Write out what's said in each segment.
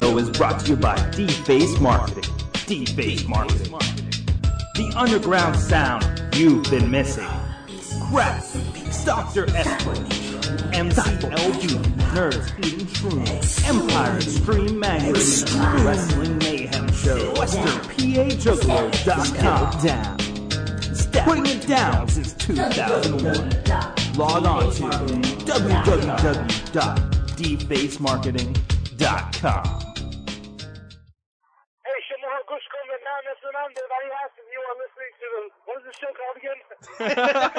show is brought to you by DeFace Marketing. DeFace Marketing. The underground sound you've been missing. Crap, Dr. Esplanade, MCLU, Nerds Eating Shrooms, Empire Extreme Magazine, Wrestling Mayhem Show, WesternPAJugglers.com. Down. Bring it down since 2001. Log on to www.dfacemarketing.com. Hey, Shimon Gushko, Vietnam, that's what I'm Everybody asked if you are listening to the, what is the show called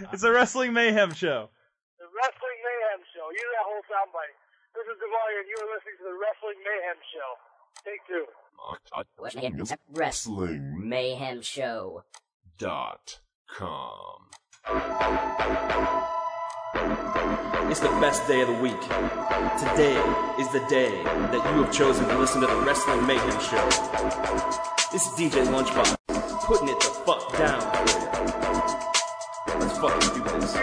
again? it's a wrestling mayhem show. the Wrestling Mayhem Show. Use that whole soundbite. This is Devali, and you are listening to the Wrestling Mayhem Show. Take two. Wrestling Mayhem Show. dot com. It's the best day of the week. Today is the day that you have chosen to listen to the Wrestling Mayhem Show. This is DJ Lunchbox putting it the fuck down. Let's fucking do this.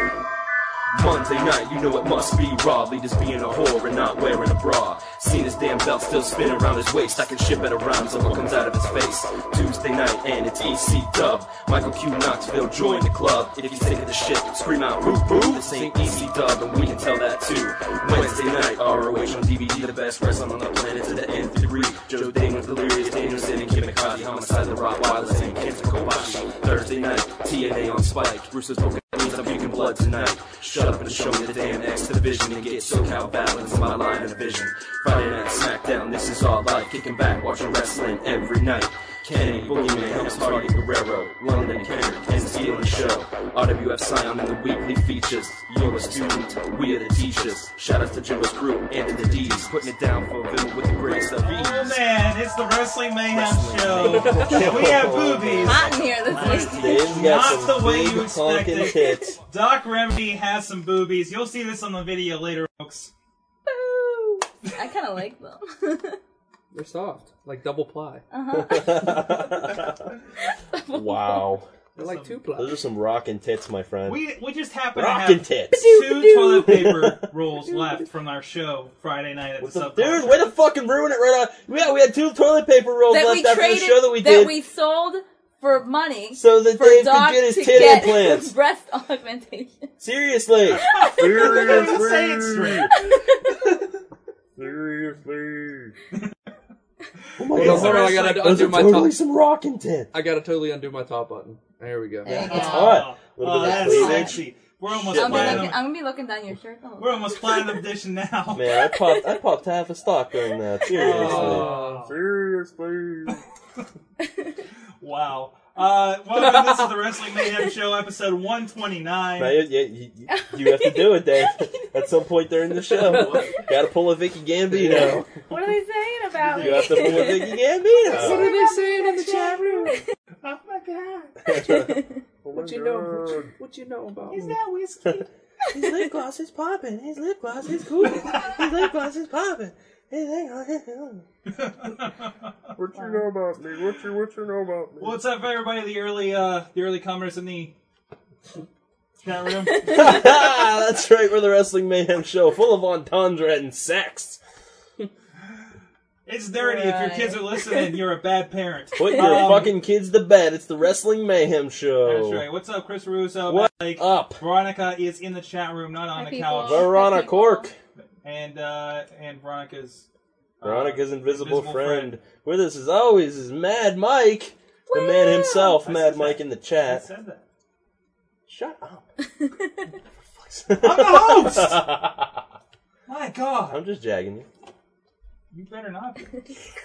Monday night, you know it must be raw. Leaders being a whore and not wearing a bra. Seen his damn belt still spin around his waist. I can ship at a rhyme, so what comes out of his face? Tuesday night, and it's EC Dub. Michael Q Knoxville joined the club. If you think of the shit, scream out, boo boo. This ain't EC Dub, and we can tell that too. Wednesday night, ROH on DVD, the best wrestling on the planet to the N3. Joe Damon's delirious, Danielson and Kimikaze. Homicide, the Rottweilers, and Kenta Kobashi. Thursday night, TNA on Spike. Bruce's Pokemon. I'm drinking blood tonight. Shut up and show me the damn X division and get SoCal balance my line of vision. Friday night SmackDown, this is all life. Kicking back, watching wrestling every night. Kenny, Boogeyman, Helms Hardy, Guerrero, London, Kendrick, and Steel and Show. RWF Scion and the weekly features. You're a student, we are the teachers. Shout out to Jimbo's crew and to the D's. Putting it down for Vim with the grace of ease. Oh man, it's the Wrestling Mayhem Show. we have boobies. Hot in here this week. Dave's Not got the some way big you honking expected. tits. Doc Remedy has some boobies. You'll see this on the video later, folks. Boo! I kind of like them. They're soft, like double ply. Uh-huh. Wow. They're like two ply. Those are some rockin' tits, my friend. We we just happen Rockin' to have tits. two toilet paper rolls left from our show Friday night at the Dude, sub. way to fucking ruin it right on. Yeah, we had two toilet paper rolls that left we after traded, the show that we did, sold for money so that for Dave Doc could get his to tit get implants. breast augmentation. Seriously. Say it straight. Oh my Hold on, hold on, I gotta Those undo are my totally top. some rockin' tits. I gotta totally undo my top button. There we go. There you That's go. hot. Oh, that's cleavage. sexy. We're almost I'm, Shit, gonna be man. looking, platinum. I'm gonna be looking down your shirt Oh, the whole We're time. almost platinum edition now. Man, I popped, I popped half a stock during that. Seriously. Oh. Seriously. Wow. Uh, welcome. this is the Wrestling Mayhem Show, episode 129. Now, you, you, you, you have to do it, Dave. At some point during the show, gotta pull a Vicky Gambino. What are they saying about You have to pull a Vicky Gambino. they saying in the chat room? Oh my god. What you know? What you, what you know about me? that whiskey? His lip gloss is popping. His lip gloss is cool. His lip gloss is popping. What you know about me? What you, what you know about me? What's up, everybody? The early, uh, the early comers in the chat room. That's right, we're the Wrestling Mayhem Show, full of entendre and sex. It's dirty. If your kids are listening, you're a bad parent. Put your fucking kids to bed. It's the Wrestling Mayhem Show. Um, That's right. What's up, Chris Russo? What Like, up? Veronica is in the chat room, not on Hi, the people. couch. Verona People. Cork. And uh, and Veronica's Veronica's uh, invisible, invisible friend. With us as always is Mad Mike, the man himself, I Mad said Mike that. in the Who chat. said that? Uh, Shut up. I'm the host. My God, I'm just jagging you. you better not. Be.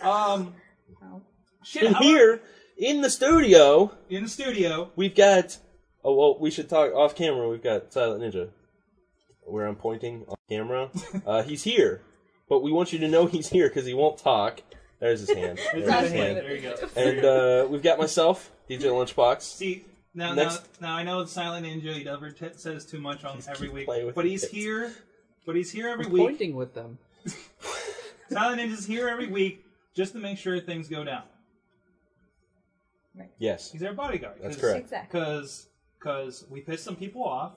Um, No. shit. And I'm here in the studio, in the studio. we've got. Oh well, we should talk off camera. We've got Silent Ninja, where I'm pointing on camera. Uh, he's here, but we want you to know he's here because he won't talk. There's his hand. There's There's his the hand. hand. There you go. And uh, we've got myself, DJ Lunchbox. See, now, Next- now, now I know Silent Ninja he never t- says too much on every keep week, playing with but the he's tits. here. But he's here every week. Pointing with them. Silent Ninja's here every week just to make sure things go down. Yes, He's our bodyguard. That's Cause, correct. Exactly. Because we pissed some people off,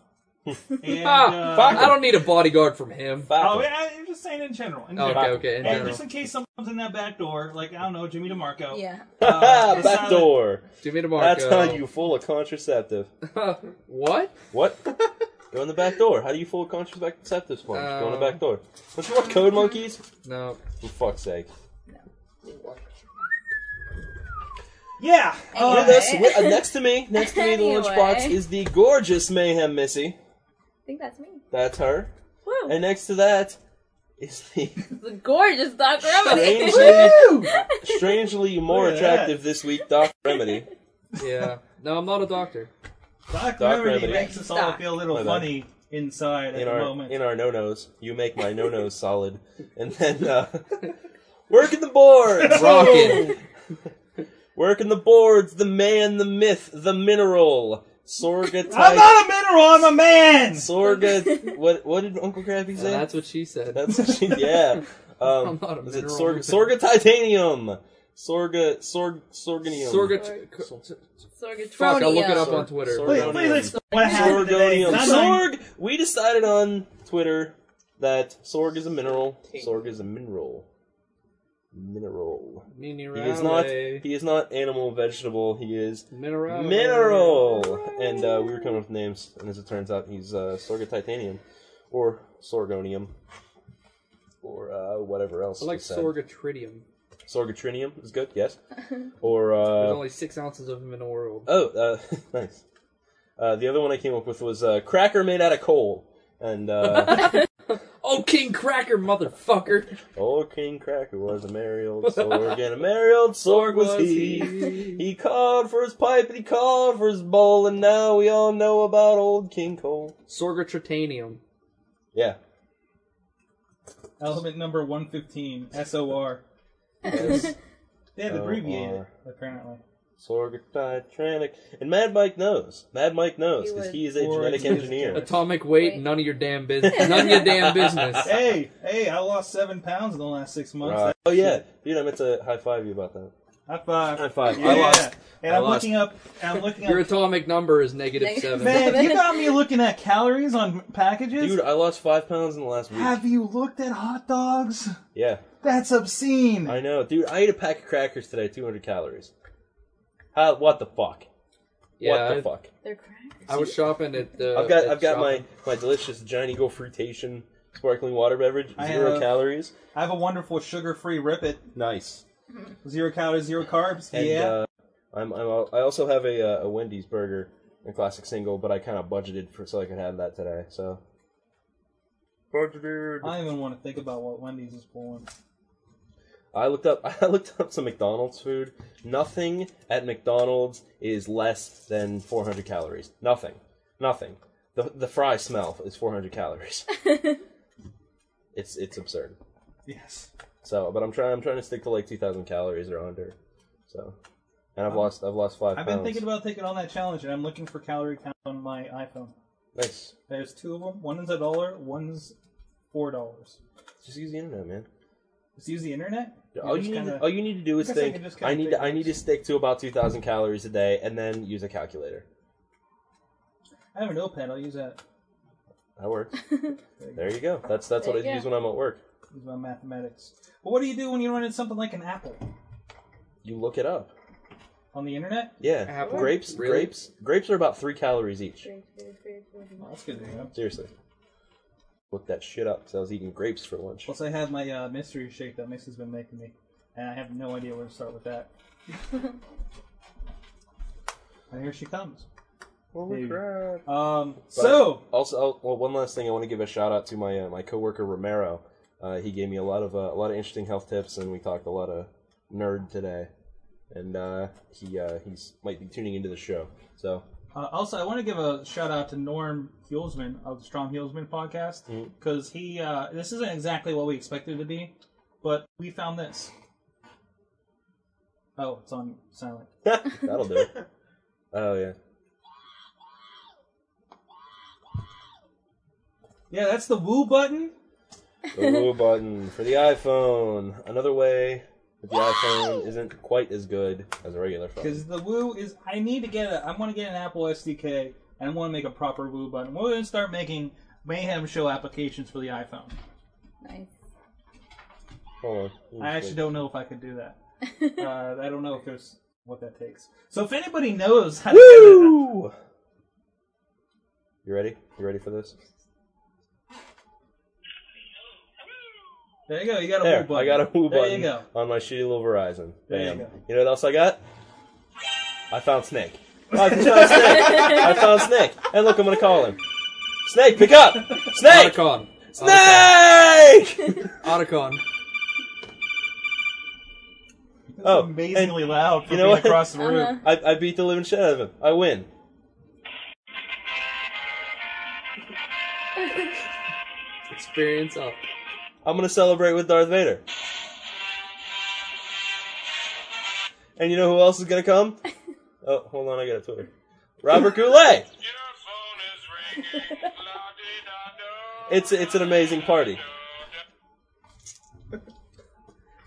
And, Ah, uh, fuck. I don't need a bodyguard from him. Oh, Fuck. yeah, I- I'm just saying in general. In Oh, general. okay, okay. in And general. just in case someone comes in that back door, like I don't know, Jimmy DeMarco. Yeah. Uh, Back door. Jimmy DeMarco. That's how you fool a contraceptive. what? What? Go in the back door. How do you fool a contraceptive sponge? Go in the Uh, back door. Don't you watch Code Monkeys? No. For fuck's sake. Yeah. Anyway. With us, with- uh, next to me, next to me in the Anyway. lunchbox is the gorgeous Mayhem Missy. I think that's me. That's her. Woo! And next to that is the the gorgeous Doc Remedy. strangely, strangely more Oh, Look at that. attractive this week, Doc Remedy. Yeah. No, I'm not a doctor. Doc Doc Remedy Remedy. makes us all feel a little My bad. funny inside at in the our moment. in our no nos. You make my no nos solid, and then uh, working the boards, Rockin'. working the boards. The man, the myth, the mineral, Sorgatite. I'm not a mineral. I'm a man. Sorga. What what did Uncle Krabby And say? that's what she said. That's what she, yeah. Um, I'm not a is it mineral. Sorga, Sorga titanium? Sorga sorg sorganium. Sorgat. Fuck, Sorgatronium. I'll look it up on Twitter. Sorg- Please, Sorgonium. please explain what happened today. Sorgonium. Not knowing- Sorg. We decided on Twitter that sorg is a mineral. Sorg is a mineral. Mineral. Mineral. He is not. He is not animal, vegetable. He is Mineral. mineral. And uh, we were coming up with names, and as it turns out, he's uh, sorga titanium, or sorgonium, or uh, whatever else. I like we said. sorgatritium. Sorgatrinium is good. Yes. Or There's uh, only six ounces of him in the world. oh, uh, nice. Uh, the other one I came up with was uh, cracker made out of coal. And uh, Oh, King Cracker, motherfucker! old King Cracker was a merry old sorg, and a merry old sorg was he. He called for his pipe and he called for his bowl, and now we all know about old King Cole. Sorgatritanium. Yeah. Element number 115, SOR. Yes. They had to abbreviate it, SOR. apparently. Sorgatrinic. And Mad Mike knows. Mad Mike knows, because he is a Or genetic he is- engineer. Atomic weight, Wait. none of your damn business. None of your damn business. Hey, hey, I lost seven pounds in the last six months. Right. Oh, yeah. Dude, I meant to high five you about that. High five. High five. Yeah. I lost. And I I'm lost. looking up. I'm looking Your up. atomic number is negative Neg- seven. Man, you got me looking at calories on packages. Dude, I lost five pounds in the last week. Have you looked at hot dogs? Yeah, That's obscene. I know, dude. I ate a pack of crackers today, 200 calories. How? What the fuck? Yeah, what the I- fuck? They're cracked. I was shopping at the. I've got at I've got my, shopping. my delicious Giant Eagle Fruitation sparkling water beverage, I zero have- calories. I have a wonderful sugar-free rippet. Nice. Zero calories, zero carbs. And yeah. uh, I'm, I'm al- I also have a uh, a Wendy's burger, a classic single, but I kind of budgeted for so I could have that today. So budgeted. I don't even want to think about what Wendy's is pulling. I looked up I looked up some McDonald's food. Nothing at McDonald's is less than 400 calories. Nothing. Nothing. The the fry smell is 400 calories. it's it's absurd. Yes. So, but I'm trying I'm trying to stick to like 2000 calories or under. So, and I've lost I've lost 5 Um, I've pounds. been thinking about taking on that challenge, and I'm looking for calorie count on my iPhone. Nice. There's two of them. One's a dollar. One's four dollars. Just use the internet, man. Just use the internet. all You you just need kinda- all you need to do is I guess I think can just I, kinda need think to, I need to this. stick to about 2000 calories a day and then use a calculator. I have a notepad. I'll use that. That works. there you go. That's that's There what you I go. use when I'm at work. Use my mathematics. But what do you do when you run into something like an apple You look it up. on the internet? Yeah, Apple? grapes. Really? Grapes. Grapes are about three calories each. Well, Oh, that's good to know. Seriously, look that shit up. Cause I was eating grapes for lunch. Plus, I have my uh, mystery shake that Missy's been making me, and I have no idea where to start with that. and here she comes. Holy crap! Um. But so also, oh, well, one last thing, I want to give a shout out to my uh, my coworker Romero. Uh, he gave me a lot of uh, a lot of interesting health tips, and we talked a lot of nerd today. And uh, he uh, he's might be tuning into the show. So Uh, also, I want to give a shout out to Norm Hulsman of the Strong Hulsman podcast because he uh, this isn't exactly what we expected it to be, but we found this. Oh, it's on silent. that'll do. it. Oh yeah. Yeah, that's the woo button. The woo button for the iPhone. Another way that the iPhone isn't quite as good as a regular phone. Because the woo is, I need to get a, I want to get an Apple SDK and want to make a proper woo button. We're going to start making Mayhem Show applications for the iPhone. Nice. Hold on. I actually don't know if I could do that. Uh, I don't know if there's what that takes. So if anybody knows how to do Woo! You ready? You ready for this? that, there you go. You got a There, woo button. I got a woo there button you go. on my shitty little Verizon. There you Bam. go. You know what else I got? I found Snake. Oh, I found Snake. I found Snake. And look, I'm gonna call him. Snake, pick up. Snake. Otacon. Snake. Otacon. That's Oh, amazingly loud. For you know being what? Across the room. Uh-huh. I, I beat the living shit out of him. I win. Experience up. I'm gonna celebrate with Darth Vader. And you know who else is gonna come? Oh, hold on, I got a Twitter. Robert Goulet. It's it's an amazing party.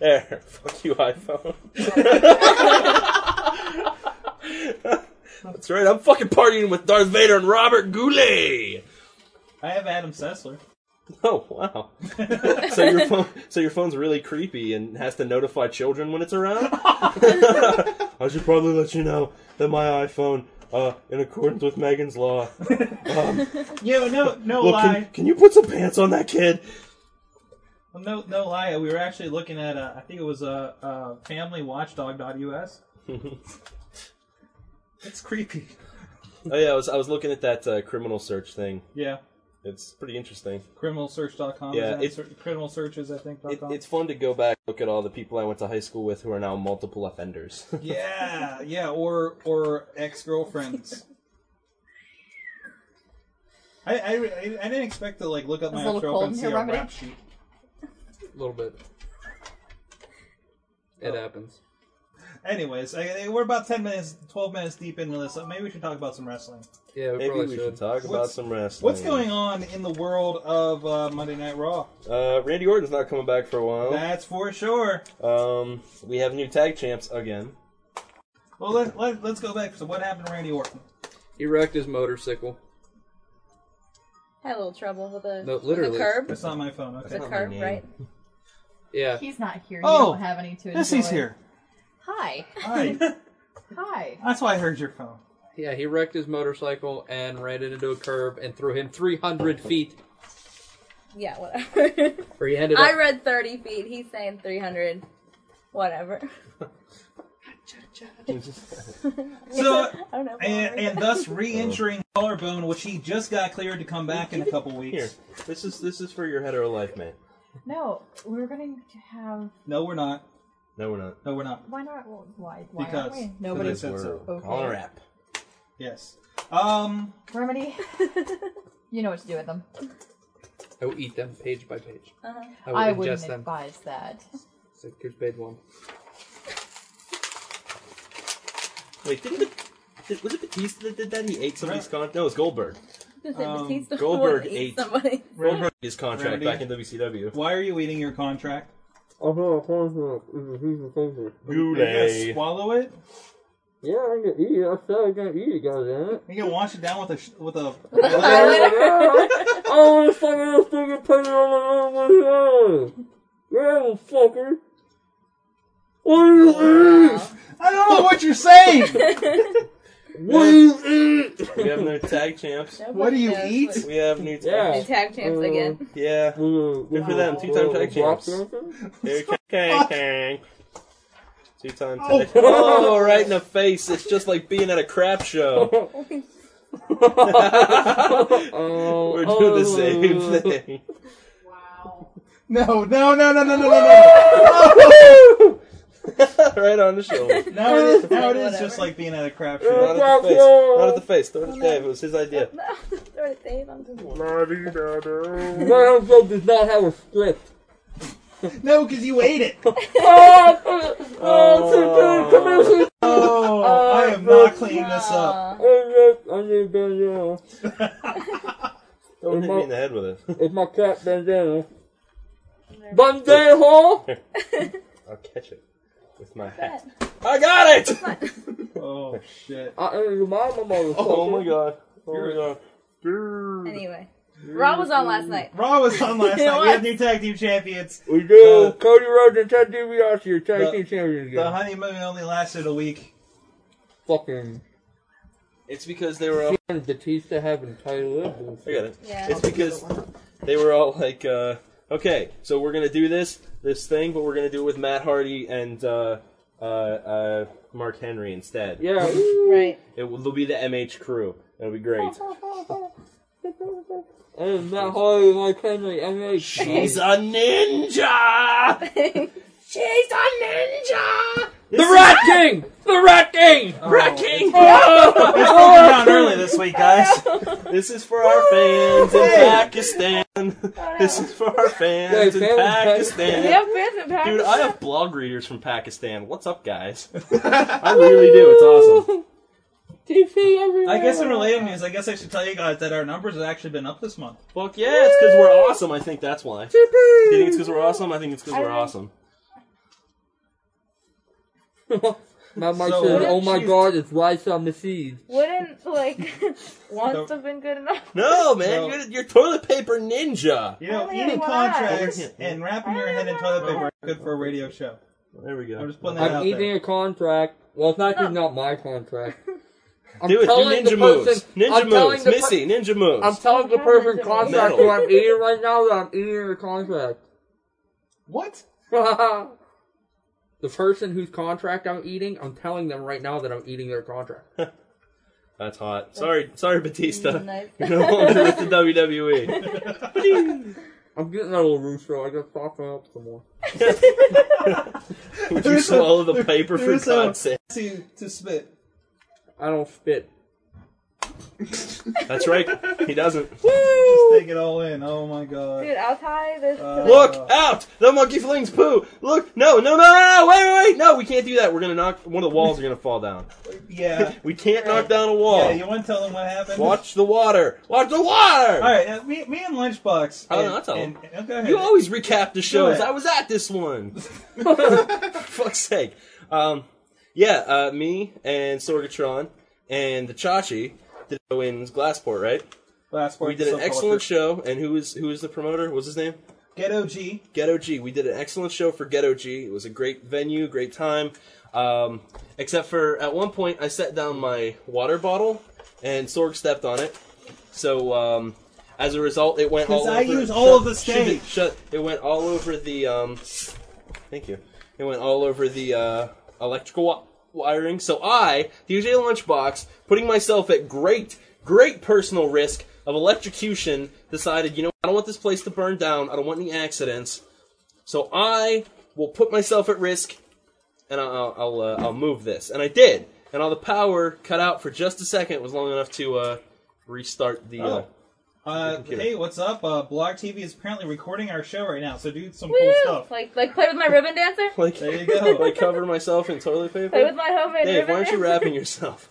There, fuck you, iPhone. That's right. I'm fucking partying with Darth Vader and Robert Goulet. I have Adam Sessler. Oh wow! so your phone, so your phone's really creepy and has to notify children when it's around. I should probably let you know that my iPhone, uh, in accordance with Megan's law, Yeah, but no, no look, lie. can, can you put some pants on that kid? Well, no, no lie. We were actually looking at, uh, I think it was uh, uh, FamilyWatchdog.us. it's creepy. Oh yeah, I was I was looking at that uh, criminal search thing. Yeah, It's pretty interesting. criminalsearch.com. Yeah, Yeah, it's- it's criminal searches. I think. dot It, com. it's fun to go back look at all the people I went to high school with who are now multiple offenders. yeah, yeah, or or ex girlfriends. I, I, I I didn't expect to like look up It's my a little ex girlfriend and cold see in a here, rap Robert. sheet. A little bit. Oh. It happens. Anyways, I, I- we're about ten minutes, twelve minutes deep into this. So maybe we should talk about some wrestling. Yeah, we Maybe probably we should. should talk about What's- some wrestling. What's going on in the world of uh, Monday Night Raw? Uh, Randy Orton's not coming back for a while. That's for sure. Um, we have new tag champs again. Well, let, let, let's go back. So, what happened to Randy Orton? He wrecked his motorcycle. Had a little trouble with the, No, with literally. the curb. That's not my phone. The Okay. not my curb, name. right? Yeah. He's not here. You Oh, don't have any to enjoy. Yes, he's here. Hi. Hi. Hi. That's why I heard your phone. Yeah, he wrecked his motorcycle and ran it into a curb and threw him 300 feet. Yeah, whatever. Or he ended I up. read 30 feet. He's saying 300. Whatever. So, I don't know. and, and thus re-injuring collarbone, which he just got cleared to come back in a couple weeks. Here, this is this is for your hetero life, mate. No, we were going to have. No, we're not. No, we're not. No, we're not. Why not? Well, Why? Why Because- aren't we? because Nobody. it's- We're so. Okay. calling a wrap. Yes. Um. Remedy. you know what to do with them. I Oh, will eat them page by page. Uh-huh. I will I ingest wouldn't them. advise that. So here's page one. Wait, didn't the, did, was it Batista that did that? He ate somebody's contract. No, it was Goldberg. Does it um, taste the Goldberg one that ate- eats somebody? Goldberg ate his contract Remedy. back in WCW. Why are you eating your contract? Are you gonna Goulet. swallow it? Yeah, I can eat it. I said I can eat it, goddammit. You gonna wash it down with a sh- with a? Oh, fucker, fucker, put it on my own way. Yeah, you fucker. What do you eat? I don't know what you're saying. What do you eat? We have new tag champs. What do you Nobody eat? knows what- We have new Yeah. They tag champs again. Mm, Yeah. Good for them, two-time Oh, tag champs. Okay. Two time tag. Oh, right in the face. It's just like being at a crap show. Oh. We're doing the same thing. Wow. No, no, no, no, no, no, no, no. right on the shoulder. Now it is, now it is Whatever. just like being at a crap Not show. at the face. Not at the face. Throw it at Dave. It was his idea. No, throw it, Dave. I'm just- My household does not have a split. No, because you ate it. Oh, fucker. oh, come here, come here. Oh, I am not cleaning this up. Aw. Oh, yes, I need a bandana. Don't hit me in the head with it. It's my cat bandana. Bandana! I'll catch it with my hat. I got it! Oh shit! I am your mama, motherfucker. Oh my god. Anyway, Raw was on last night. Raw was on last night. We It had new tag team champions. We do. Cody Rhodes and Ted DiBiase are tag the- team champions The again. honeymoon only lasted a week. Fucking. It's because they were all. Batista having title of I got it. Yeah. It's because they were all like, uh, okay, so we're gonna do this this thing, but we're gonna do it with Matt Hardy and uh, uh, uh, Mark Henry instead. Yeah. right. It will they'll be the MH crew. That'll be great. And that Harley like Henry MH. She's a ninja. She's a ninja. The Rat King! The Rat King! Oh. Rat King! It's going down early this week, guys. This is for our fans in Hey. Pakistan. This is for our fans in Yeah, fans in Pakistan. We have fans in Dude, I Pakistan. have blog readers from Pakistan. What's up, guys? I really do. It's awesome. TP everywhere. I guess in related news, I guess I should tell you guys that our numbers have actually been up this month. Fuck yeah, it's because we're awesome. I think that's why. Do you think it's because we're awesome? I think it's because we're awesome. My mic So- says, oh my She's- god, it's rice on the seed. Wouldn't like once have been good enough. No, man, No. You're, you're toilet paper ninja. You know, Only eating one. contracts and wrapping your head in toilet paper is good for a radio show. There we go. I'm just putting that I'm out eating there. a contract. Well, it's actually not my contract. I'm Do it. Do telling ninja the moves. person- Ninja I'm telling moves. the per- Missy, ninja moves. I'm telling the Don't perfect have ninja contract moves. who I'm eating right now that I'm eating a contract. What? the person whose contract I'm eating, I'm telling them right now that I'm eating their contract. That's hot. Sorry, sorry, Batista. Mm, Nice. You're no longer with the E. WWE. I'm getting that little Russo. I gotta soften up some more. Would you swallow the paper for There's a- God's sake? To to spit. I don't spit. That's right. He doesn't. Just take it all in. Oh my god. Dude, I'll tie this. Uh, to Look out! The monkey flings poo. Look! No! No! No! No! Wait! Wait! No! We can't do that. We're gonna knock. One of the walls are gonna fall down. Yeah. We can't knock down a Yeah, wall. you want to tell them what happened? Watch the water. Watch the water. All right, uh, me, me and Lunchbox. Oh, and, no, I'll tell and, and- go ahead. You always recap the shows. it. I was at this one. For fuck's sake. Um, yeah, uh, me and Sorgatron and the Chachi did a show in Glassport, right? Last part We of did an subculture. excellent show, and who was who was the promoter? What's his name? Ghetto G. Ghetto G. We did an excellent show for Ghetto G. It was a great venue, great time. Um, except for at one point, I set down my water bottle, and Sorg stepped on it. So um, as a result, it went all. Because I over- use all of the shut it- stage. Shut. It went all over the. Um, thank you. It went all over the uh, electrical wi- wiring. So I, DJ Lunchbox, putting myself at great, great personal risk of electrocution, decided, you know, I don't want this place to burn down. I don't want any accidents. So I will put myself at risk, and I'll I'll, uh, I'll move this, and I did. And all the power cut out for just a second It was long enough to uh, restart the. Uh, Oh. Uh, computer. hey, what's up? Uh, Blog TV is apparently recording our show right now, so do some Woo! cool stuff. Like like play with my ribbon dancer. like There you go. I cover myself in toilet Play with paper. my homemade Dave, ribbon why aren't you dancer. wrapping yourself?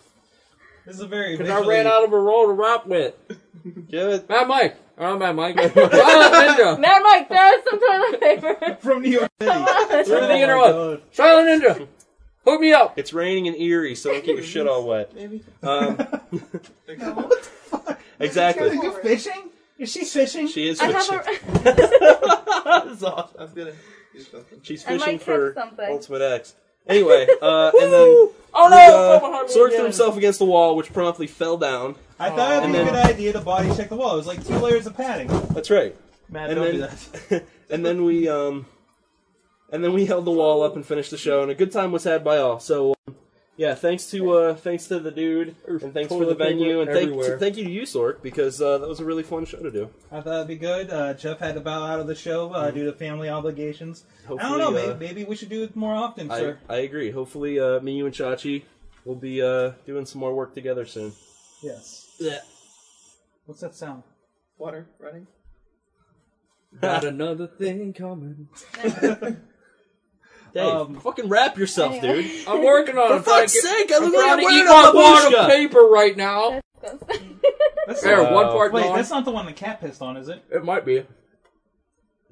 This is a very Because visually- I ran out of a roll to rap with. Give it. Mad Mike. Oh, Mad Mike. oh, Ninja. Man, Mike, throw us some toilet paper. from New York City. oh Through the my interweb. god. Silent Ninja. Hook me up. It's raining in Erie, so don't get your shit all wet. Um, what the fuck? Are exactly. you fishing? Is she fishing? She is I fishing. have a. That's awesome. I'm gonna do something. She's I might fishing catch for something. Ultimate X. Anyway, uh, and then Oh uh, no! Sorg threw himself against the wall, which promptly fell down. I thought it'd be a And good then- idea to body check the wall. It was like two layers of padding. That's right. Matt, And don't then- do that. and then we um and then we held the wall up and finished the show and a good time was had by all so um, yeah thanks to uh thanks to the dude Er, and thanks for the Toilet paper venue and thank, everywhere. thank you to you sork because uh, that was a really fun show to do I thought it'd be good. Uh, Jeff had to bow out of the show uh, due to family obligations. I don't Mm-hmm. Hopefully, know. uh, maybe, maybe we should do it more often, I, sir. I agree hopefully uh, me you and chachi will be uh doing some more work together soon Yes. What's that sound? Water running. Got another thing coming. Dave, Um, fucking wrap yourself Anyway. dude I'm working on for it. I'm fuck's sake i I'm look like trying i'm to eat wearing my a wad of babushka paper right now. That's There, Wow. one part wait, gone. that's not the one the cat pissed on, is it? It might be.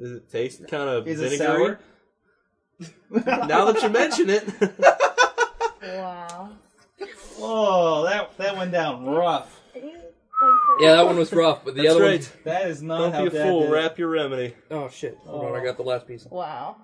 does it taste kind of Is it vinegary now that you mention it wow. Oh, that that went down rough. Ew. Yeah, that one was rough, but the That's other right. one. That is not Don't how be a Dad fool. did it. Wrap your remedy. Oh shit! Hold on, I got the last piece. Wow.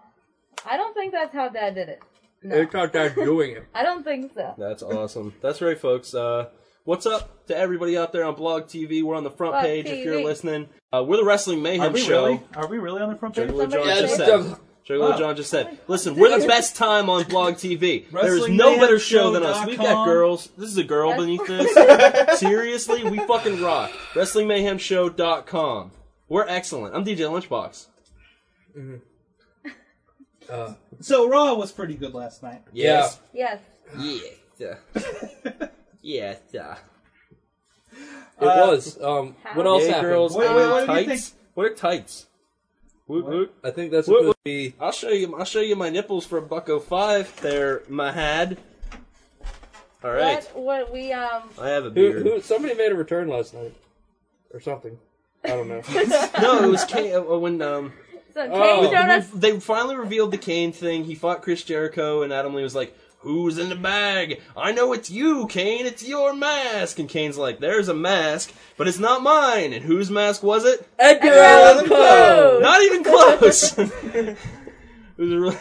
I don't think that's how Dad did it. It's not that doing it. I don't think so. That's awesome. That's right, folks. Uh, what's up to everybody out there on Blog TV? We're on the front Blog page if you're TV. listening. Uh, we're the Wrestling Are Mayhem we Show. really? Are we really on the front page? Juggalo John Somebody- just said. Juggalo Wow. John just said. Listen, we're the best time on Blog TV. There is Wrestling no Mayhem better show than us. Show.com. We've got girls. This is a girl beneath this. Seriously, we fucking rock. WrestlingMayhemShow.com. We're excellent. I'm DJ Lunchbox. Uh, so Raw was pretty good last night. Yes. Yes. Yeah. yeah. Yeah. It was. Um, what else Yay, happened? Girls, Wait, and wait, what did you tights. What are tights? Woot, woot. I think that's Woot, supposed woot. to be. I'll show you. I'll show you my nipples for a buck oh five. They're my had. All right. What, what we, um. I have a Who, beard. who, somebody made a return last night, or something. I don't know. no, it was Kane uh, when um. So Kane when- showed us. They finally revealed the Kane thing. He fought Chris Jericho, and Adam Lee was like, "Who's in the bag? I know it's you, Kane. It's your mask." And Kane's like, "There's a mask, but it's not mine. And whose mask was it? Edgar Allan Poe. Not even close. it was a real-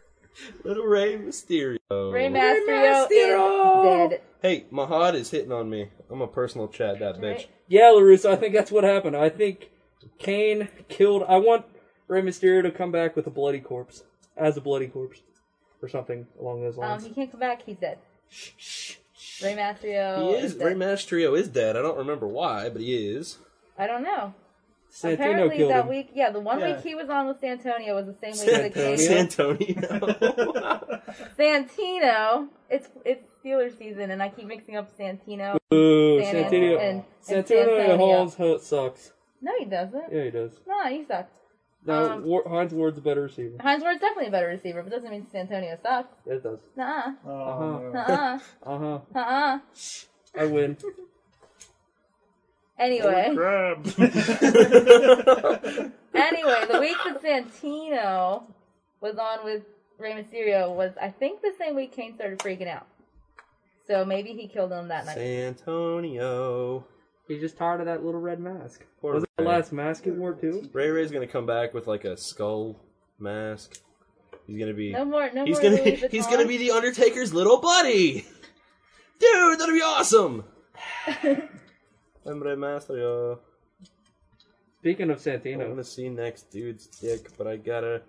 little Ray Mysterio. Ray Mysterio is dead. Hey, Mahad is hitting on me. I'm a personal chat that bitch. Yeah, Larusso. I think that's what happened. I think Kane killed. I want Rey Mysterio to come back with a bloody corpse, as a bloody corpse, or something along those Um, lines. he can't come back. He's dead. Rey Mysterio. he Oh, is. dead. Ray Mysterio is dead. I don't remember why, but he is. I don't know. Santino Apparently killed that him. week, yeah, the one Yeah. week he was on with Santonio was the same week that Kane. Santino. It's it's Steelers season, and I keep mixing up Santino. Ooh, San- Santino. and- and Santino Santonio. Hall's Hut sucks. No, he doesn't. Yeah, he does. No, he sucks. No, Um, War, Heinz Ward's a better receiver. Heinz Ward's definitely a better receiver, but doesn't mean Santonio sucks. It does. Nuh-uh. Oh, Uh huh. Nuh-uh. Uh huh. Nuh-uh. I win. Anyway. Crab. anyway, the week that Santino was on with Rey Mysterio was, I think, the same week Kane started freaking out. So maybe he killed him that night. Santonio. He's just tired of that little red mask. Poor was it the Ray. last mask he wore too? Ray Ray's gonna come back with like a skull mask. He's gonna be No more- no he's more gonna Louis he's Vuitton. gonna be the Undertaker's little buddy. Dude, that'd be awesome. I'm Rey Mysterio. Speaking of Santino, I want to see next dude's dick, but I gotta.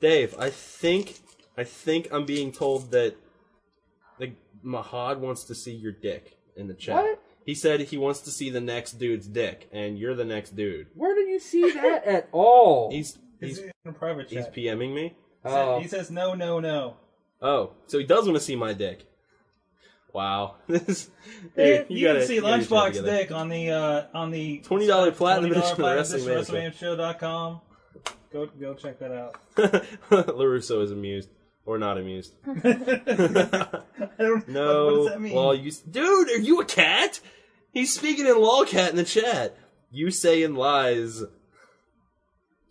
Dave, I think I think I'm being told that the Mahad wants to see your dick in the chat. What? He said he wants to see the next dude's dick, and you're the next dude. Where did you see that at all? He's he's in a private he's chat. PMing me. He said- Oh. He says no, no, no. Oh, so he does want to see my dick. Wow. This You, Dude, can gotta- see you gotta get your Lunchbox shit together. Dick on the uh, on the Twenty dollar platinum $20 edition of the platinum Wrestling Man Show. edition of WrestlingMayhemShow.com. Go go check that out. LaRusso is amused. Or not amused. No. What- what does that mean? Lol, you, dude, are you a cat? He's speaking in lolcat in the chat. You saying lies.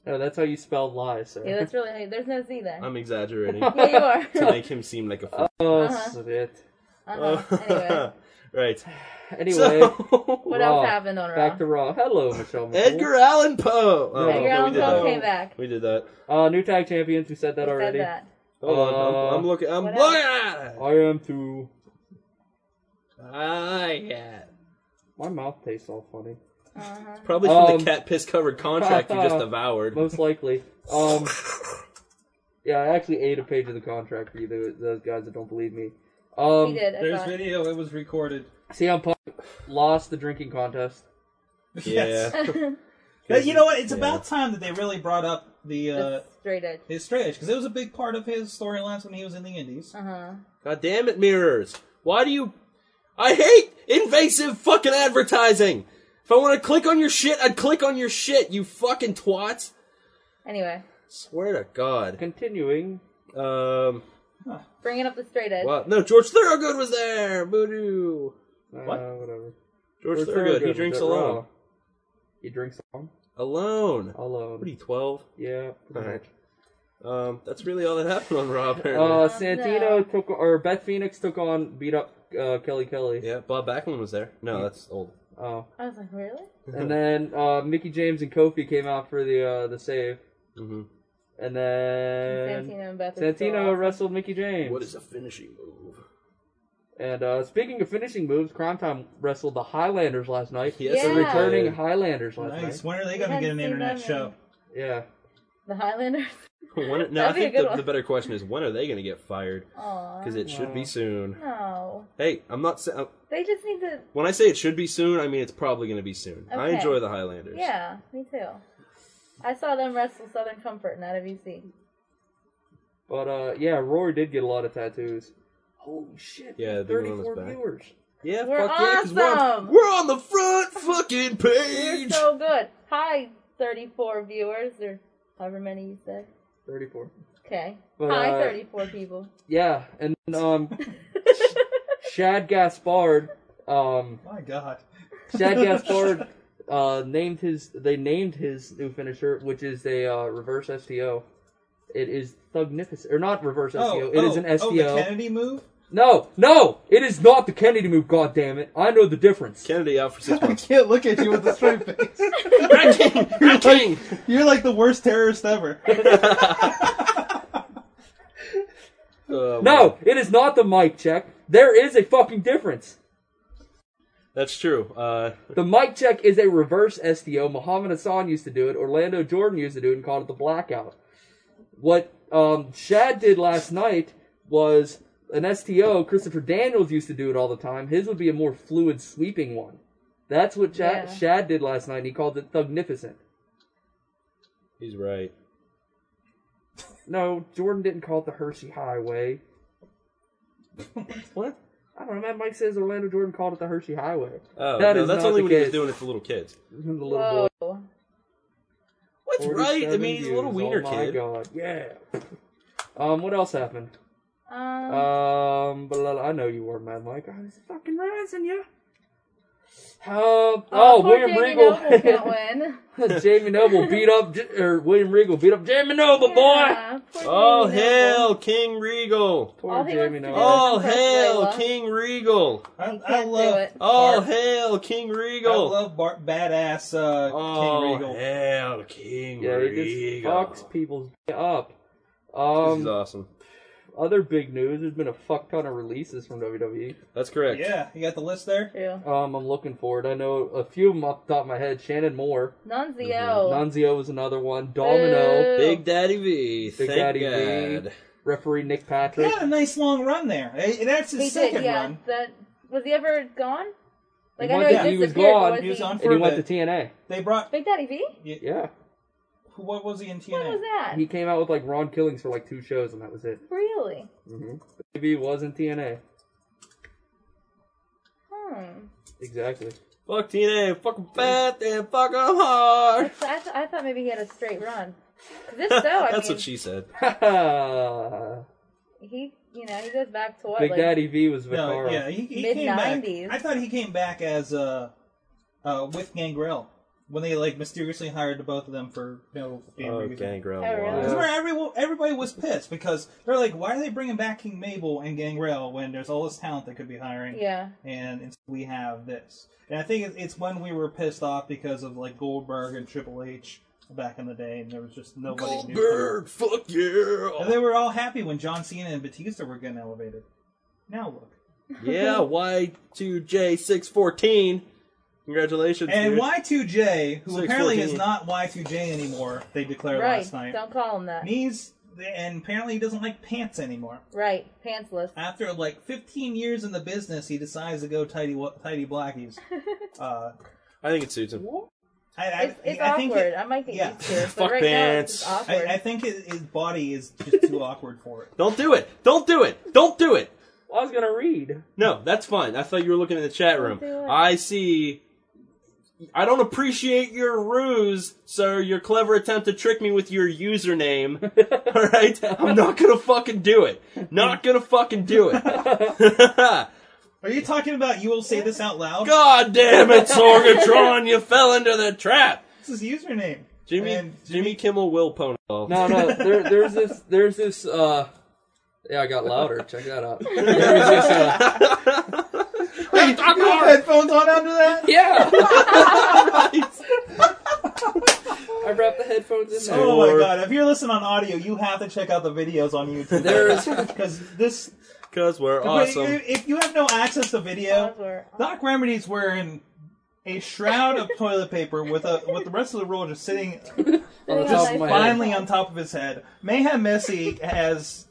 Oh, that's how you spell lies, sir. Yeah, that's really how you- There's no Z there. I'm exaggerating. Yeah, you are. to make him seem like a fool. Oh, Uh-huh. shit. Uh-huh. Anyway. right. Anyway, What Raw. else happened on Raw? Back to Raw. Hello, Michelle. McCool. Edgar Allan Poe. Oh, Edgar okay, Allan we did Poe that. came back. We did that. Uh, new tag champions. We said that We said already. that. Hold on, I'm- I'm looking- I'm What else? looking at it. I am too. Ah, yeah. My mouth tastes all funny. Uh-huh. It's probably from Um, the cat piss covered contract you just devoured. Most likely. Um, yeah, I actually ate a page of the contract for you, tho- those guys that don't believe me. Um, did, I There's saw it. video. It was recorded. CM Punk lost the drinking contest. Yes. But you know what? It's about time that they really brought up the, uh, straight edge. His straight edge, because it was a big part of his storylines when he was in the Indies. Oh, Uh-huh. God damn it, mirrors. Why do you. I hate invasive fucking advertising! If I want to click on your shit, I'd click on your shit, you fucking twats! Anyway, Swear to God. Continuing. Um. bringing up the straight edge. Wow. No, George Thorogood was there! Boo What? Uh, whatever. George, Thorogood, he drinks alone. He drinks alone? Alone. Alone. What are you, 12? Yeah. Alright. Um, that's really all that happened on Raw, apparently. Uh, Santino took or Beth Phoenix took on beat up uh, Kelly Kelly. Yeah, Bob Backlund was there. No, that's old. Oh. I was like, really? and then uh, Mickey James and Kofi came out for the uh, the save. Mm-hmm. And then Santino and Beth are still Santino awesome. wrestled Mickey James. What is a finishing move? And uh, speaking of finishing moves, Crime Time wrestled the Highlanders last night. Yes, the they returning did. Highlanders last Nice. night. When are they We going to get haven't an seen internet them show? Yeah. The Highlanders. When, no, I That'd be a think good the, one. the better question is when are they going to get fired? Aw. Because it should be soon. No. Hey, I'm not saying. They just need to. When I say it should be soon, I mean it's probably going to be soon. I Okay. enjoy the Highlanders. Yeah, me too. I saw them wrestle Southern Comfort and out of EC. But uh, yeah, Rory did get a lot of tattoos. Holy shit! Yeah, they're going on his 34 back. viewers. Yeah, We're fuck yeah, 'cause we're on, awesome! we're on the front fucking You're page. so good. Hi, 34 viewers, or however many you said. 34. Okay. But, Hi, uh, 34 people. Yeah, and um, Sh- Shad Gaspard. Um, My God. Shad Gaspard uh, named his. They named his new finisher, which is a uh, reverse STO. It is Thugnificent, or not reverse STO. It is an STO. Oh, the Kennedy move? No, no, it is not the Kennedy move. God damn it! I know the difference. Kennedy out for six months. Can't look at you with a straight face. you're, like, you're like the worst terrorist ever. Uh, no, it is not the mic check. There is a fucking difference. That's true. Uh, The mic check is a reverse STO. Muhammad Hassan used to do it. Orlando Jordan used to do it and called it the blackout. What um, Shad did last night was an STO. Christopher Daniels used to do it all the time. His would be a more fluid, sweeping one. That's what Chad, Yeah. Shad did last night. and He called it thugnificent. he's right. No, Jordan didn't call it the Hershey Highway. what? I don't know. That Mike says Orlando Jordan called it the Hershey Highway. Oh, That no, is that's not only the when he was case. doing it for little kids. The little boy. Whoa. What's right? I 47 mean, he's a little views. wiener oh my kid. God. Yeah. Um, what else happened? Um, Um, blah, blah, blah, I know you were mad, Mike. I was fucking rising, yeah. Um, oh, oh, William Jamie Noble can't Regal. win. Jamie Noble beat up, J- or William Regal beat up Jamie Noble, Yeah, boy. All hail King Regal. Poor All he Jamie wants to do Noble. is All impress hail Layla. King Regal. I, I love. All Bart- hail King I Regal. love Bart, badass uh, All Oh, King Regal. hail King Yeah, he just Regal. fucks people's d- up. Um, this is awesome. Other big news: there's been a fuck ton of releases from WWE. That's correct. Yeah, you got the list there? Yeah. Um, I'm looking for it. I know a few of 'em off the top of my head. Shannon Moore, Nunzio. Mm-hmm. Nunzio was another one. Domino, Oh. Boo. Big Daddy V. Big thank Daddy God. V, referee Nick He Patrick. had a nice long run there. Eh, That's his He second did, yeah. run. That, was he ever gone? Like, I went know to- he, he was disappeared, but gone. Was He was on and for he a went to bit. TNA. They brought. Big Daddy V? Yeah, who- What was he in TNA? What was that? he came out with like Ron Killings for like two shows, and that was it. Really? Mm-hmm. Maybe was in TNA. Hmm. Exactly. Fuck TNA. Fuck 'em fat and fuck 'em hard. So I, th- I thought maybe he had a straight run. 'Cause If so, I That's mean, what she said. he, you know, he goes back to what? Big like, Daddy V was No, Vaccaro. yeah, he, he Mid came back. 90s. I thought he came back as uh, uh, with Gangrel when they like mysteriously hired the both of them for no damn Oh, reason. Gangrel. Oh, really? That's Why? where everyone, everybody was pissed because they're like, why are they bringing back King Mabel and Gangrel when there's all this talent they could be hiring? Yeah. And it's, we have this. And I think it's- it's when we were pissed off because of like Goldberg and Triple H back in the day, and there was just nobody knew. Goldberg. Fuck yeah. And they were all happy when John Cena and Batista were getting elevated. Now look. yeah, Y2J614. Congratulations. And dude. Y2J, who Six apparently is fourteen. not Y2J anymore, they declared Right. last night, Don't call him that. needs, and apparently he doesn't like pants anymore. Right. Pantsless. After like 15 years in the business, he decides to go tidy wa- tidy blackies. Uh, I think it suits him. I, I, It's, it's I think awkward. it- I might get yeah. used to it. But Fuck right pants. Now, it's just awkward. I, I think his, his body is just too awkward for it. Don't do it. Don't do it. Don't do it. Well, I was gonna read. No, that's fine. I thought you were looking in the chat room. Don't do it. I see. I don't appreciate your ruse, sir. Your clever attempt to trick me with your username. All right, I'm not gonna fucking do it. Not gonna fucking do it. Are you talking about you will say this out loud? God damn it, Sorgatron! You fell into the trap. This is username. Jimmy, And Jimmy Kimmel will pwn all. No, no. There, there's this. There's this. uh Yeah, I got louder. Check that out. There was this, uh, Wait, you have headphones on after that? Yeah. I wrapped the headphones in there. Oh my god! If you're listening on audio, you have to check out the videos on YouTube. There's- because this because we're But awesome. If, if you have no access to video, Doc Remedy's wearing a shroud of toilet paper with a with the rest of the roll just sitting on just top of my head. finally on top of his head. Mayhem Missy has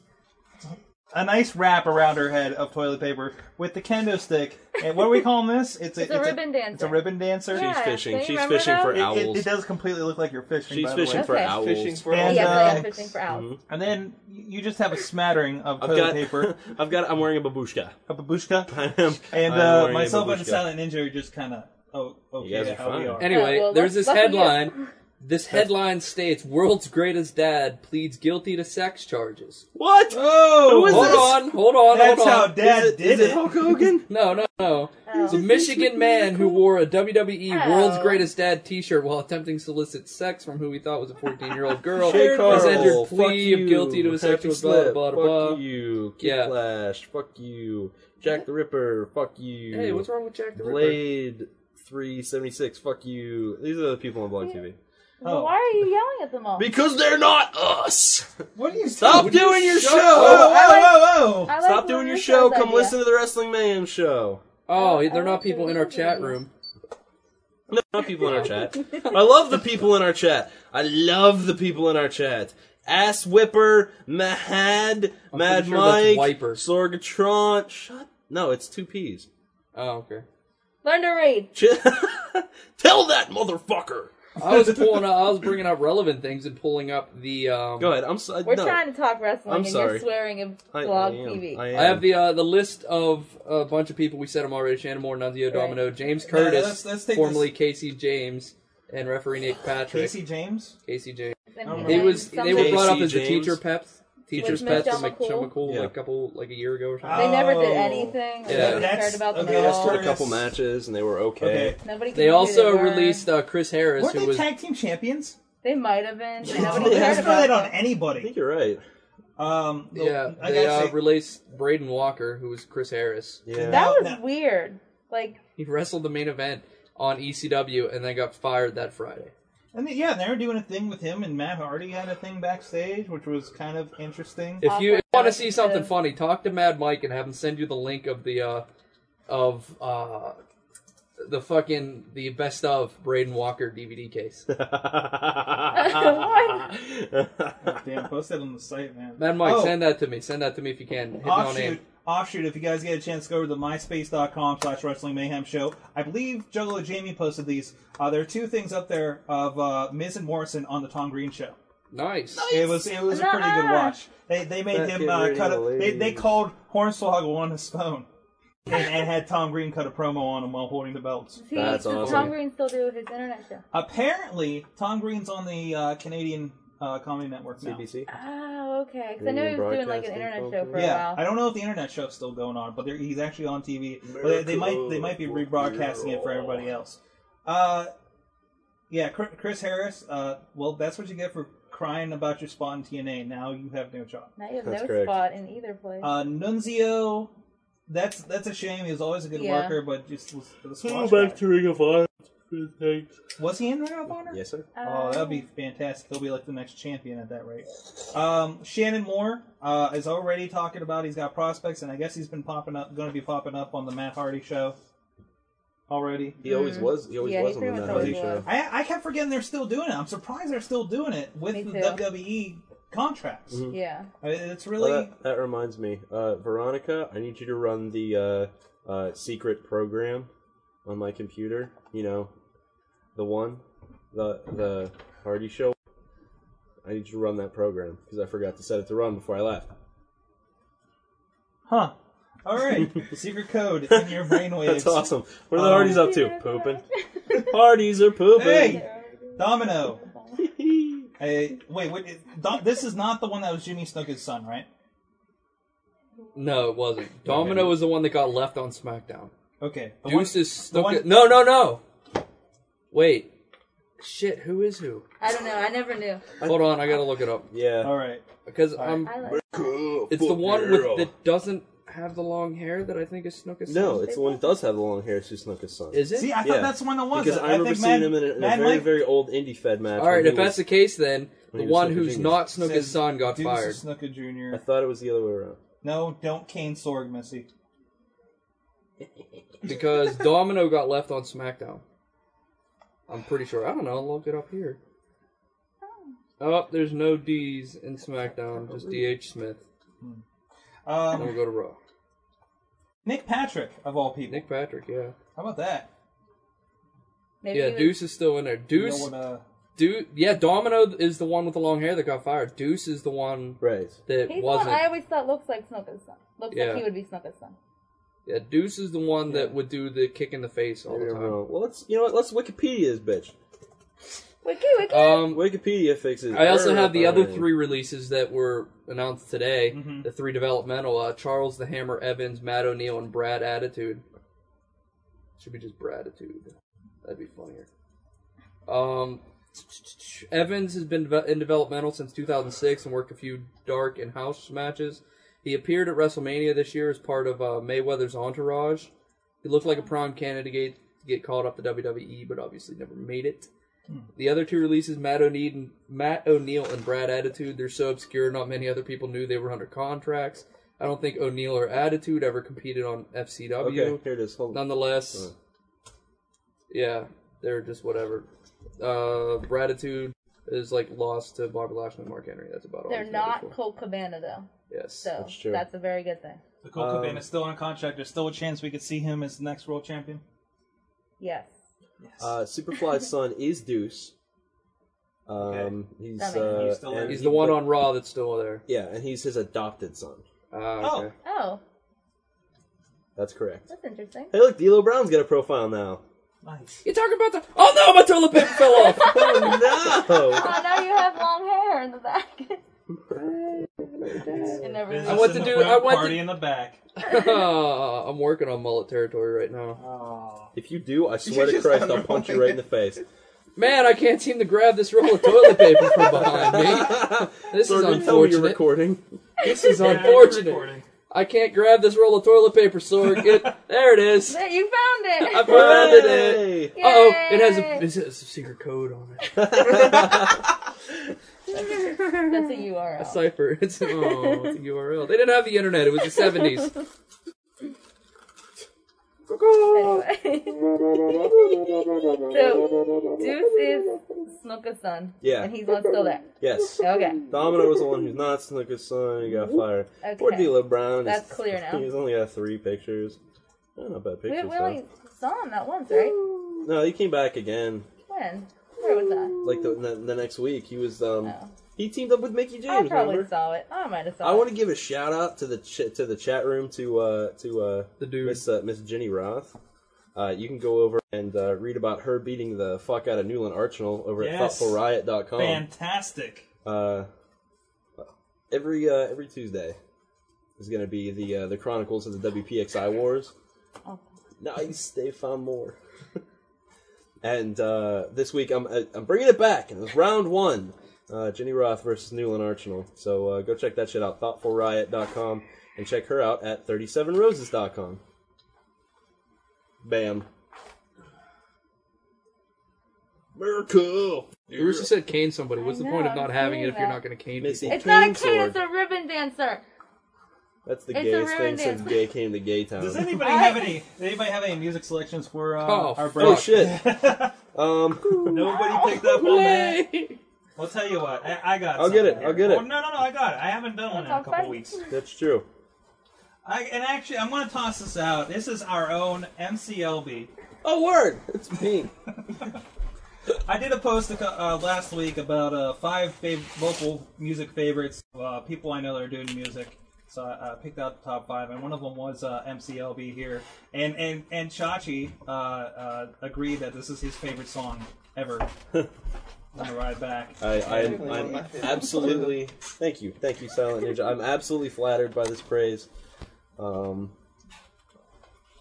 a nice wrap around her head of toilet paper with the kendo stick. And what are we calling this? It's It's a ribbon dancer. It's a ribbon dancer. She's Yeah, fishing. don't you She's remember fishing that? for It- it- owls. It, does completely look like you're fishing. She's by the way. fishing for Okay. owls. Fishing for And, owls. Mm-hmm. Yes, I am uh, fishing for owls. And then you just have a smattering of I've toilet got, paper. I've got. I'm wearing a babushka. A babushka. I am. And I'm uh, wearing a myself and babushka. Silent Ninja are just kind of oh, okay, You guys are how we fine. are. Anyway, Yeah, well, there's luck- this lucky you. headline. This headline states world's greatest dad pleads guilty to sex charges. What? Oh, Hold on, hold on, That's hold on. how Dad Is it- did is it it. Hulk Hogan? no, no, no. It's a Michigan man who wore a WWE Oh. World's Greatest Dad T-shirt while attempting to solicit sex from who he thought was a 14-year-old girl. Shay has Carl, entered fuck plea you. of guilty to a Happy sexual blah slip, blah blah. Fuck blah. you. Kid Yeah. Flash. Fuck you. Jack the Ripper. Fuck you. Hey, what's wrong with Jack the Ripper? Blade three seventy six. Fuck you. These are the people on Blog TV. Well, Oh. why are you yelling at them all? Because they're not us. What are you? Stop Would you doing your shut show. up? Whoa, whoa, whoa, whoa. I like Stop doing your Melissa's show. Come idea. listen to the Wrestling Mayhem show. Oh, they're not people in our chat room. No, not people in our chat. I love the people in our chat. I love the people in our chat. Ass Whipper, Mahad, Mad sure that's Mike, Wiper. Sorgatron. Shut. No, it's two P's. Oh, okay. Learn to read. Tell that motherfucker. I was pulling up, I was bringing up relevant things and pulling up the. Um, Go ahead. I'm uh, sorry. We're trying to talk wrestling, I'm and sorry. you're swearing in I- vlog I am. TV. I, have the uh, the list of a bunch of people. We said them already: Shannon Moore, Nunzio Domino, James Yeah, Curtis, let's- let's take formerly Casey James, and referee Nick Patrick. Casey James. Casey James. Then He he was. named They were brought up something. as the Casey teacher James. pets. Teacher's With Michelle pets from McChum McCool. McCool Yeah. Oh. like a couple like a year ago or something. They never Oh. did anything. Yeah. Nobody cared about them They at lost all. a couple matches and they were okay. Okay. Nobody They cared who also they were. released uh, Chris Harris, Weren't who they was tag team champions? They might have been. I Nobody don't cared throw that about on anybody. I think you're right. Um, the- yeah. I They gotta uh, say- released Braden Walker, who was Chris Harris. Yeah. That was weird. Like, He wrestled the main event on ECW and then got fired that Friday. And then, yeah, they were doing a thing with him, and Matt Hardy had a thing backstage, which was kind of interesting. If you want to see something funny, talk to Mad Mike and have him send you the link of the uh of uh the fucking the best of Braden Walker DVD case. Damn, post that on the site, man. Mad Mike, Oh, send that to me. Send that to me if you can. Hit me on offshoot, in. offshoot. If you guys get a chance, go over to myspace.com slash wrestling mayhem show. I believe Juggalo Jamie posted these. Uh, there are two things up there of uh, Miz and Morrison on the Tom Green show. Nice. It was it was a pretty good Nuh-uh. watch. They they made That him kid uh, really cut. A, they believes. they called Hornswoggle on his phone, and, and had Tom Green cut a promo on him while holding the belts. he, does Tom Green still do his internet show? Apparently, Tom Green's on the uh, Canadian uh, Comedy Network now. CBC. Oh, okay. Because I know he was doing like an internet show for yeah, a I while. don't know if the internet show's still going on, but they're- he's actually on TV. But they, they might they might be rebroadcasting it for everybody else. Uh, yeah, Chr- Chris Harris. Uh, well, that's what you get for crying about your spot in TNA. Now you have no job. Now you have no spot in either place. Uh, Nunzio. That's that's a shame. He was always a good Yeah. worker, but just was, was Go squash back guy. to Ring of Honor. Thanks. Was he in Ring of Honor? Yes, sir. Oh, that'd be fantastic. He'll be like the next champion at that rate. Um, Shannon Moore uh, is already talking about he's got prospects, and I guess he's been popping up, going to be popping up on the Matt Hardy show already. He always Mhm. was- he always Yeah, he was on the pretty Matt much Hardy always was. show. I, I kept forgetting they're still doing it. I'm surprised they're still doing it with the WWE contracts. Mhm. Yeah. I mean, it's really Uh, that, that reminds me, uh, Veronica. I need you to run the uh, uh, secret program on my computer. You know, the one, the the Hardy Show. I need you to run that program because I forgot to set it to run before I left. huh. All right, secret code in your brainwaves. That's awesome. What are the Um, Hardys up to? Pooping. Hardys are pooping. Hey, Domino. hey, wait, wait is- Dom, this is not the one that was Jimmy Snuka's son, right? No, it wasn't. Domino was the one that got left on SmackDown. Okay. The Deuce is the stuck. one- at- No, no, no. Wait. Shit, who is who? I don't know. I never knew. Hold on, I gotta look it up. Yeah. All right. Because All right. I'm. I like It's the one with that doesn't have the long hair that I think is Snooka's No, it's the one that does have the long hair. It's Snooka's son. Is it? See, I thought that's the one that was Because it. I I remember think seeing Mad- him in a, in a Mad very, Mike- very old indie fed match. All right, when he if that's was- the case, then when the he was one Snooker who's Jr.. not Snooka's son got Deuce fired. Snooka Jr. I thought it was the other way around. No, don't cane Sorg, Missy. because Domino got left on SmackDown. I'm pretty sure. I don't know. I looked it up here. Oh, there's no D's in SmackDown. Just DH Smith. Um, then we'll go to Raw. Nick Patrick, of all people. Nick Patrick, yeah. How about that? Maybe yeah, he was- Deuce is still in there. Deuce. You know what, uh, Deu- yeah, Domino is the one with the long hair that got fired. Deuce is the one right. that He's the one wasn't. I always thought looks like Snooka's son. Looks Yeah. like he would be Snooka's son. Yeah, Deuce is the one that would do the kick in the face all the Maybe I'm time. wrong. Well, let's you know what? Let's Wikipedia this bitch. Wiki, wiki. Um, Wikipedia fixes. I also error have the other finding. three releases that were announced today. The three developmental: uh, Charles the Hammer Evans, Matt O'Neill, and Brad Attitude. Should be just Braditude. That'd be funnier. Um, Evans has been deve- in developmental since 2006 and worked a few dark and house matches. He appeared at WrestleMania this year as part of uh, Mayweather's entourage. He looked like a prime candidate to get called up to WWE, but obviously never made it. The other two releases, Matt O'Neill, and, Matt O'Neill and Brad Attitude, they're so obscure not many other people knew they were under contracts. I don't think O'Neill or Attitude ever competed on FCW. Okay, here it is. Hold on. Nonetheless, Uh. yeah, they're just whatever. Uh, Bratitude is like lost to Bobby Lashley and Mark Henry. That's about all. They're he's not notable. Colt Cabana though. Yes, So that's true. that's a very good thing. The Colt Um, Cabana's still on contract. There's still a chance we could see him as the next world champion. Yes. Uh, Superfly's son is Deuce. Um, he's, That uh, makes sense. He's still and there. He's he- the one but- on Raw that's still there. Yeah, and he's his adopted son. Uh, okay. Oh, That's correct. that's interesting. Hey, look, D'Lo Brown's got a profile now. Nice. You talking about the? Oh no, my toilet paper fell off. Oh no! Oh, now you have long hair in the back. it never. Business I want in to the do- front, I want party to- in the back. I'm working on mullet territory right now. Oh. If you do, I swear to just Christ, I'll punch you right in the face. Man, I can't seem to grab this roll of toilet paper from behind me. This is Sorg, you tell me unfortunate. you're recording. This is Yeah, unfortunate. recording. I can't grab this roll of toilet paper, Sorg. It, there it is. There, you found it. I found it. Hey! Yay. Oh, it has a it has a secret code on it. That's a URL. A cipher. It's oh, it's a URL. They didn't have the internet. It was the seventies. Anyway. so Deuce is Snooka's son. Yeah. And he's not still there. Yes. Okay. Domino was the one who's not Snooker's son. He got fired. Poor Okay. D'Lo Brown. That's He's- clear now. He's only got three pictures. Eh, Not bad We, pictures. we though. only saw him that once, right? No, he came back again. When? Where was that? Like the, the, the next week, he was um Oh. he teamed up with Mickey I James. probably remember? saw it. I might have saw I it. want to give a shout out to the ch- to the chat room to uh to uh The dude. Miss uh, Miss Jenny Roth. Uh, you can go over and uh, read about her beating the fuck out of Newland Archinal over Yes. at thoughtfulriot.com. Fantastic. Uh, every uh, every Tuesday is going to be the uh, the Chronicles of the WPXI Wars. Oh. Nice, they found more. and uh, this week I'm uh, I'm bringing it back, and it was round one. Uh, Jenny Roth versus Newland Archinal. So uh, go check that shit out, thoughtfulriot.com, and check her out at 37roses.com. Bam. America! You Russo said cane somebody. What's I the point know, of I'm not having it if you're seeing not going to cane Missy. people? It's not a King cane, sword. it's a ribbon dancer. That's the It's a gayest thing ruined since it. gay came to gay town. Does anybody have any? Anybody have any music selections for uh, Oh, our fuck. break? oh shit. um, Nobody picked up on that. Yay! I'll tell you what. I, I got. I'll get something it, I'll get it. Oh, no, no, no. I got it. I haven't done one in a That's couple all fun. weeks. that's true. I, and actually, I'm going to toss this out. This is our own MCLB. Oh word, it's me. I did a post a cou- uh, last week about uh, five fav- local music favorites, uh, people I know that are doing music. So I uh, picked out the top five, and one of them was uh, MCLB here. And and and Chachi uh, uh, agreed that this is his favorite song ever. on the ride back. I, I am I'm absolutely thank you, thank you, Silent Ninja. I'm absolutely flattered by this praise. Um,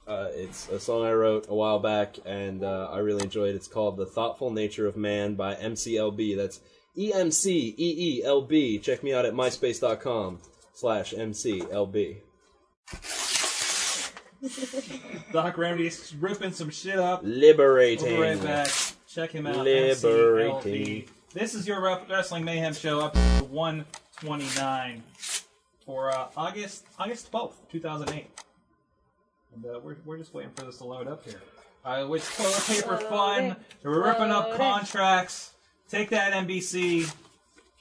uh, it's a song I wrote a while back, and uh, I really enjoyed it. It's called "The Thoughtful Nature of Man" by MCLB. That's E M C E E L B. Check me out at myspace.com slash MCLB. Doc Remedy's ripping some shit up. Liberating. We'll be right back. Check him out. Liberating. MCLV. This is your Ref- Wrestling Mayhem show up to 129 for uh, August August 12th, 2008. And uh, we're, we're just waiting for this to load up here. Uh, which toilet paper Load fun. it. We're ripping Load up it. contracts. Take that, NBC.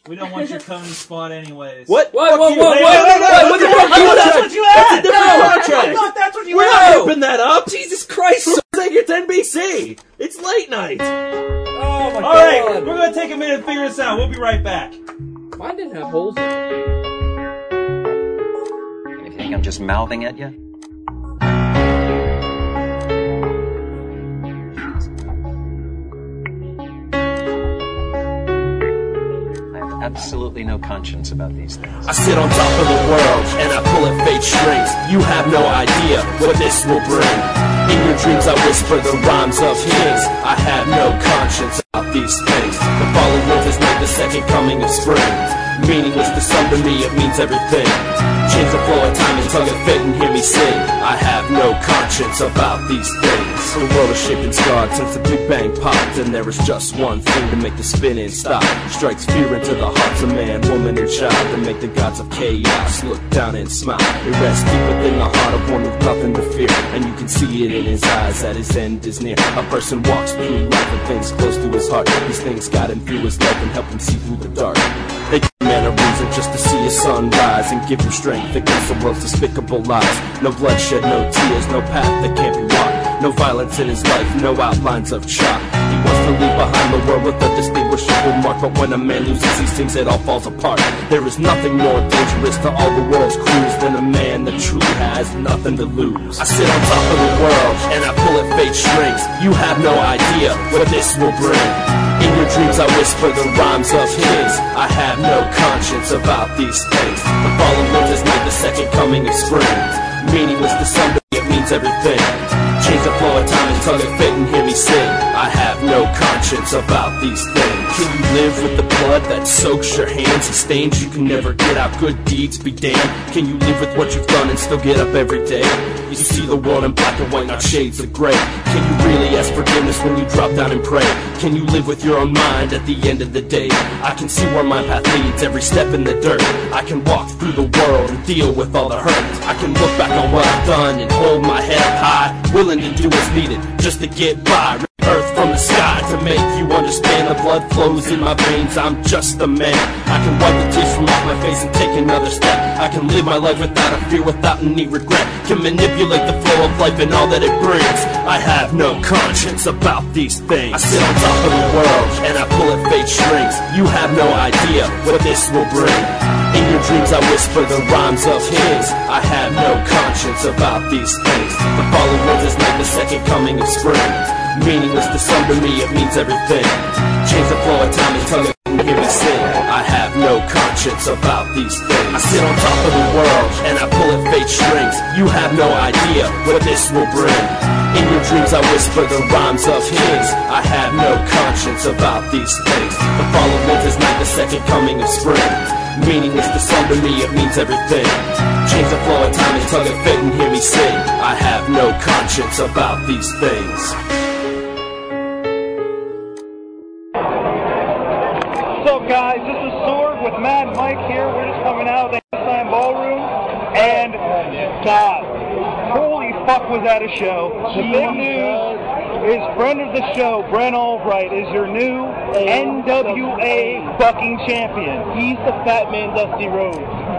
We don't want your cum spot anyways. What? What? What? Fuck What? you. What? Wait, What? wait, wait, What the wait, fuck? wait, contract? That's That's a different what you asked. No, contract. I thought that's what you We're asked. not ripping that up. Jesus Christ! For fuck's sake, It's NBC. It's late night. Oh my All right, God. we're gonna take a minute to figure this out. We'll be right back. Mine didn't have holes. in it. If you think I'm just mouthing at you, I have absolutely no conscience about these things. I sit on top of the world and I pull at fate strings. You have no idea what this will bring. In your dreams, I whisper the rhymes of his. I have no conscience about these things. The falling winter's like the second coming of spring. Meaningless to some to me, it means everything. Change the flow of time and tongue it fit and hear me sing. I have no conscience about these things. The world is shaped and scarred since the Big Bang popped, and there is just one thing to make the spinning stop. Strikes fear into the hearts of man, woman, and child, and make the gods of chaos look down and smile. It rests deep within the heart of one with nothing to fear, and you can see it in his eyes that his end is near. A person walks through life with things close to his heart. These things got him through his life and helped him see through the dark. They give man a reason just to see his sun rise and give him strength against the world's despicable lies. No bloodshed, no tears, no path that can't be walked. No violence in his life, no outlines of chalk. He wants to leave behind the world with a distinguishable mark, but when a man loses these things, it all falls apart. There is nothing more dangerous to all the world's crews than a man that truly has nothing to lose. I sit on top of the world and I pull at fate strings. You have no idea what this will bring. In your dreams, I whisper the rhymes of his. I have no conscience about these things. The fall of winter's night, the second coming of spring. Meaningless to somebody, it means everything. Change the flow of time and tongue it fit and hear me sing. I have no conscience about these things. Can you live with the blood that soaks your hands and stains you can never get out? Good deeds be damned. Can you live with what you've done and still get up every day? You see the world in black and white, not shades of gray. Can you really ask forgiveness when you drop down and pray? Can you live with your own mind at the end of the day? I can see where my path leads every step in the dirt. I can walk through the world and deal with all the hurt. I can look back on what I've done and hold my head up high, willing to do what's needed just to get by. Earth from the sky to make you understand the blood flows in my veins. I'm just a man. I can wipe the tears from off my face and take another step. I can live my life without a fear, without any regret. Can manipulate the flow of life and all that it brings. I have no conscience about these things. I sit on top of the world and I pull at fate strings. You have no idea what this will bring. In your dreams, I whisper the rhymes of his. I have no conscience about these things. The fallen world is like the second coming of spring. Meaningless to some to me, it means everything. Change the flow of time and tongue and hear me sing. I have no conscience about these things. I sit on top of the world and I pull at fate strings. You have no idea what this will bring. In your dreams, I whisper the rhymes of his. I have no conscience about these things. The fall of winter's night, the second coming of spring. Meaningless to some to me, it means everything. Change the flow of time and tongue and fit and hear me sing. I have no conscience about these things. What's up, guys? This is Sword with Mad Mike here. We're just coming out of the Einstein Ballroom, and God, holy fuck, was that a show? The big news is friend of the show, Brent Albright, is your new NWA fucking champion. He's the Fat Man Dusty Rhodes.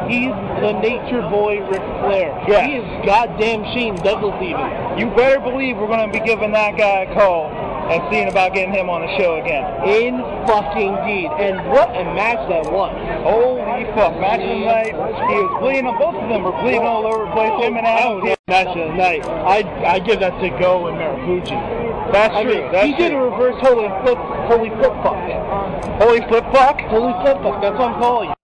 He's the Nature Boy Ric Flair. He is goddamn Shane Douglas even. You better believe we're gonna be giving that guy a call and seeing about getting him on the show again. In fucking deed. And what a match that was. Holy fuck. Match of the night. He was bleeding. Both of them were bleeding all over the place. Him and Adam. Match of the night. I, I give that to Go and Marafuji. That's true. that's he did a reverse holy flip, holy flip fuck. Holy flip fuck? Holy flip fuck. That's what I'm calling you.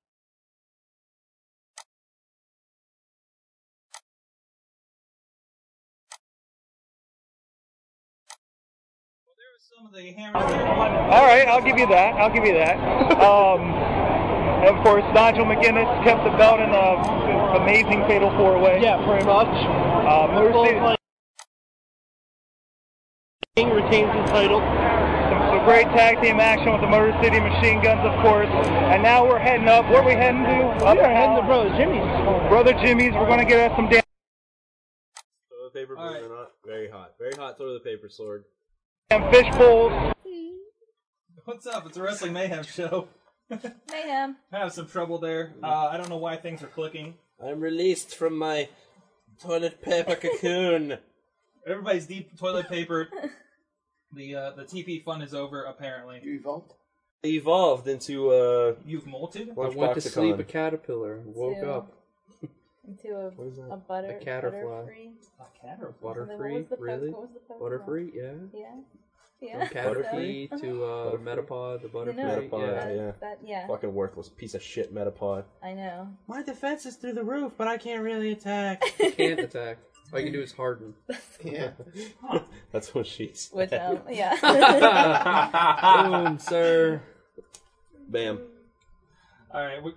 All right, I'll give you that. I'll give you that. Um, of course, Nigel McGuinness kept the belt in the amazing Fatal Four Way. Yeah, pretty much. Um, Mercedes King retains his title. Some, some great tag team action with the Motor City Machine Guns, of course. And now we're heading up. Where are we heading to? Up we are heading to Brother Jimmy's. Brother Jimmy's. We're gonna get us some damn. Toilet paper, believe it or not, very hot. Very hot toilet paper, Sword. damn fish bowls. What's up? It's a Wrestling Mayhem show. Mayhem. I have some trouble there. Uh, I don't know why things are clicking. I'm released from my toilet paper cocoon. Everybody's deep toilet paper. the uh, the TP fun is over apparently. You evolved. I evolved into uh You've molted. I went to sleep a caterpillar and woke Two. up. Into a, What is that? a butter. A caterpillar. butterfree. Water What free, was the poke- really? what was the poke- Water free, yeah. Yeah. Yeah. Uh-huh. From Caterpie So- to uh, Butterfree. Metapod, the Butterfree. Metapod, yeah. yeah. That- yeah. Fucking worthless piece of shit Metapod. I know. My defense is through the roof, but I can't really attack. Can't attack. All you can do is harden. Yeah. That's what she said. Which, um, yeah. Boom, sir. Bam. All right, we,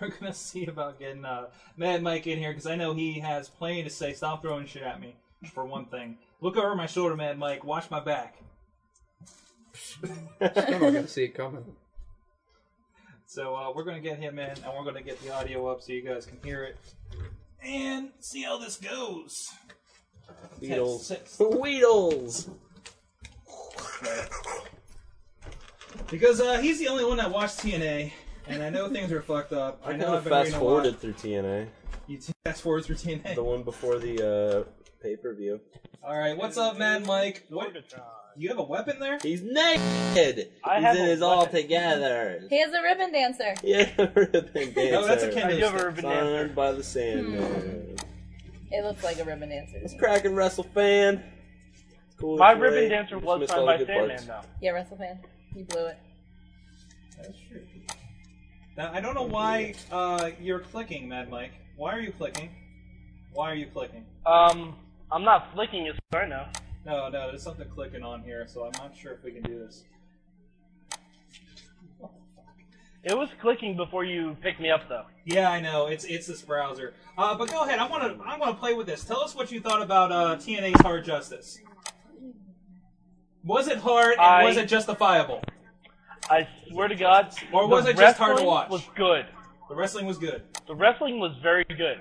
we're gonna see about getting uh, Mad Mike in here because I know he has plenty to say. Stop throwing shit at me, for one thing. Look over my shoulder, Mad Mike. Watch my back. Still not gonna see it coming. So uh, we're gonna get him in, and we're gonna get the audio up so you guys can hear it and see how this goes. Weedles. Six. Weedles! Because uh, he's the only one that watched TNA, and I know things are fucked up. I I kind know of I've been reading fast a lot. forwarded through TNA. You fast forward through TNA. The one before the uh, pay per view. All right, what's up, Mad Mike? What, you have a weapon there? He's naked! I He's have in a his all together. He is a ribbon dancer. Yeah, ribbon dancer. No, that's a Hmm. kendo I do have a stick. ribbon dancer. Signed by the Sandman. It looks like a ribbon dancer. It's Kraken Wrestle fan. It's cool My to play. ribbon dancer was Missed signed all the by good Sandman, parts. though. Yeah, WrestleFan. You blew it. Now, I don't know why uh, you're clicking, Mad Mike. Why are you clicking? Why are you clicking? Um, I'm not flicking his right now. No, no, there's something clicking on here, so I'm not sure if we can do this. It was clicking before you picked me up, though. Yeah, I know. It's it's this browser. Uh, but go ahead. I want to I want to play with this. Tell us what you thought about uh, TNA's Hard Justice. Was it hard? And I- was it justifiable? I swear to God. Or the was it just hard to wrestling watch? Was good. The wrestling was good. The wrestling was very good.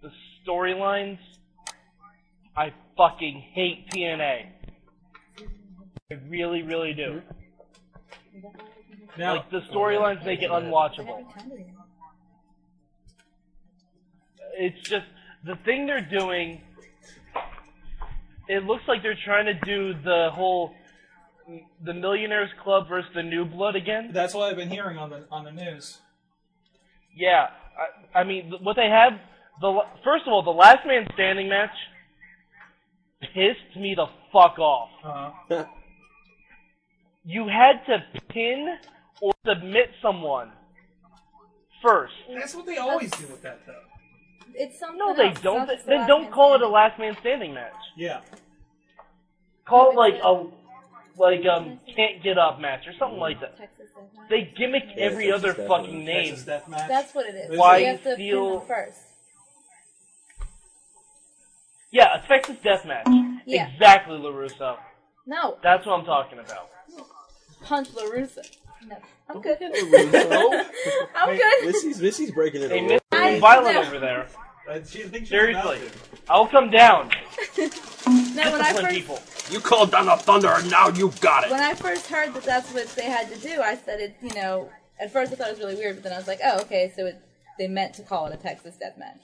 The storylines. I fucking hate TNA. I really, really do. Now- like the storylines make it unwatchable. It's just the thing they're doing. It looks like they're trying to do the whole the Millionaires Club versus the New Blood again. That's what I've been hearing on the on the news. Yeah, I, I mean, th- what they had the l- first of all, the last man standing match pissed me the fuck off. Uh-huh. You had to pin or submit someone first. That's what they always do with that, though. It's something. No, they else. It's don't. not just the Then last don't man call it a last man standing match. Yeah. Call it like a like um can't get up match or something like that. They gimmick Yeah, every Texas other Deathmatch. fucking name. Texas Deathmatch. That's what it is. Why you have to pin steal- them first. Yeah, a Texas death match. Yeah. Exactly, Larusso. No, That's what I'm talking about. punch Larusa. No, I'm good. Hey, I'm good. Missy's, Missy's breaking it Hey, all Miss over. is violent over there. Seriously, I'll come down. Now, when I Discipline first people. You called down the thunder, and now you got when I first heard that that's what they had to do, I said it. You know, at first I thought it was really weird, but then I was like, oh, okay, so it, they meant to call it a Texas death match.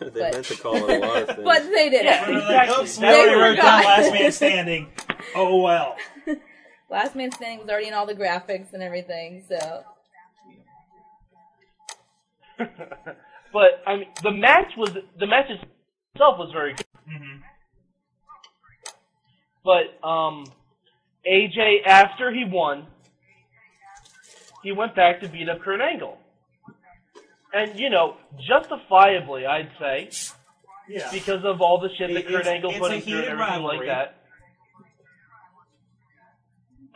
they meant to call it a lot of things. But they didn't. Yeah, exactly. Oops, They we already were wrote down not. last man standing. Oh well. Last Man Standing was already in all the graphics and everything, so But I mean, the match was the match itself was very good. Mm-hmm. But um, AJ after he won, he went back to beat up Kurt Angle, and you know, justifiably, I'd say, Yeah. because of all the shit that It- Kurt it's- Angle it's put a him through and heated everything rivalry. like that. Oh,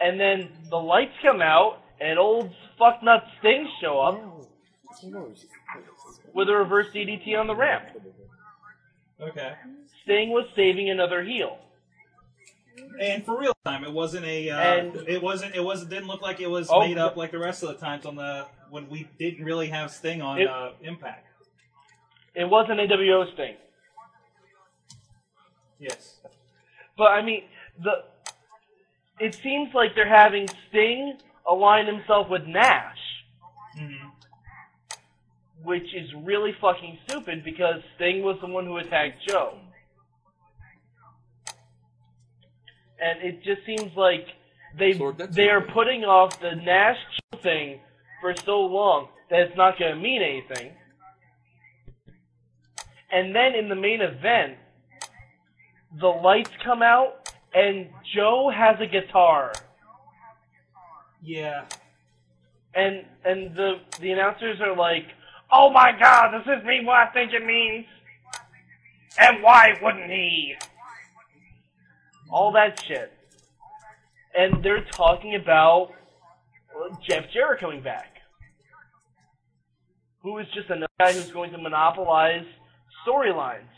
And then the lights come out, and old fucknut Sting show up. with a reverse DDT on the ramp, Okay. Sting was saving another heel. And for real time, it wasn't a. Uh, And- it wasn't. It was. Didn't look like it was Oh, made up but- like the rest of the times on the when we didn't really have Sting on It- uh, Impact. It was an NWO Sting. Yes. But I mean, the it seems like they're having Sting align himself with Nash, Mm-hmm. which is really fucking stupid because Sting was the one who attacked Joe, and it just seems like they they are putting off the Nash thing for so long that it's not going to mean anything. And then in the main event, the lights come out and Joe has a guitar Yeah. and and the the announcers are like, "Oh my god, does this mean what I think it means?" And why wouldn't he? All that shit. And they're talking about uh, Jeff Jarrett coming back. Who is just another guy who's going to monopolize storylines.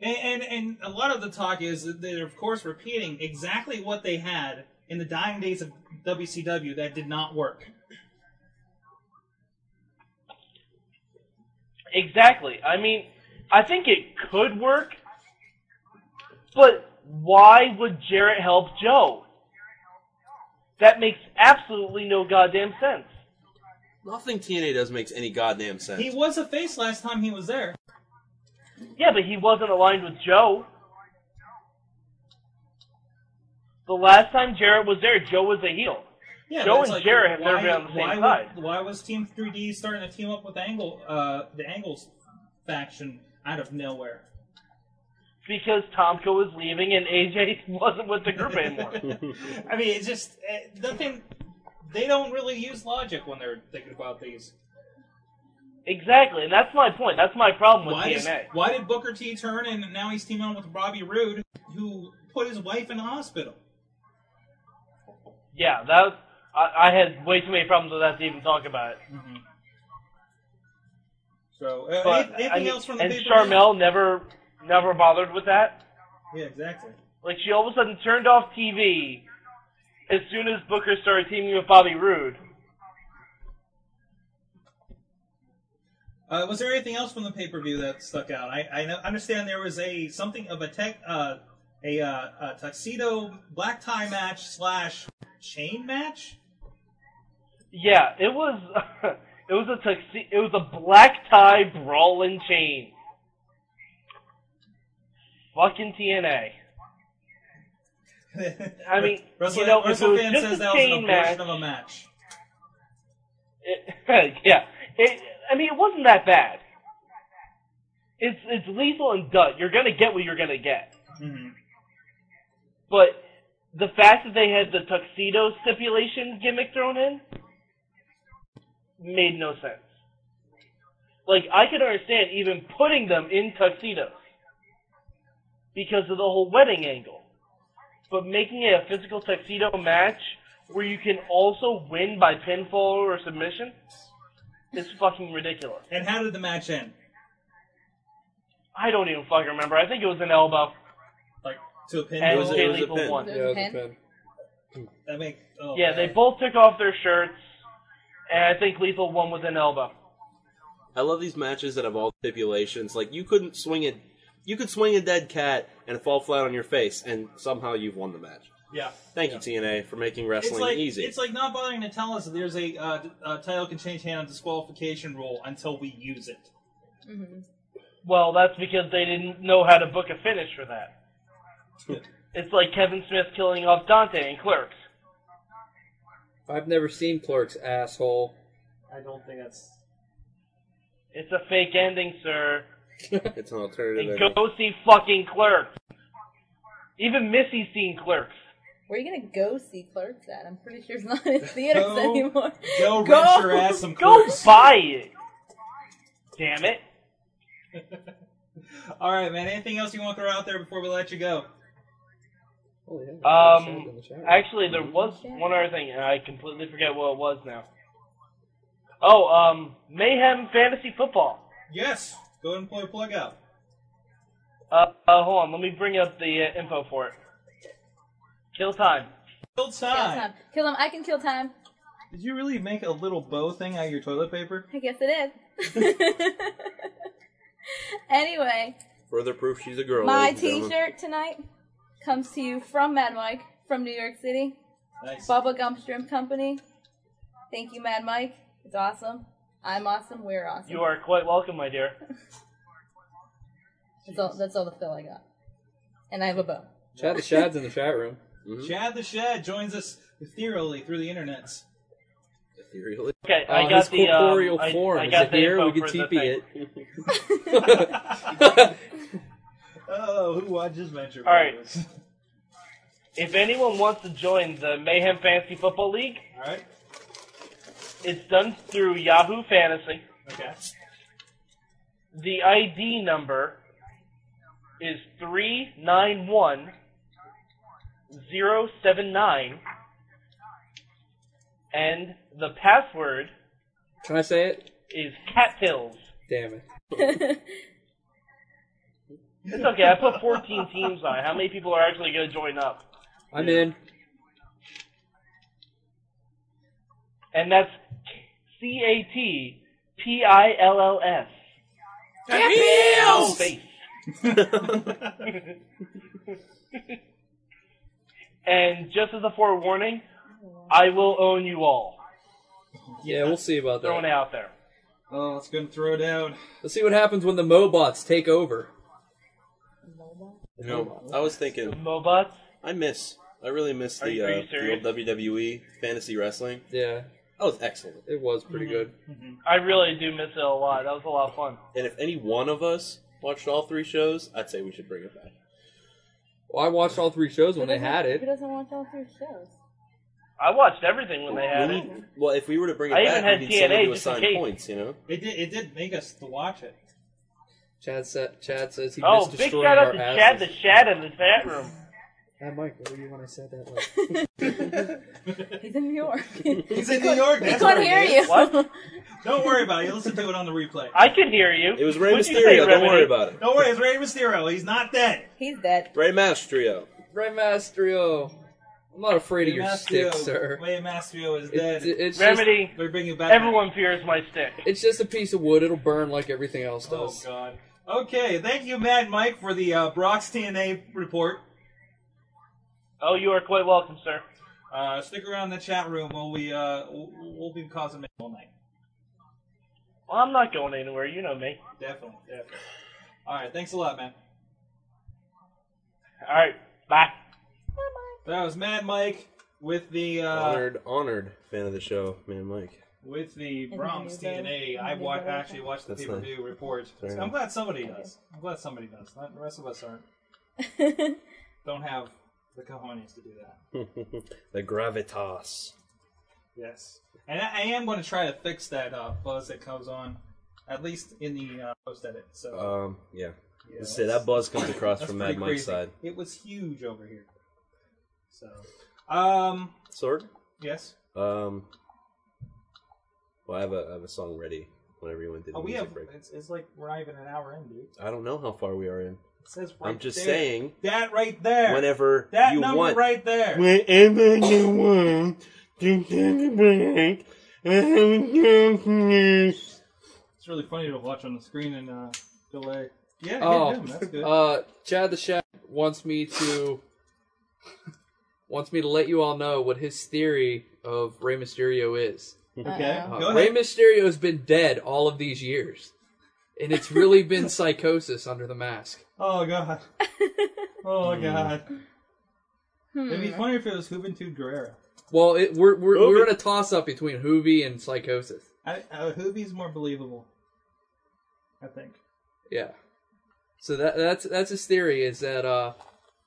And, and and a lot of the talk is that they're of course repeating exactly what they had in the dying days of WCW that did not work. Exactly. I mean, I think it could work, but why would Jarrett help Joe? That makes absolutely no goddamn sense. Nothing TNA does makes any goddamn sense. He was a face last time he was there. Yeah, but he wasn't aligned with Joe. The last time Jarrett was there, Joe was a heel. Yeah, Joe but it's and like, Jarrett have why, never been on the same why would- side. why was Team 3D starting to team up with Angle, uh, the Angles faction out of nowhere? Because Tomko was leaving and AJ wasn't with the group anymore. I mean, it's just eh, nothing. They don't really use logic when they're thinking about these. exactly, and that's my point. That's my problem with Why, TNA. does- why did Booker T turn and now he's teaming up with Robbie Roode, who put his wife in the hospital? Yeah, that was, I, I had way too many problems with that to even talk about it. Mm-hmm. So, uh, But, any- anything I mean, else from the and paper? Charmel never never bothered with that. Yeah, exactly. Like she all of a sudden turned off TV as soon as Booker started teaming with Bobby Roode. Uh, was there anything else from the pay per view that stuck out? I, I know, understand there was a something of a tech, uh, a, uh, a tuxedo black tie match slash chain match. Yeah, it was it was a tuxi- it was a black tie brawl and chain. Fucking TNA. I mean, Russell, you know, if it Russell was fan just says a that was an chain abortion match- of a match. It, yeah. It, I mean, it wasn't that bad. It's it's lethal and dud. You're gonna get what you're gonna get. Mm-hmm. But the fact that they had the tuxedo stipulation gimmick thrown in made no sense. Like I could understand even putting them in tuxedos because of the whole wedding angle, but making it a physical tuxedo match where you can also win by pinfall or submission is fucking ridiculous. And how did the match end? I don't even fucking remember. I think it was an elbow. Like to a pin. And It was a- Jay it was a Lethal pin. won. It was a Yeah, it was a pin. I mean, oh, yeah, they man. both took off their shirts, and I think Lethal won with an elbow. I love these matches that have all stipulations. Like you couldn't swing it, you could swing a dead cat and fall flat on your face, and somehow you've won the match. Yeah. Thank you TNA for making It's wrestling like easy. it's like not bothering to tell us that there's a, uh, d- uh title can change hand on disqualification rule until we use it. hmm. Well, that's because they didn't know how to book a finish for that. it's like Kevin Smith killing off Dante and Clerks. I've never seen Clerks, asshole. I don't think that's. It's a fake ending, sir. it's an alternative. Go see fucking Clerks. Even Missy's seen Clerks. Where are you gonna go see Clerks at? I'm pretty sure it's not in theaters Go- anymore. Go, Go- rent your ass some Go Clerks. buy it. Damn it. All right, man. Anything else you want to throw out there before we let you go? Um, actually, there was one other thing, and I completely forget what it was now. Oh, um, Mayhem Fantasy Football. Yes. Go ahead and play plug out. Uh, uh, hold on. Let me bring up the uh, info for it. Kill time. Kill Kill time. Kill them. I can kill time. Did you really make a little bow thing out of your toilet paper? I guess it is. anyway, Further proof she's a girl. my ladies and gentlemen. T-shirt tonight comes to you from Mad Mike from New York City. Nice. Bubba Gump Shrimp Company. Thank you, Mad Mike. It's awesome. I'm awesome. We're awesome. You are quite welcome, my dear. That's all, that's all the fill I got. And I have a bow. Chad the Shad's in the chat room. Chad the Shad joins us ethereally through the internets. Ethereally. Okay, I Uh, got his the um, corporeal I- form. I, Is got it the here? info We can for the TP thing. Oh, who watches Venture? All right. If anyone wants to join the Mayhem Fantasy Football League, All right. it's done through Yahoo Fantasy. Okay. The ID number is three nine one zero seven nine, and the password Can I say it? is cattails. Damn it. It's okay. I put 14 teams on. it. How many people are actually going to join up? I'm in. And that's C A T P I L L S. Cattails! Space. and just as a forewarning, I will own you all. Yeah, we'll see about Throwing it that. out there. Oh, it's gonna throw down. Let's see what happens when the Mobots take over. You know, I was thinking. Mobots. I miss. I really miss Are the, you- uh, are you the serious? old WWE fantasy wrestling. Yeah. That was excellent. It was pretty good. Mm-hmm. I really do miss it a lot. That was a lot of fun. And if any one of us watched all three shows, I'd say we should bring it back. Well, I watched all three shows when they had Who it. doesn't watch all three shows? I watched everything when they had We it. need- well, if we were to bring it I even back, had we need someone TNA to just in assign case. points. You know. It did. It did make us to watch it. Chad sa- Chad says he Oh, missed big destroying shout out our to Chad asses. the Shad in the chat room. Chad Mike, what were you when I said that? He's in New York. He's in New York. That's Couldn't where hear he is. you. What? Don't worry about it. You listen to it on the replay. I can hear you. It was Rey What'd you Mysterio, say, don't Remedy? worry about it. Don't worry. It's Rey Mysterio. He's not dead. He's dead. Ray Mastrio. Ray Mastrio. I'm not afraid of your stick, sir. Rey Mastrio is It- dead. it- it's Remedy. just- They're bringing back. Everyone fears my stick. It's just a piece of wood. It'll burn like everything else Oh does. God. Okay. Thank you, Mad Mike, for the uh, Brock's TNA report. Oh, you are quite welcome, sir. Uh, stick around in the chat room while we uh, w- we'll be causing mayhem all night. Well, I'm not going anywhere. You know me. Definitely. Definitely. All right. Thanks a lot, man. All right. Bye. That was Mad Mike with the uh, honored, honored fan of the show, man, Mike. with the then Brahms you go- TNA. and I then wa- go back. actually watched the That's pay per view report. Fair I'm enough. glad somebody does. I'm glad somebody does. Not- The rest of us aren't. Don't have the cojones to do that. the gravitas. Yes, and I, I am going to try to fix that uh, buzz that comes on, at least in the uh, post edit. So Um, yeah. Yeah, Let's say that's- that buzz comes across That's from pretty Mad Mike's crazy. side. It was huge over here. So, um, Sword. yes. Um. Well, I have a I have a song ready. Whenever you went to the Oh, we music have. break, It's, it's like we're not even an hour in, dude. I don't know how far we are in. It says right I'm just there. saying. That right there. Whenever that you number want. right there. Whenever you want to take a break, I have darkness. It's really funny to watch on the screen and uh, delay. Yeah, Oh, hit him. That's good. uh, Chad the Shad wants me to wants me to let you all know what his theory of Rey Mysterio is. Uh, Okay, Uh-oh. go Rey ahead. Mysterio has been dead all of these years, and it's really been psychosis under the mask. oh god. Oh god. Hmm. It'd be funny if it was Juventud Guerrera. Well, it, we're we're, Hoovy. we're in a toss up between Hoovy and psychosis. I, uh, Juvi's more believable. I think. Yeah. So that that's that's his theory is that uh,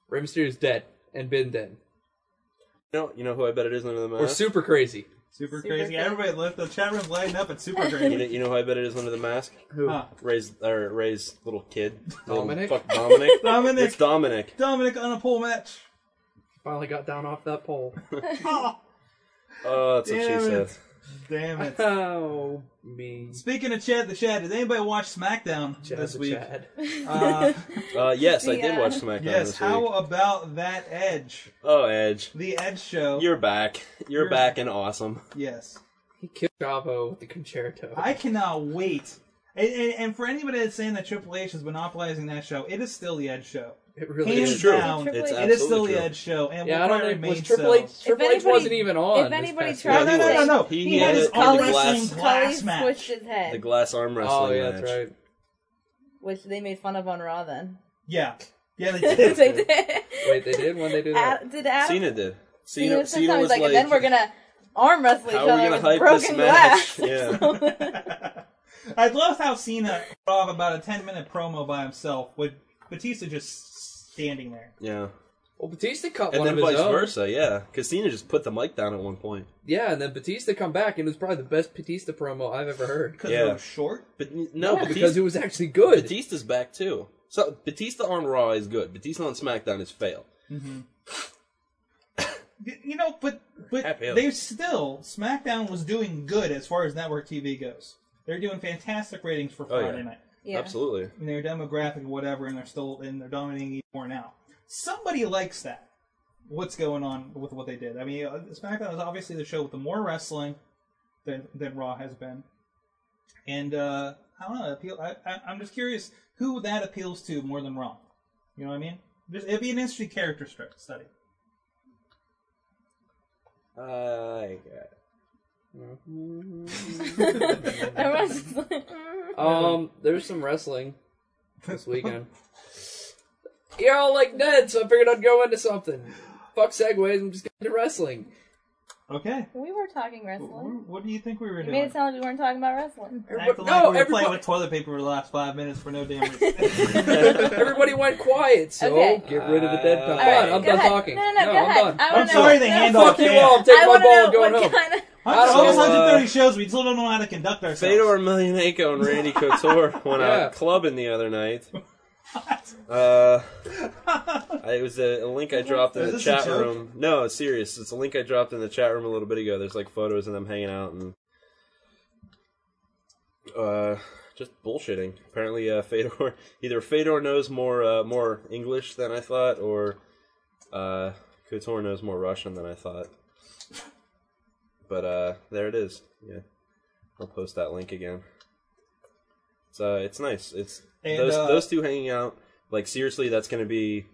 Rey Mysterio's dead and been dead. You know, you know who I bet it is under the mask. We're super crazy. Super, Super crazy. crazy. Everybody left the chat room lighting up. It's super You know, crazy. you know who I bet it is under the mask? Who? Huh. Ray's or Ray's little kid. Little Dominic? Fuck Dominic. Dominic. It's Dominic. Dominic on a pole match. Finally got down off that pole. Oh, that's what Damn she it. said. Damn it. Oh, me. Speaking of Chad the Shad, did anybody watch SmackDown this the week? Chad. Uh, Uh, yes, I did watch SmackDown Yes, this week. how about that Edge? Oh, Edge. The Edge Show. You're back. You're, You're- back and awesome. Yes. He killed Bravo with the concerto. I cannot wait. And, and, and for anybody that's saying that Triple H is monopolizing that show, it is still the Edge Show. It really Hands is. It's true. Down, It's it is still absolutely the true. Edge Show. And Yeah, I will don't probably think- was remain Triple so. H- If Triple H anybody- wasn't even on If this anybody past tried week. No, to no, no, no. say- He He had had his his own own glass- glass Cully match. switched his head, The glass arm wrestling Oh, yeah, match. that's right. which they made fun of on Raw. Then Yeah. Yeah, they they did. did. Wait, they did when they did that. Ad, did Adam? Cena did. Cena, Cena, Cena was like, and then we're gonna arm wrestle each how are we other gonna with hype this broken match? glass. Yeah. I love how Cena cut off about a 10 minute promo by himself with Batista just standing there. Yeah. Well, Batista cut And one then of his vice own. versa, yeah. Because Cena just put the mic down at one point. Yeah, and then Batista come back, and it was probably the best Batista promo I've ever heard. Yeah. But n- no, Yeah, Batista- because it was actually good. Batista's back too. So Batista on Raw is good. Batista on SmackDown is fail. Mm-hmm. You know, but but Happy they still SmackDown was doing good as far as network TV goes. They're doing fantastic ratings for Oh, yeah. Friday night. Yeah. Absolutely. And their demographic, whatever, and they're still and they're dominating even more now. Somebody likes that. What's going on with what they did? I mean, uh, SmackDown is obviously the show with the more wrestling than than Raw has been, and uh, I don't know. it Appeal. I, I, I'm just curious who that appeals to more than Raw. You know what I mean? Just- It'd be an interesting character stri- study. Uh, Everyone's just like, "Mm." Um, there's some wrestling this weekend. You're all like Ned, so I figured I'd go into something. Fuck segues, I'm just going to wrestling. Okay. we were talking wrestling. What do you think we were You doing? made it sound like we weren't talking about wrestling. Acting like we were playing with toilet paper for the last five minutes for no damn reason. Everybody went quiet, so Okay. Uh, get rid of the dead pal. All right, Fine, I'm go done ahead. talking. No, no, no, I'm go ahead. done. I wanna I'm sorry know- they no. hand off Fuck you cam. all. I'm taking I my wanna ball know and going what home. kind of- I I'm don't sorry, know, it's not uh, 30 shows. We still don't know how to conduct ourselves. Fedor Emelianenko and Randy Couture went Yeah. out clubbing the other night. Uh, I- it was a, a link I dropped in Is the this a chat joke? room. No, it's serious. It's a link I dropped in the chat room a little bit ago. There's like photos of them hanging out and uh, just bullshitting. Apparently, uh, Fedor either Fedor knows more uh, more English than I thought, or uh, Couture knows more Russian than I thought. But uh, there it is. Yeah, I'll post that link again. It's uh, it's nice. It's And, those uh, those two hanging out. Like seriously, that's gonna be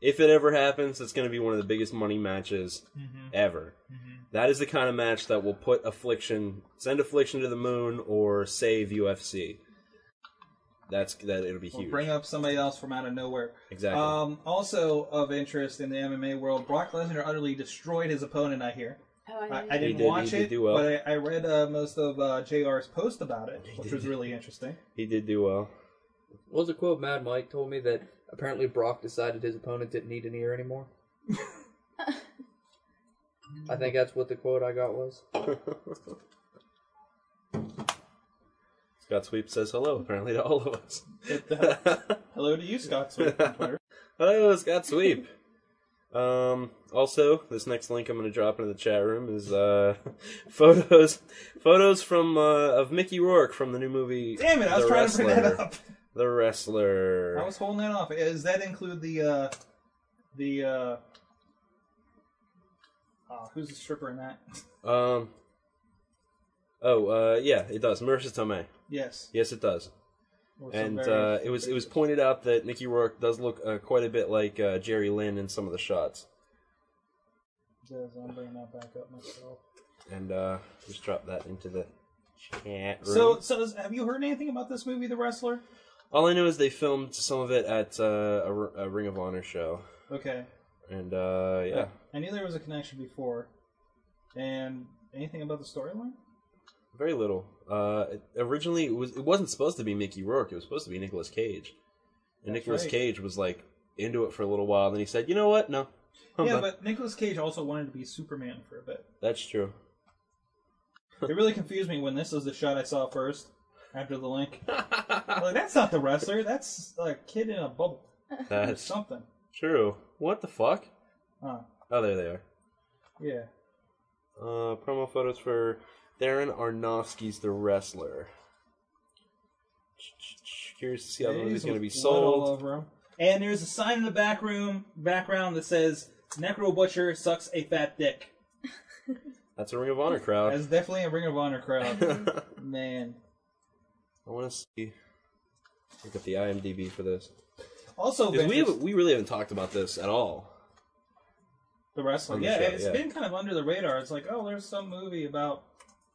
if it ever happens. It's gonna be one of the biggest money matches Mhm. ever. That is the kind of match that will put Affliction, send Affliction to the moon, or save UFC. That's that. It'll be We'll huge. bring up somebody else from out of nowhere. Exactly. Um, also of interest in the MMA world, Brock Lesnar utterly destroyed his opponent. I hear. Oh, I know I, you I did. didn't He did, watch he did it, do well. but I, I read uh, most of uh, Jr's post about it, which did. was really interesting. he did do well. What was a quote Mad Mike told me that apparently Brock decided his opponent didn't need an ear anymore? I think that's what the quote I got was. Scott Sweep says hello apparently to all of us. uh, hello to you, Scott Sweep on Twitter. hello, Scott Sweep. Um, also, this next link I'm going to drop into the chat room is uh, photos photos from uh, of Mickey Rourke from the new movie. Damn it, I was The trying to bring that Wrestler. The wrestler. I was holding that off. Does that include the uh, the uh, oh, who's the stripper in that? Um. Oh, uh, yeah, it does. Marissa Tomei. Yes. Yes, it does. Or some And uh, various it was it was pointed out that Mickey Rourke does look uh, quite a bit like uh, Jerry Lynn in some of the shots. Does I'm bringing that back up myself. And uh, just drop that into the chat room. So, so is, have you heard anything about this movie, The Wrestler? all I know is they filmed some of it at uh, a, R- a Ring of Honor show. Okay. And uh, yeah, I knew there was a connection before. And anything about the storyline? very little. Uh, it- originally, it was it wasn't supposed to be Mickey Rourke. It was supposed to be Nicolas Cage. And That's Nicolas right. Cage was like into it for a little while. Then he said, "You know what? No, I'm yeah, done." but Nicolas Cage also wanted to be Superman for a bit. that's true." It really confused me when this was the shot I saw first after the link. I'm like, that's not the wrestler. That's a kid in a bubble. or That's- something. True. What the fuck? Huh. Oh, there they are. Yeah. Uh, promo photos for Darren Arnofsky's The Wrestler. Curious to see how the movie's going to be There's blood all sold. over him. And there's a sign in the back room background that says Necro Butcher sucks a fat dick. That's a Ring of Honor crowd. That's definitely a Ring of Honor crowd. Man. I want to see. Look at the IMDb for this. Also, 'Cause we Avengers- haven't- we really haven't talked about this at all. The wrestler. On the Yeah, show, it's yeah. been kind of under the radar. It's like, oh, there's some movie about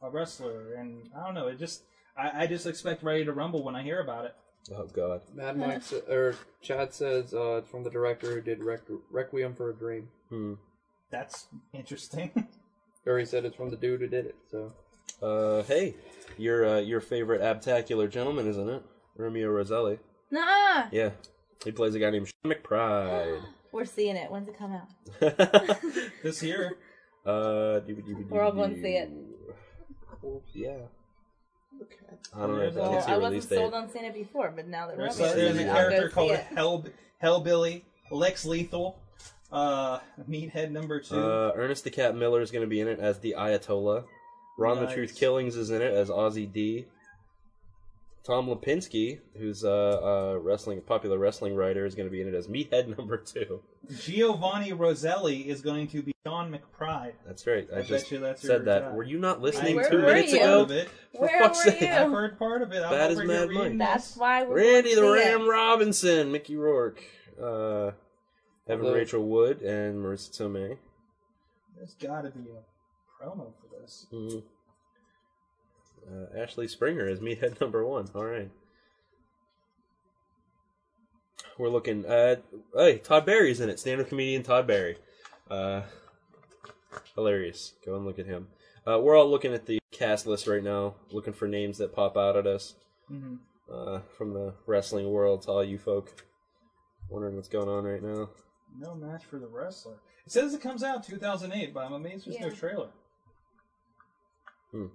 a wrestler, and I don't know. It just, I, I just expect Ready to Rumble when I hear about it. Oh God. Mad Mike sa- or Chad says uh, it's from the director who did Requ Requiem for a Dream. Hmm. That's interesting. Or he said it's from the dude who did it. So Uh, hey, your uh, your favorite abtacular gentleman, isn't it? Romeo Roselli. Nah, Yeah, he plays a guy named Sean McBride. we're seeing it. When's it come out? this year. Uh, DVD, DVD, We're all going to see it. Yeah. Okay. I don't know. If Well, that's I a wasn't release date. sold on seeing it before, but now that we're There's, seeing a, there's a it, I'll character go see called it. Hell Hellbilly, Lex Lethal, uh, Meathead number two. Uh, Ernest the Cat Miller is going to be in it as the Ayatollah. Ron the Nice. Truth Killings is in it as Ozzy D. Tom Lipinski, who's a, a wrestling popular wrestling writer, is going to be in it as Meathead number two. Giovanni Roselli is going to be John McBride. That's right. I, I bet just you that's your said that. job. Were you not listening I- two Where minutes were you? ago? Part of it. For Where fuck's were sake. you? I've heard part of it. I'm That is over here Mad reading Mike. That's why we're Randy the going to see Ram It. Robinson, Mickey Rourke, uh, Evan Hello. Rachel Wood, and Marissa Tomei. There's got to be a promo for this. Mhm. Uh, Ashley Springer is meathead number one. All right. We're looking at. Hey, Todd Barry's in it. Stand up comedian Todd Barry. Uh, hilarious. Go and look at him. Uh, we're all looking at the cast list right now, looking for names that pop out at us Mhm. uh, from the wrestling world to all you folk. Wondering what's going on right now. No match for the wrestler. It says it comes out 2008, but I'm amazed there's no Yeah. trailer. Hmm.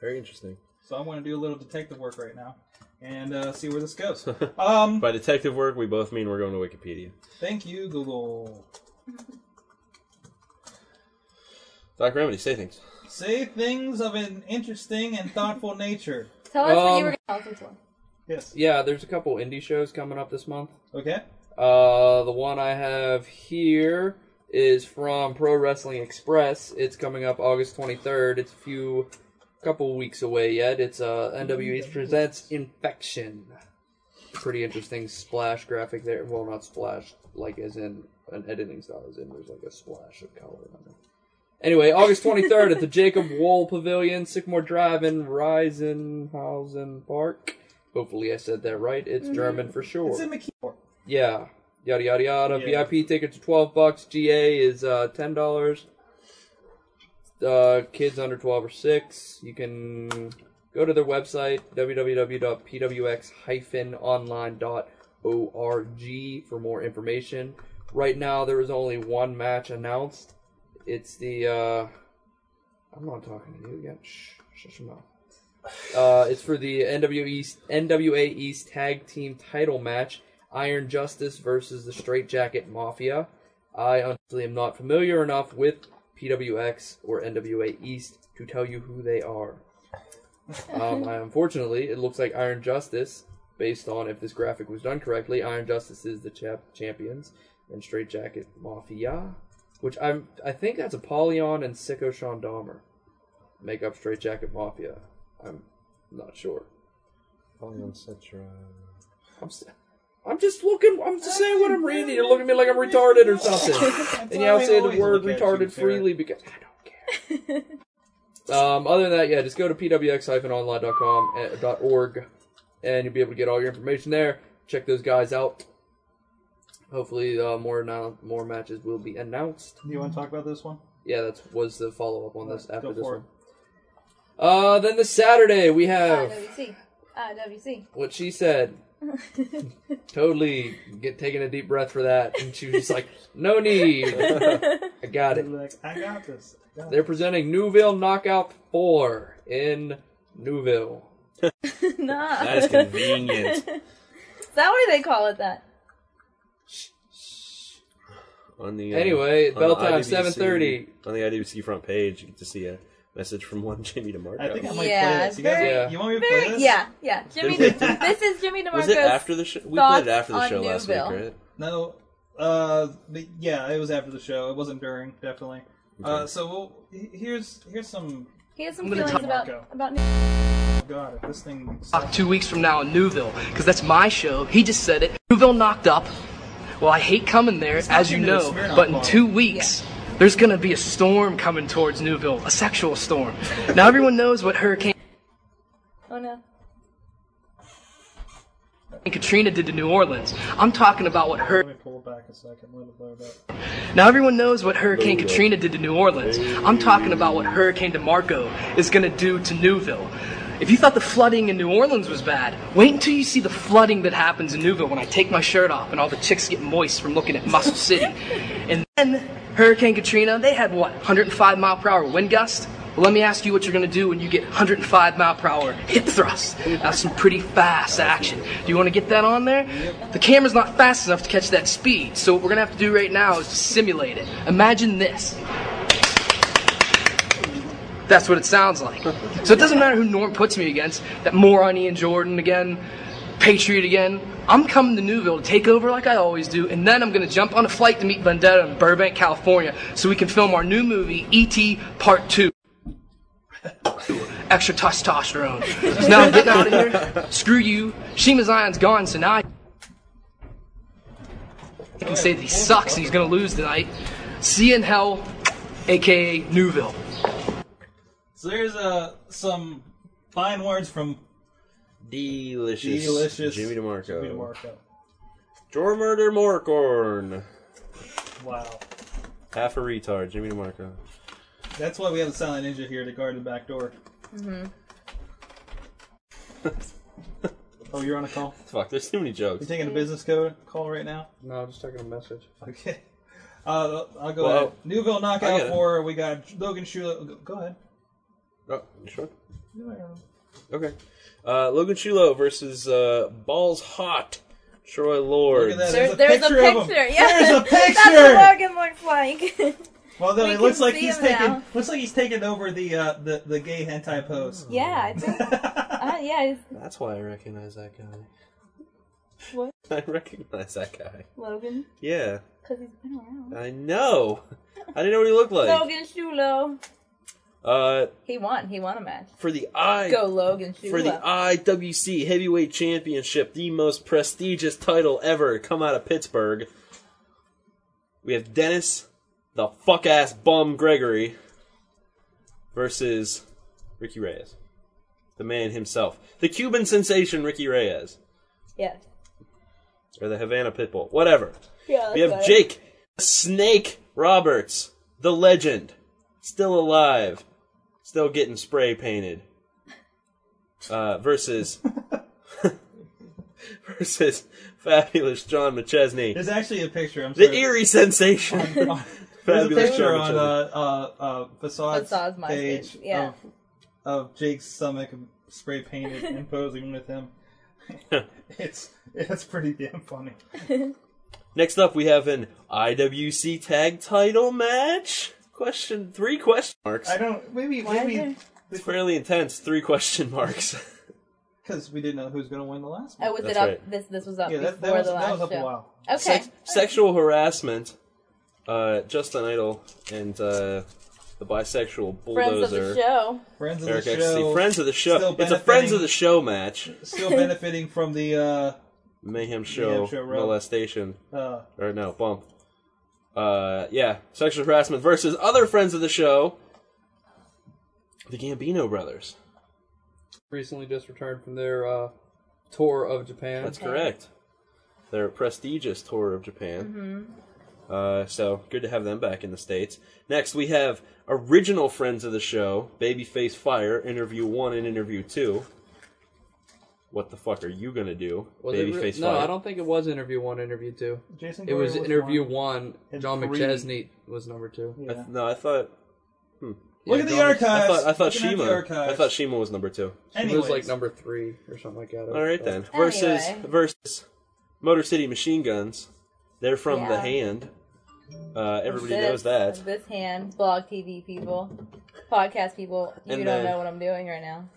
Very interesting. So I'm going to do a little detective work right now and uh, see where this goes. Um, By detective work, we both mean we're going to Wikipedia. Thank you, Google. Doc Remedy, say things. Say things of an interesting and thoughtful nature. Tell us what you Um, were going to tell us which one. Yes. yeah, there's a couple indie shows coming up this month. Okay. Uh, the one I have here is from Pro Wrestling Express. It's coming up August 23rd. It's a few, couple weeks away yet. It's uh, NWE Mm-hmm. presents Infection. Pretty interesting splash graphic there. Well, not splash, like as in an editing style, as in there's like a splash of color on it. Anyway, August 23rd at the Jacob Wall Pavilion, Sycamore Drive in Reisenhausen Park. Hopefully I said that right. It's Mhm. German for sure. It's in McKeeport. Yeah. Yada yada yada. Yeah. VIP tickets are twelve bucks. GA is uh, ten dollars. Uh, kids under twelve or six. You can go to their website www.pwx-online.org for more information. Right now, there is only one match announced. It's the uh, I'm not talking to you again. Shh, shut your mouth. Uh, it's for the NWE East, NWA East Tag Team Title match: Iron Justice versus the Straight Jacket Mafia. I honestly am not familiar enough with PWX or NWA East to tell you who they are. Um, I- unfortunately, it looks like Iron Justice, based on if this graphic was done correctly, Iron Justice is the chap- champions and Straight Jacket Mafia, which I'm I think that's Apollyon and Sicko Sean Dahmer make up Straight Jacket Mafia. I'm not sure. Volume Citra. I'm, s- I'm just looking. I'm just saying what I'm reading. You're looking at me like I'm retarded or something. and yeah, I'll say the always word look at you, retarded Garrett. freely because I don't care. um, other than that, yeah, just go to pwx-online.com eh, dot org, and you'll be able to get all your information there. Check those guys out. Hopefully, uh, more now more matches will be announced. Do you want to talk about this one? Yeah, that was the follow up on this Go after this for one. Uh, then this Saturday we have IWC. IWC. what she said. totally get taking a deep breath for that, and she was just like, "No need, I got it." Like, I got this. I got They're presenting Newville Knockout Four in Newville. nah. That is convenient. is that why they call it that? On the Anyway, on bell the uh, time, IWC 7:30. On the IWC front page, you get to see a Message from one Jimmy DeMarco. I think I might Yeah, play this. You guys, very- want- you want me to very- play this? yeah, yeah. Jimmy, Did we- this is Jimmy DeMarco's. Was it after the show? We played thoughts it after the on show last week, Newville. right? No, uh, but yeah, it was after the show. It wasn't during, definitely. Uh, Okay. so we'll, he- here's here's some. He has some I'm gonna feelings tell about Marco. about. Oh God, if this thing. Uh, two weeks from now in Newville, because that's my show. He just said it. Newville knocked up. Well, I hate coming there, not as you even a know, Smirnoff but in bottle. two weeks, there's going to be a storm coming towards Newville, a sexual storm. now, everyone knows what Hurricane Oh no. Katrina did to New Orleans. I'm talking about what Hurricane. Let me pull it back a second. Let me play it back. Now everyone knows what Hurricane Newville. Katrina did to New Orleans. I'm talking about what Hurricane DeMarco is going to do to Newville. If you thought the flooding in New Orleans was bad, wait until you see the flooding that happens in Newville when I take my shirt off and all the chicks get moist from looking at Muscle City. and then Hurricane Katrina, they had what, 105 mile per hour wind gust? Well, let me ask you what you're going to do when you get 105 mile per hour hip thrust. That's some pretty fast action. Do you want to get that on there? The camera's not fast enough to catch that speed, so what we're going to have to do right now is simulate it. Imagine this. That's what it sounds like. So it doesn't matter who Norm puts me against, that moron Ian Jordan again, Patriot again. I'm coming to Newville to take over like I always do, and then I'm going to jump on a flight to meet Vendetta in Burbank, California, so we can film our new movie, E.T. Part 2. Extra testosterone. So now I'm getting out of here. Screw you. Shima Zion's gone, so now I can say that he sucks and he's going to lose tonight. See you in hell, aka Newville. So there's uh, some fine words from Delicious. Delicious Jimmy DeMarco. Jimmy DeMarco. Jor murder Morcorn. Wow, Half a retard, Jimmy DeMarco. that's why we have the silent ninja here to guard the back door. Mm-hmm. Oh, you're on a call. Fuck, there's too many You're jokes. taking a business code call right now. No, I'm just taking a message. Okay. Uh, I'll go Well, ahead. Newville I knockout get it. four. We got Logan Shula. go- Go ahead. Oh, you sure? Yeah. Okay. Uh, Logan Chulo versus uh, Balls Hot, Troy Lord. Look at that. There's, there's a picture. of him. yeah. There's a That's what picture. Logan looks like. Well, then We it looks can like see he's him now. taking looks like he's taking over the uh, the the gay hentai pose. yeah, I think. Uh, yeah. It's, That's why I recognize that guy. what? I recognize that guy. Logan? Yeah, Because he's been around. I know. I didn't know what he looked like. Logan Shulo. Uh, He won. He won a match. for the I Go Logan Shulo. for the IWC Heavyweight Championship, the most prestigious title ever, come out of Pittsburgh. We have Dennis, the fuck ass bum Gregory, versus Ricky Reyes, the man himself, the Cuban sensation Ricky Reyes, yeah. or the Havana Pitbull, whatever. Yeah. We have Jake Snake Roberts, the legend, still alive, still getting spray painted. Uh, versus versus fabulous John McChesney, There's actually a picture. I'm sorry. the eerie sensation. There's a fabulous picture John on McChesney. uh, uh, uh, Facade's Facade's MySpace, page yeah. of, of Jake's stomach spray painted and posing with him. it's it's pretty damn funny. Next up, we have an IWC Tag Title match. Question three question marks. I don't maybe maybe It's fairly intense. Three question marks. because we didn't know who's gonna win the last. Oh, was That's it up? right. This this was up Yeah, that- that before was- the that last was up a show. while. Okay. Sex- sexual harassment. Uh, Justin Idol and uh, the bisexual bulldozer. Friends of the show. Friends of the Eric Ecstasy. show. Friends of the show. Still it's a friends benefiting- of the show match. Still benefiting from the uh, Mayhem show, Mayhem show, right. molestation. Uh. or no bump. Uh, yeah, sexual harassment versus other friends of the show, the Gambino brothers. Recently just returned from their uh, tour of Japan. That's correct. Their prestigious tour of Japan. Uh, so good to have them back in the states. Next, we have original friends of the show, Babyface Fire, interview one and interview two. What the fuck are you gonna do, Was it re- Babyface no, Fire? I don't think it was interview one, interview two. Jason it was, Doria was interview one. one. And John three- McChesney was number two. I th- no, I thought. Hmm. Look at the John- I archives. thought, I thought Looking at the Shima. archives. I thought Shima was number two. It was like number three or something like that. All right then. But- Versus versus Motor City Machine Guns. They're from Yeah. the Hand. Uh, everybody This- knows that. This hand, blog TV people, podcast people, you And don't then- know what I'm doing right now.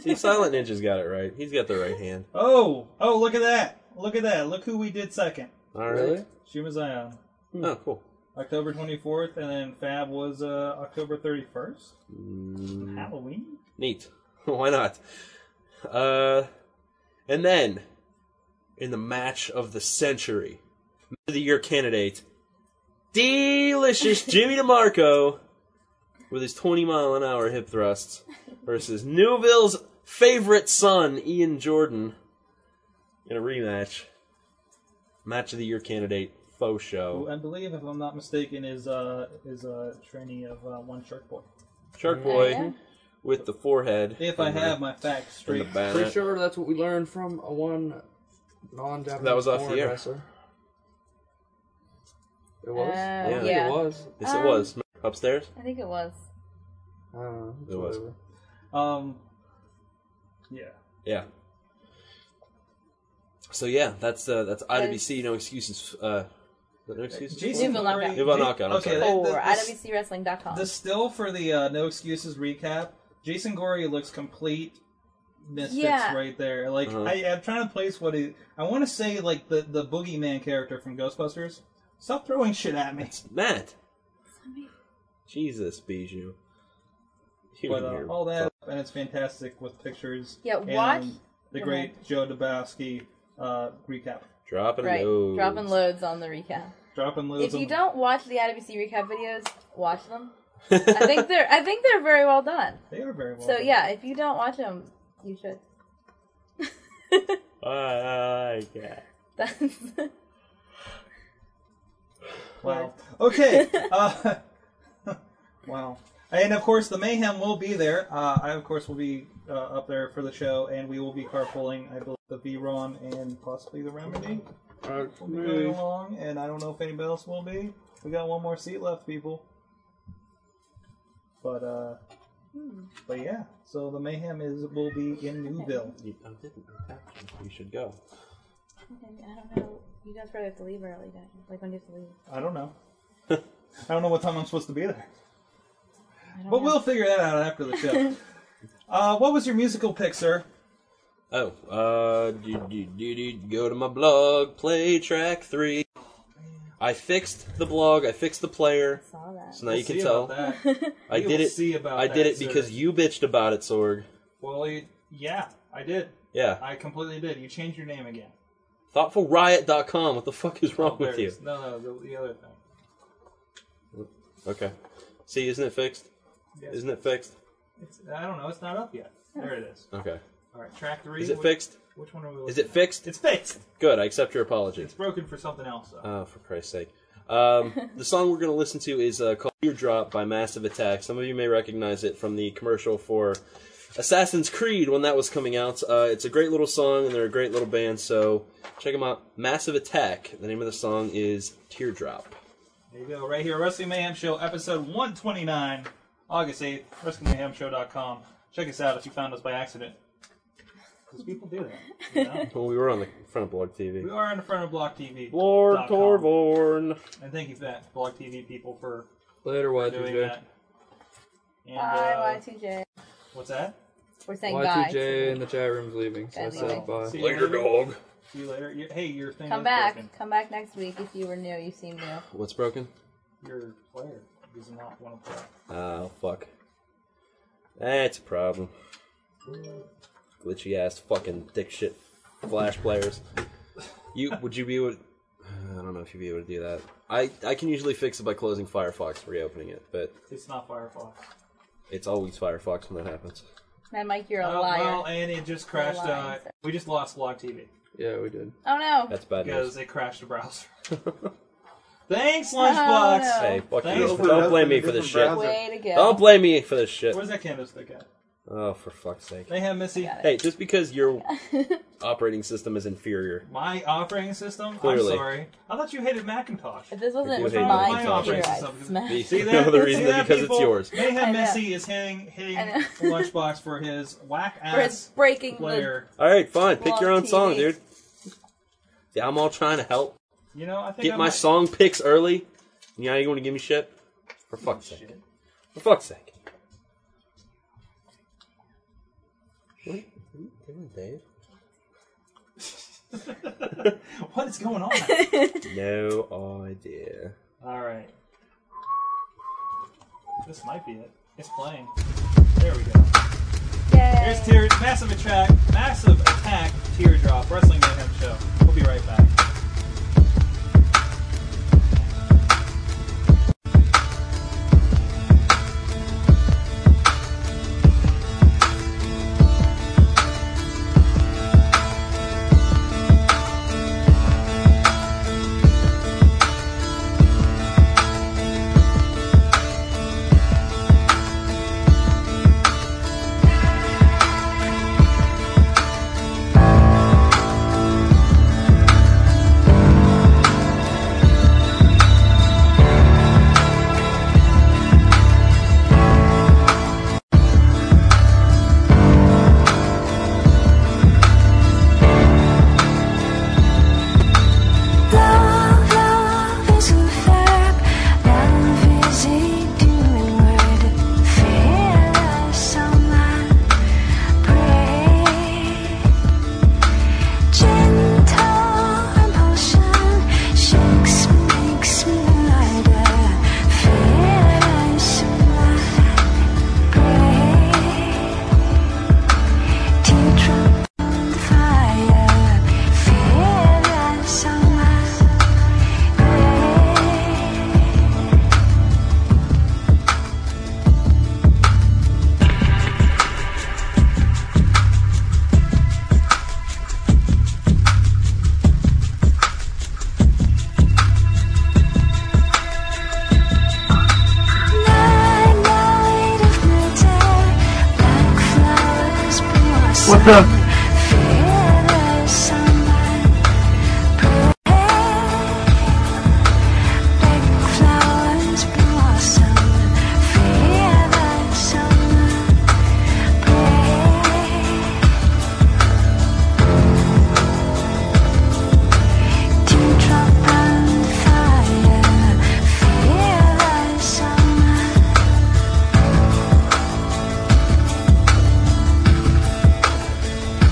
See, Silent Ninja's got it right. He's got the right hand. Oh, oh, look at that! Look at that! Look who we did second. All right. Oh, Really? Shima Zion. Oh, cool. October 24th, and then Fab was uh, October 31st. Hmm. Halloween? Neat. Why not? Uh, and then, in the match of the century, man of the year candidate, delicious Jimmy DeMarco with his 20 mile an hour hip thrusts versus Newville's favorite son, Ian Jordan, in a rematch. Match of the year candidate, faux Who show. I believe, if I'm not mistaken, is uh, is a trainee of uh, One Shark Boy. Shark Oh, yeah? Boy with the forehead. If I and the- have my facts and the straight. bayonet. Pretty sure that's what we learned from a one non-Japanese That was off foreign the air. wrestler. It was. Uh, I think yeah. It was. Yes, it Um, was. Upstairs? I think it was. It was. Um, yeah. Yeah. So yeah, that's uh, that's Yes. IWC. No excuses. Uh, no excuses. Jason Or- Nunvalaka. Ivan Naka, I'm Okay, sorry. that- Or that- this- IWCWrestling.com. The still for the uh, no excuses recap. Jason Gory looks complete misfits Yeah. right there. Like Uh-huh. I, I'm trying to place what he. I want to say like the the boogeyman character from Ghostbusters. Stop throwing shit at me. Matt. Jesus, Bijou. You But and uh, your all that and it's fantastic with pictures. Yeah, and watch- the Go great Joe Dabowski uh, recap. dropping right, loads. dropping loads on the recap. Dropping loads. If on- you don't watch the IWC recap videos, watch them. I think they're I think they're very well done. They are very well. So done. yeah, if you don't watch them, you should. Uh, yeah. That's Wow. Okay. uh, wow. And of course, the mayhem will be there. Uh, I, of course, will be uh, up there for the show, and we will be carpooling. I believe the V-Ron and possibly the Remedy will be going along, and I don't know if anybody else will be. We got one more seat left, people. But uh, but yeah. So the mayhem is will be in Newville. You, I didn't. You should go. Okay, I don't know. You guys probably have to leave early, don't you? Like when do you have to leave? I don't know. I don't know what time I'm supposed to be there. don't But we'll figure that out after the show. uh, what was your musical pick, sir? Oh, uh, do, do, do, do, go to my blog, play track three. I fixed the blog. I fixed the player. Saw that. So now We'll you can see tell. about that. I We did will it. see about I did that, it because sir. you bitched about it, Sorg. Well, you, yeah, I did. Yeah. I completely did. You changed your name again. ThoughtfulRiot.com. What the fuck is wrong Oh, There with it you? is. No, no, the, the other thing. Okay. See, isn't it fixed? Yes. Isn't it fixed? It's, I don't know. It's not up yet. There it is. Okay. All right, track three. Is it Wh- fixed? Which one are we? Is looking it fixed? It's fixed. Good. I accept your at? apology. It's broken for something else. Though. Oh, for Christ's sake. Um, the song we're going to listen to is uh, called Teardrop by Massive Attack. Some of you may recognize it from the commercial for Assassin's Creed when that was coming out. Uh, it's a great little song, and they're a great little band, so check them out. Massive Attack. The name of the song is Teardrop. There you go, right here, Wrestling Mayhem Show, episode 129, August 8th, WrestlingMayhemShow.com. Check us out if you found us by accident. Because people do that. You know? Well, we were on the front of Blog TV. we are in front of Block TV. Lord dot com. Torborn. And thank you for that, Block TV people, for Later, for Y2J. doing that. And, Bye, uh, Y2J. what's that? We're saying bye. Y2J in the chat room's leaving, so I said bye. See you See you later. You- Hey, your thing Come is back. broken. Come back next week if you were new. You seem new. What's broken? Your player does not want to play. Oh, fuck. That's a problem. Glitchy ass fucking dick shit flash players. You would you be able to, I don't know if you'd be able to do that. I, I can usually fix it by closing Firefox, reopening it, but It's not Firefox. it's always Firefox when that happens. Man, Mike, you're a Uh, liar. Well, and it just crashed. Uh, Liar. we just lost Block TV. Yeah, we did. oh no. That's bad Because news. they crashed the browser. Thanks, Oh, Lunchbox. no. Hey, fuck Thanks you. for Don't blame me hosting a for this shit. different browser. Way to go. Don't blame me for this shit. Where's that candlestick at? Oh, for fuck's sake. They have Missy. Hey, just because your operating system is inferior. My operating system? Clearly. I'm sorry. I thought you hated Macintosh. If this do wasn't hate my, Macintosh. computer, Copyright I'd something. smash The- it. See No that? other reason See than that, because it's people? yours. I Mayhem know. Missy is hitting, hitting I know. Lunchbox for his whack uh, ass For his breaking the- player. All right, fine. Pick your Blog own song, TV. dude. Yeah, I'm all trying to help. You know, I think Get I my might- song picks early. You know you want to give me shit? For fuck's sake. For fuck's sake. What are you doing, Dave? What is going on? No idea. All right. This might be it. It's playing. There we go. Here's tears. Massive attack. Massive attack. Teardrop. Wrestling Mayhem show. We'll be right back. oh What the? Summer.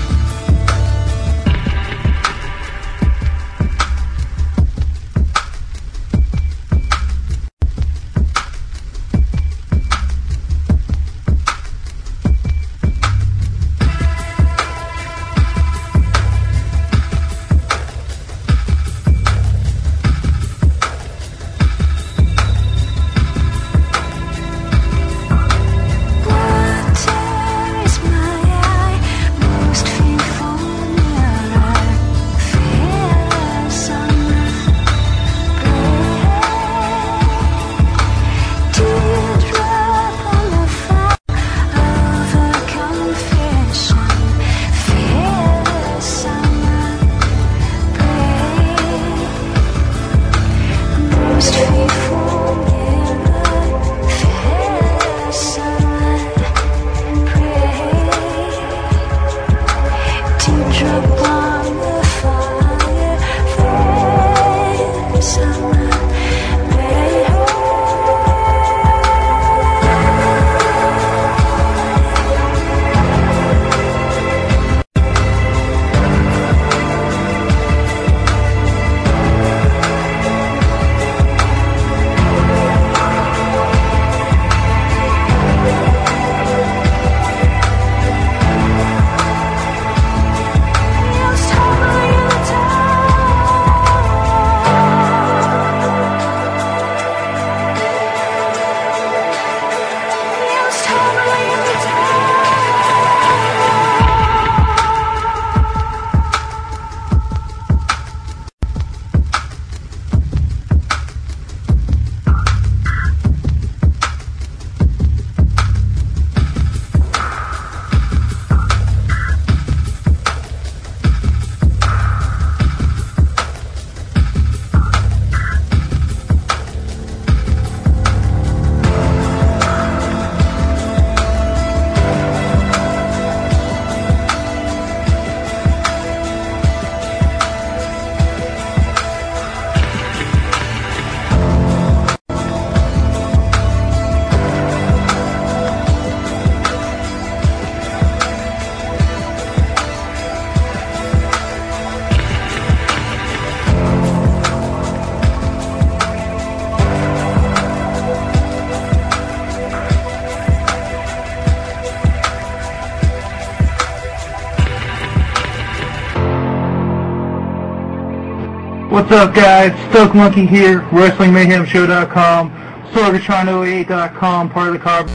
What's up, guys? Stoke Monkey here, WrestlingMayhemShow.com, Sorgatron08.com, part of the car.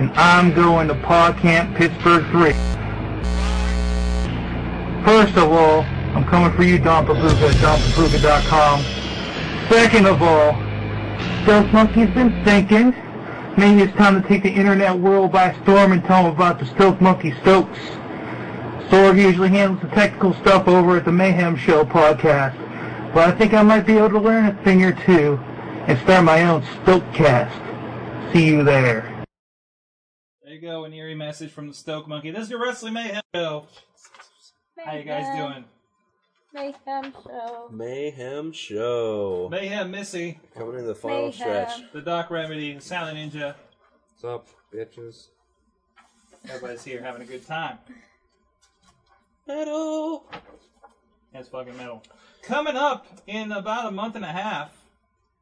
And I'm going to Paw Camp Pittsburgh 3. First of all, I'm coming for you, Dompapooka, dompapooka.com. Second of all, Stealth Monkey's been thinking. Maybe it's time to take the internet world by storm and tell them about the Stealth Monkey Stokes. Sorg usually handles the technical stuff over at the Mayhem Show podcast, but I think I might be able to learn a thing or two and start my own Stokecast. See you there. There you go, an eerie message from the Stoke Monkey. This is your Wrestling Mayhem Show. How you guys Mayhem. doing? Mayhem show. Mayhem Show. Mayhem Missy. Coming in the final Mayhem. stretch. The Doc Remedy, the Silent Ninja. What's up, bitches? Everybody's here having a good time. Metal. That's fucking metal. Coming up in about a month and a half,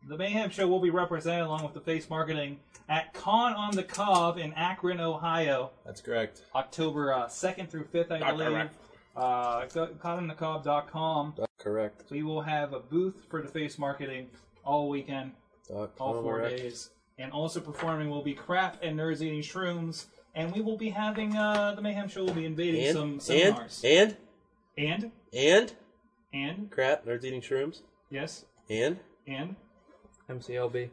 the Mayhem Show will be represented along with the Face Marketing at Con on the Cob in Akron, Ohio. That's correct. October uh, 2nd through 5th, I Not believe. correct. Uh, go- CottonTheCob.com. Correct. We will have a booth for the face marketing all weekend, all four correct. days. And also performing will be Crap and Nerds Eating Shrooms. And we will be having, uh, the Mayhem Show will be invading And some and seminars. and And? and and crap. Nerds eating shrooms. Yes. And And? MCLB.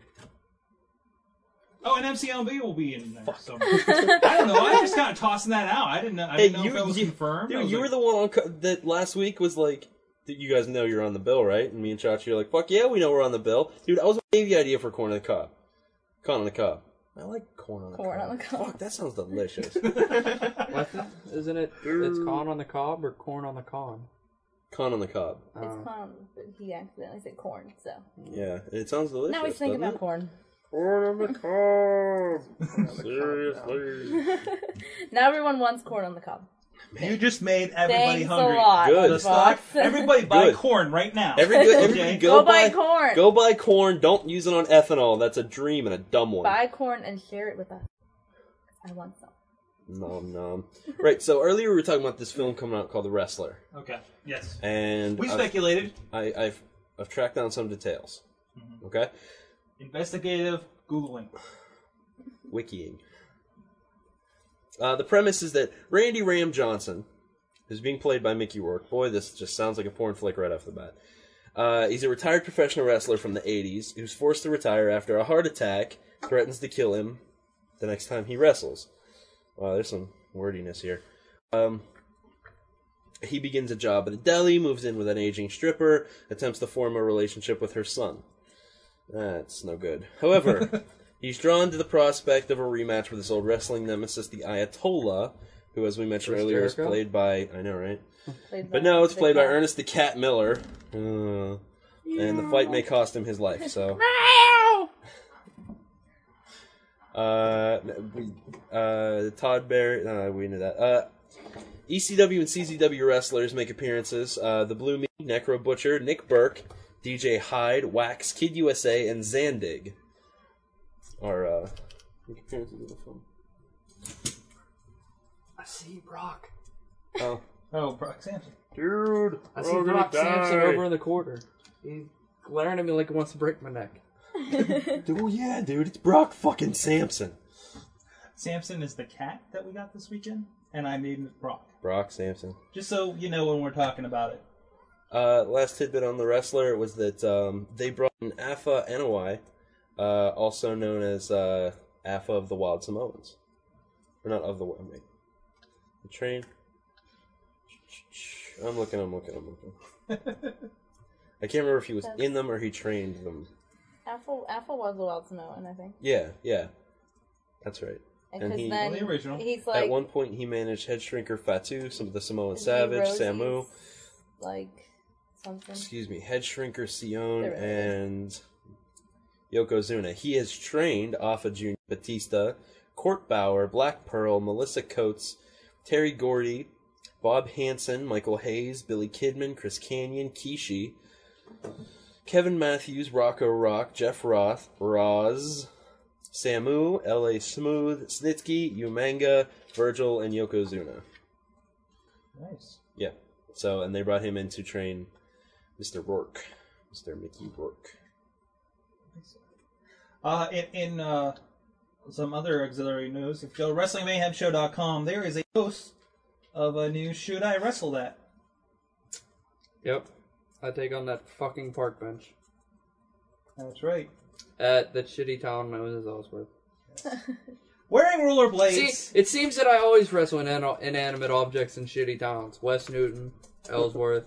Oh, and MCLB will be in there. So. I don't know. I'm just kind of tossing that out. I didn't know. I didn't know if that was confirmed. I Dude, was you like, were the one on co- that last week was like, "Dude, you guys know you're on the bill, right? And me and Chachi are like, fuck yeah, we know we're on the bill. Dude, I was gave the idea for corn on the cob. Corn on the cob. I like corn on the Corn cob. on the cob. Fuck, that sounds delicious. Isn't it? It's con on the cob or corn on the con? corn on the cob. Um, It's corn, but he accidentally said corn, so. Yeah, and it sounds delicious. now he's thinking doesn't about corn. Corn on the cob. Seriously. Now everyone wants corn on the cob. You just made everybody Thanks a hungry. lot, Good. The stock. Fox. Everybody buy Good. corn right now. Every good, everybody go, Go buy corn. Go buy corn. Don't use it on ethanol. That's a dream and a dumb one. Buy corn and share it with us. I want some. Nom nom. right. So earlier we were talking about this film coming out called The Wrestler, Okay. Yes. and We I've- speculated. Mm-hmm. I, I've I've tracked down some details. Okay, Investigative googling. wikiing. Uh, the premise is that Randy Ram Johnson is being played by Mickey Rourke. Boy, this just sounds like a porn flick right off the bat. Uh, he's a retired professional wrestler from the 80s who's forced to retire after a heart attack threatens to kill him the next time he wrestles. Wow, there's some wordiness here. Um, he begins a job at a deli, moves in with an aging stripper, attempts to form a relationship with her son. That's no good. However, he's drawn to the prospect of a rematch with his old wrestling nemesis, the Ayatollah, who, as we mentioned Chris earlier, is Jericho? played by. I know, right? Played But by no, it's the played by cat. Ernest the Cat Miller. Uh, and the fight may cost him his life, so. Uh, we- uh, Todd Barry. No, we knew that. Uh, ECW and CZW wrestlers make appearances. Uh, the Blue Me, Necro Butcher, Nick Burke, DJ Hyde, Wax, Kid USA, and Zandig are uh, make appearances in the film. I see Brock. Oh, Oh, Brock Sampson. dude, I see Brock Sampson over in the corner. He's glaring at me like he wants to break my neck. Dude, well, yeah, dude, it's Brock fucking Sampson. Samson is the cat that we got this weekend, and I named it Brock. Brock Sampson. Just so you know when we're talking about it. Uh, last tidbit on the wrestler was that um, they brought in Afa Anawai, uh, also known as uh, Afa of the Wild Samoans, or not of the Wild. wait. The train. I'm looking. I'm looking. I'm looking. I can't remember if he was in them or he trained them. Apple, Apple was a wild Samoan, I think. Yeah, yeah, that's right. Because then Well, the original. he's like- at one point he managed head shrinker Fatu, some of the Samoan he Savage, Rosie's- Samu. Like, something. excuse me, head shrinker Sion There it and Yokozuna. He has trained Alpha Junior Batista, Court Bauer, Black Pearl, Melissa Coates, Terry Gordy, Bob Hansen, Michael Hayes, Billy Kidman, Chris Canyon, Kishi, Kevin Matthews, Rocco Rock, Jeff Roth, Roz, Samu, L.A. Smooth, Snitsky, Umanga, Virgil, and Yokozuna. Nice. Yeah. So, and they brought him in to train Mr. Rourke, Mr. Mickey Rourke. Uh, in in uh, some other auxiliary news, if you go to WrestlingMayhemShow.com, there is a post of a new Should I Wrestle That? Yep. I take on that fucking park bench That's right. at that shitty town known as Ellsworth. Wearing roller blades. See, it seems that I always wrestle in an- inanimate objects in shitty towns. West Newton, Ellsworth.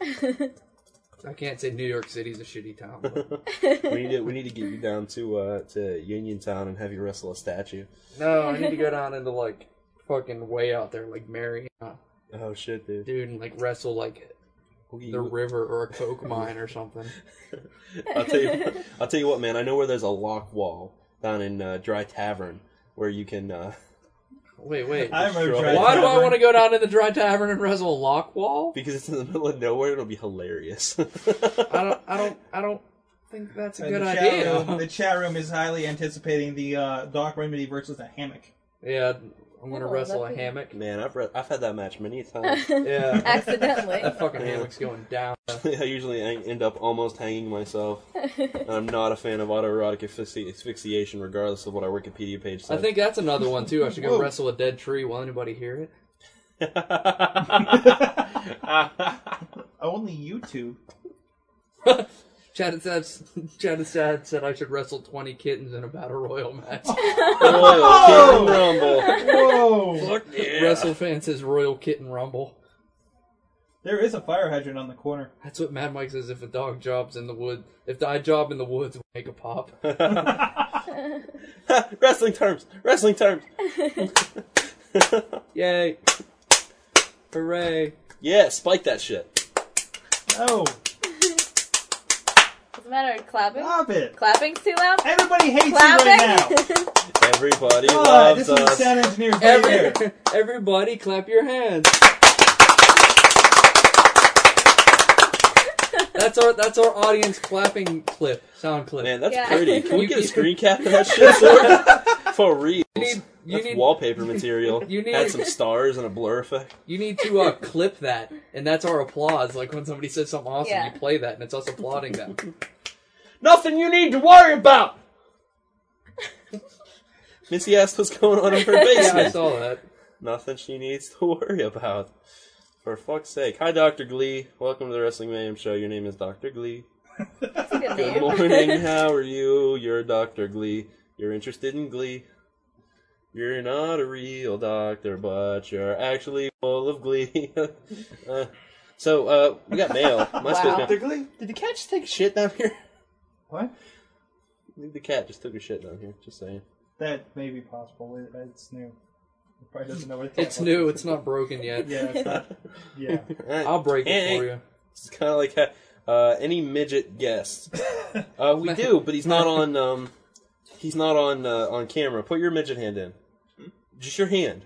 I can't say New York City's a shitty town. but- we need to, we need to get you down to uh, to Uniontown and have you wrestle a statue. no, I need to go down into like fucking way out there, like Marion. Oh shit, dude! Dude, and like wrestle like the river or a coke mine or something. I'll tell you, I'll tell you what, man. I know where there's a lock wall down in uh, Dry Tavern where you can. Uh, Wait, wait. I remember Dry Why do I Tavern. want to go down to the dry tavern and wrestle a lock wall? because it's in the middle of nowhere, it'll be hilarious. I don't. I don't. I don't think that's a And good the idea. Chat room, the chat room is highly anticipating the uh, Doc Remedy versus the Hammock. Yeah, I'm gonna Oh, wrestle a that'd be- hammock. Man, I've re- I've had that match many times. Yeah. Accidentally. That fucking hammock's going down. I usually hang- end up almost hanging myurself. And I'm not a fan of autoerotic asphyxi- asphyxiation, regardless of what our Wikipedia page I says. think that's another one too. I should go Whoa. wrestle a dead tree. Will anybody hear it? Only YouTube. Chad and Sad, Chad and Sad said I should wrestle 20 kittens in a battle royal match. Royal Kitten Rumble. Whoa. Fuck yeah. Wrestle fan says Royal Kitten Rumble. There is a fire hydrant on the corner. That's what Mad Mike says if a dog jobs in the wood. If I job in the woods, we make a pop. wrestling terms. Wrestling terms. Yay. Hooray. Yeah, spike that shit. Oh. Doesn't matter. Clapping. Stop it. Clapping's too loud. Everybody hates you Clapping. right Everybody Ah, God, loves this is us. sound engineer right here. Every, everybody, clap your hands. That's our that's our audience clapping clip sound clip. Man, that's Yeah. pretty. Can we You get a can- screen cap of that shit? sir? For real. you That's need- wallpaper material. you need- Had some stars and a blur effect. You need to uh, clip that, and that's our applause. Like when somebody says something awesome, Yeah. you play that, and it's us applauding them. Nothing you need to worry about. Missy asked what's going on in her basement. Yeah, I saw that. Nothing she needs to worry about. For fuck's sake. Hi, Dr. Glee. Welcome to the Wrestling Mayhem Show. Your name is Dr. Glee. Good morning. How are you? You're Dr. Glee. You're interested in Glee. You're not a real doctor, but you're actually full of glee. Uh, so, uh, we got mail. My Dr. Glee? Did the cat just take a shit down here? What? I think the cat just took a shit down here. Just saying. That may be possible. It- It's new. It probably doesn't know what the cat It's was. new. It's not broken yet. Yeah, it's not- yeah. I'll break it for you. It's kind of like uh, any midget guest. Uh, we do, but he's not on. Um, he's not on uh, on camera. Put your midget hand in. Just your hand.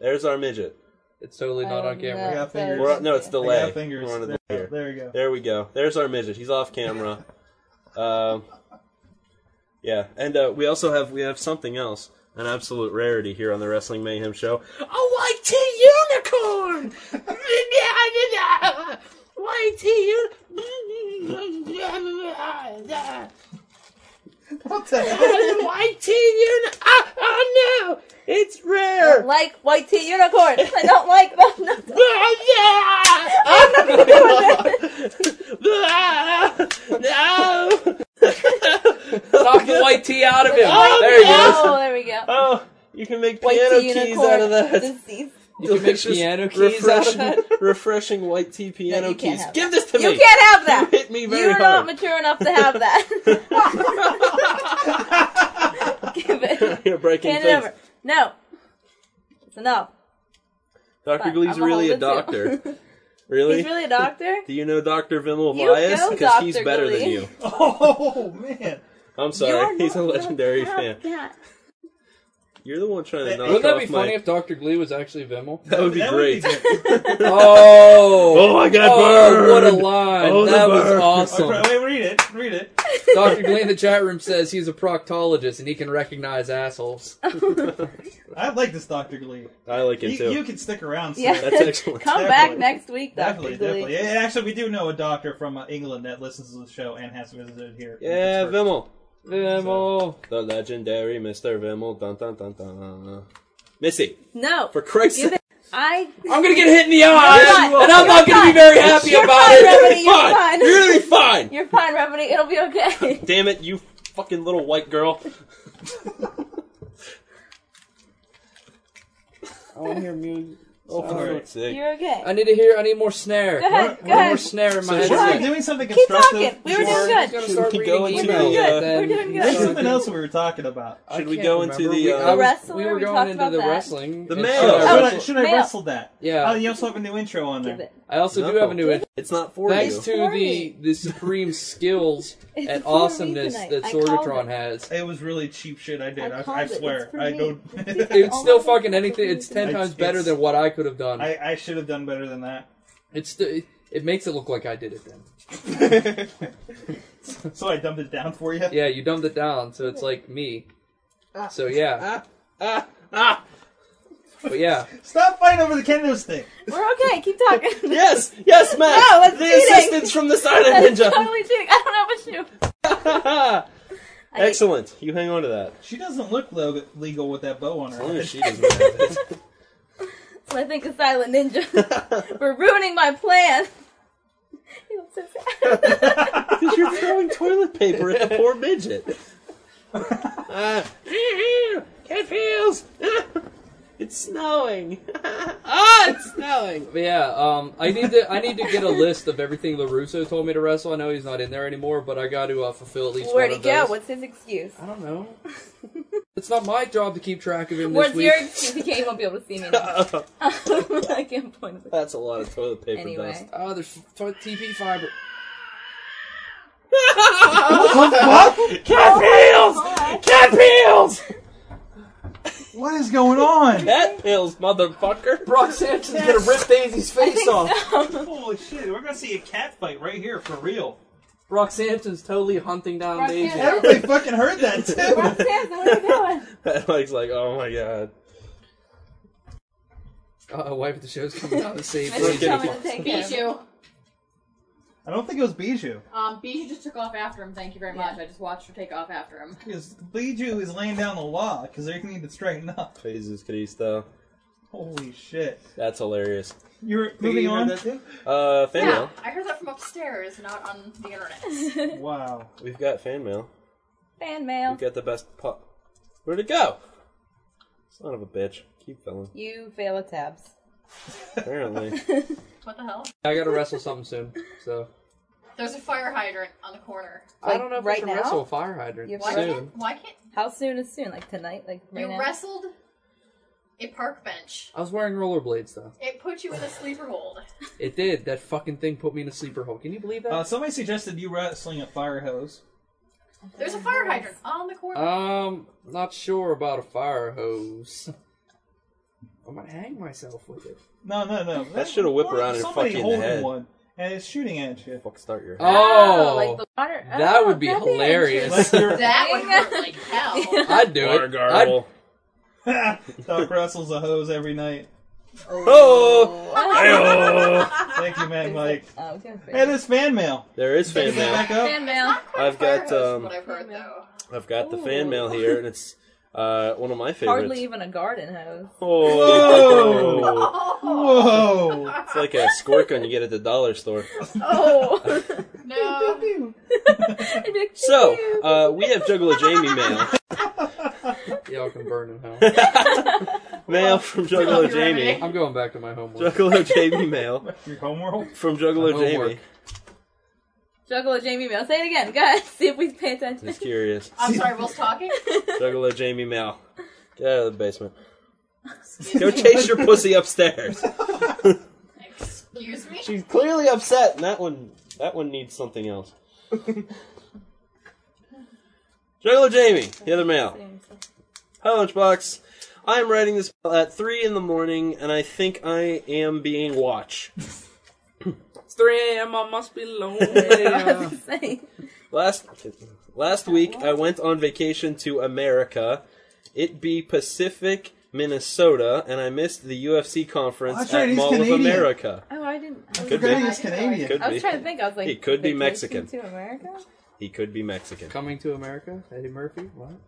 There's our midget. It's totally not on camera. They got fingers. We're on- no, it's They delay. got fingers. We're on a There- delay. there we go. There we go. There's our midget. He's off camera. um, yeah, and uh, we also have we have something else, an absolute rarity here on the Wrestling Mayhem Show. A white tea unicorn! white tea unicorn! What the white tea unicorn! ah, Oh, oh no! It's rare! Don't like white tea unicorns. I don't like them. Ah, I'm not gonna Ah! do it! No! Knock the white tea out of him. Oh, there he no. goes. there we go. Ah! Oh, you can make White piano tea keys unicorn out of that. disease. You can make Delicious, piano keys out of refreshing- Refreshing white tea piano you can't keys. have Give that. this to me. You can't have that. You hit me very You're hard. not mature enough to have that. Give it. You're breaking Hand it things. over. No. It's enough. Doctor Fine, Glee's I'ma really a hold it too. doctor. really? He's really a doctor? Do you know Doctor Vimal You Vyas? go, Because he's Dr. better than Glee. you. Oh man. I'm sorry. He's a legendary fan. You're the one trying to knock Wouldn't that off be my- funny if Dr. Glee was actually Vimmel? That would be great. oh! Oh, I got Oh, What a burned. line. Oh, the that was burn. awesome. Wait, read it. Read it. Dr. Glee in the chat room says he's a proctologist and he can recognize assholes. I like this Doctor Glee. I like him you, too. You can stick around. Sir. Yeah. Come back next week, Dr. Definitely, Glee. definitely. And actually, we do know a doctor from uh, England that listens to the show and has visited here. in Yeah, Pittsburgh. Vimmel. The legendary Mr. Vimmel. Dun dun dun dun. Missy. No. For Christ's You've sake. been- I. I'm gonna get hit in the You're eye, fine. and I'm You're not gonna be fine. very happy You're about fine, it. Remedy, You're You're fine. fine. You're gonna be fine. You're fine, Remedy. It'll be okay. Damn it, you fucking little white girl. I want to hear music. Oh, for Sorry. fuck's sake. You're okay. I need to hear. I need more snare. Go ahead, One- go one ahead. more snare in So my head. should we be doing something Keep constructive? talking. We were doing Or- Start good. we reading go into emails, the, uh, then- We're doing good. There's something else we were talking about. Should we go into remember. the, We- uh, I was- Wrestler, We were we going talked into about the that. wrestling. The and mail. stuff. Oh, should I, should I Mail. wrestle that? Yeah. Oh, you also have a new intro on Give there. it. I also do No. have a new. It's not for Thanks you. to the the supreme skills It's and for me awesomeness tonight. that I called Sorgatron it. has. It was really cheap shit I did. I I, called I, it. swear. It's for I me. don't. It's Oh, still my fucking God. anything. It's ten It's- times better it's- than what I could have done. I, I should have done better than that. It's st- it makes it look like I did it then. So I dumped it down for you. Yeah, you dumbed it down, so it's like me. Ah. So yeah, ah. but yeah, Stop fighting over the kendo stick. We're okay. Keep talking. Yes, yes, Matt. No, that's the cheating. assistance from the silent That is ninja. totally cheating. I don't have a shoe. I- Excellent. You hang on to that. She doesn't look lo- legal with that bow on her. As long head. as she doesn't have it. So I think a silent ninja for ruining my plan. You look so sad. Because you're throwing toilet paper at the poor midget. Uh, it feels. it's snowing. ah, it's snowing. but yeah. Um, I need to I need to get a list of everything Larusso told me to wrestle. I know he's not in there anymore, but I got to uh, fulfill at least Where'd he one of go? those. What's his excuse? I don't know. it's not my job to keep track of him What's this week. your excuse? He can't even be able to see me. now. I can't point. at That's a lot of toilet paper Anyway. dust. Oh, there's f- TP fiber. Oh Cat pills. Cat pills. What is going on? Cat pills, motherfucker. Brock Sampson's gonna rip Daisy's face off. Holy shit! We're gonna see a cat fight right here for real. Brock Sampson's totally hunting down Brock Daisy. Sampson. Everybody fucking heard that too. Samson, what are you doing? Mike's like, oh my god. Uh, wife of the show's coming out to save Mr. Daisy. Chumman to take care of it. Bijou. I don't think it was Bijou. Um, Bijou just took off after him. Thank you very much. I just watched her take off after him. Because Bijou is laying down the law because they need to straighten up. Jesus Christo. Holy shit! That's hilarious. You're moving you heard on. that Uh, fan Yeah, mail. I heard that from upstairs, not on the internet. Wow. We've got fan mail. Fan mail. We've got the best pop. Where'd it go? Son of a bitch. Keep going. You fail at tabs. Apparently. What the hell? I gotta wrestle something soon, so There's a fire hydrant on the corner. I don't know if right I can now? wrestle a fire hydrant You're Why soon. can't? Why can't? How soon is soon? Like tonight? Like right you now? wrestled a park bench. I was wearing rollerblades though. It put you in a sleeper hold. It did. That fucking thing put me in a sleeper hole. Can you believe Uh, that? somebody suggested you wrestling a fire hose. There's a fire hydrant on the corner. Oh, um, not sure about a fire hose. I might hang myself with it. No, no, no. That should've whipped around and Somebody fucked you in the holding head. one, and it's shooting at you. Fuck, start your. Oh, like the water. that oh, would be that'd hilarious. Like you're- that would hurt like hell. I'd do Water it. I'd, gargle. Doc wrestles a hose every night. Oh! Ayo. Thank you, Mag Mike. Oh, I was gonna say. Hey, this fan mail. There is fan Is it mail. back up? Fan mail. I've Fire got hose is um, what I've heard though. I've got the Ooh. fan mail here, and it's uh one of my favorites. Hardly even a garden hose. Oh! Oh, Whoa! It's like a squirt gun you get at the dollar store. Oh. no. So, uh, we have Juggalo Jamie mail. y'all can burn in hell. Mail from Juggalo Jamie. I'm going back to my homework. Juggalo Jamie mail Your homeworld? from Juggalo Homework. Jamie. Juggalo Jamie mail. Say it again. Go ahead. See if we pay attention. Just curious. I'm sorry, Will's talking. Juggalo Jamie mail. Get out of the basement. Go chase your pussy upstairs. Excuse me. She's clearly upset, and that one that one needs something else. Juggalo Jamie, the other male. Hi, Lunchbox. I am writing this at three in the morning, and I think I am being watched. It's 3 a.m. I must be lonely. Say. Last last week I went on vacation to America. It be Pacific, Minnesota, and I missed the UFC conference Oh, that's at right, he's Mall Canadian. of America. Oh, I didn't. I Could was- be. I- Canadian. Could I was be. trying to think. I was like, He could be vacation Mexican. to America. He could be Mexican. Coming to America, Eddie Murphy. What?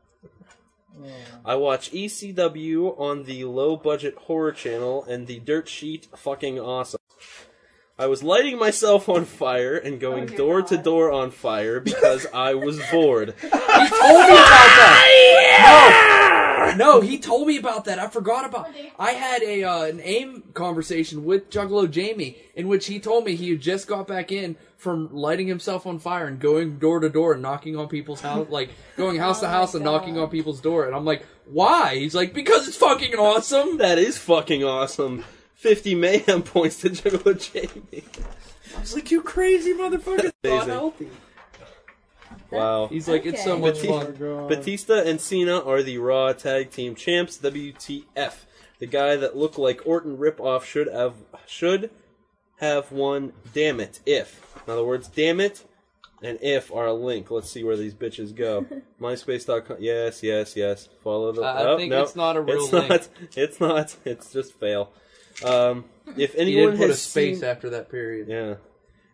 I watch ECW on the low budget horror channel and the dirt sheet fucking awesome. I was lighting myself on fire and going door to door on fire because I was bored. told me about that. No, no, he told me about that. I forgot about. I had a uh, an aim conversation with Juggalo Jamie in which he told me he had just got back in from lighting himself on fire and going door to door and knocking on people's house, like going house to house and knocking on people's door. And I'm like, why? He's like, because it's fucking awesome. That is fucking awesome. 50 mayhem points to Juggalo Jamie. I was like, you crazy motherfucker. It's not Amazing. healthy. Wow. He's like, it's so much fun. Batista and Cena are the Raw Tag Team Champs. WTF? The guy that looked like Orton ripoff should have should have won. Damn it! If in other words, damn it, and if are a link. Let's see where these bitches go. MySpace.com. Yes, yes, yes. Follow the. I- I oh, think no. it's not a real it's link. Not, it's not. It's just fail. Um, if He did anyone put has a space seen- after that period. Yeah.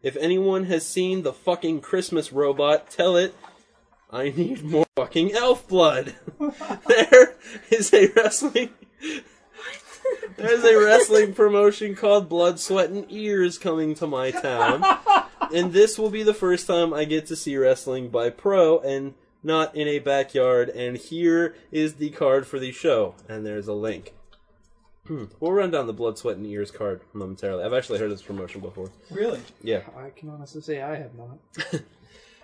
If anyone has seen the fucking Christmas robot, tell it I need more fucking elf blood. there is a wrestling. There's a wrestling promotion called Blood, Sweat, and Ears coming to my town. And this will be the first time I get to see wrestling by pro and not in a backyard. And here is the card for the show. And there's a link. Hmm. We'll run down the Blood, Sweat, and Ears card momentarily. I've actually heard of this promotion before. Really? Yeah. I can honestly say I have not.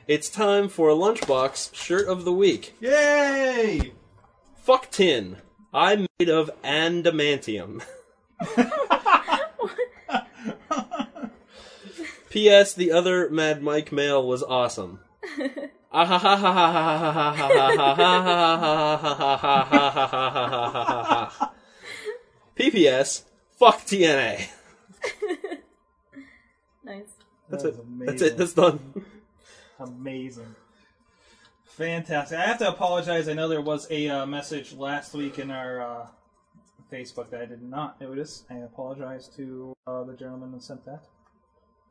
It's time for Lunchbox Shirt of the Week. Yay! Fuck tin. I'm made of andamantium. P.S. The other Mad Mike mail was awesome. Ah, P.P.S. Fuck TNA. Nice. That's That is it. amazing. That's it. That's done. Amazing. Fantastic. I have to apologize. I know there was a uh, message last week in our uh, Facebook that I did not notice. I apologize to uh, the gentleman that sent that.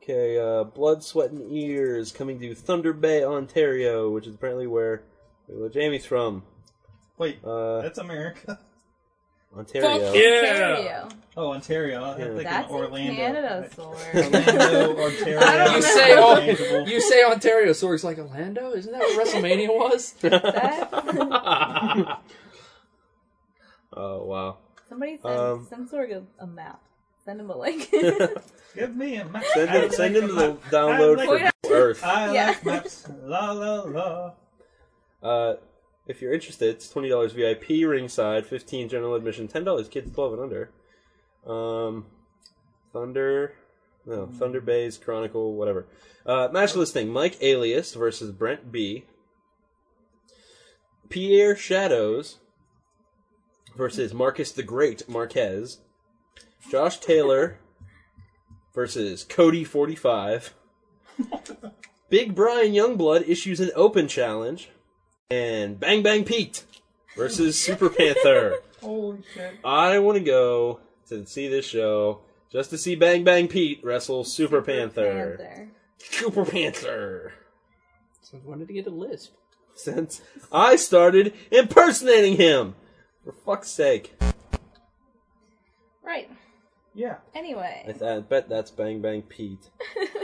Okay, uh, Blood, Sweat, and Ears coming to Thunder Bay, Ontario, which is apparently where where Jamie's from. Wait, uh, That's America. Ontario. Ontario. Oh, Ontario. I think That's in Orlando. in Canada, Sorg. Orlando, Ontario. I don't You know. say, oh, you say Ontario, Sorg's like Orlando. Isn't that what WrestleMania was? Oh wow! Somebody send Um, some sort of a map. Send him a link. Give me a map. Send I him, send him the I download like maps. for Earth. I Yeah. like maps. La la la. Uh, if you're interested, it's twenty dollars VIP ringside, fifteen general admission, ten dollars kids twelve and under. Um, Thunder, no Thunder Bay's Chronicle, whatever. Uh, match listing: Mike Alias versus Brent B. Pierre Shadows versus Marcus the Great Marquez. Josh Taylor versus Cody Forty Five. Big Brian Youngblood issues an open challenge, and Bang Bang Pete versus Super Panther. Holy shit. I want to go to see this show just to see Bang Bang Pete wrestle Super, Panther. Super Panther. So I wanted to get a lisp. Since I started impersonating him, for fuck's sake. Right. Yeah. Anyway, I, th- I bet that's Bang Bang Pete,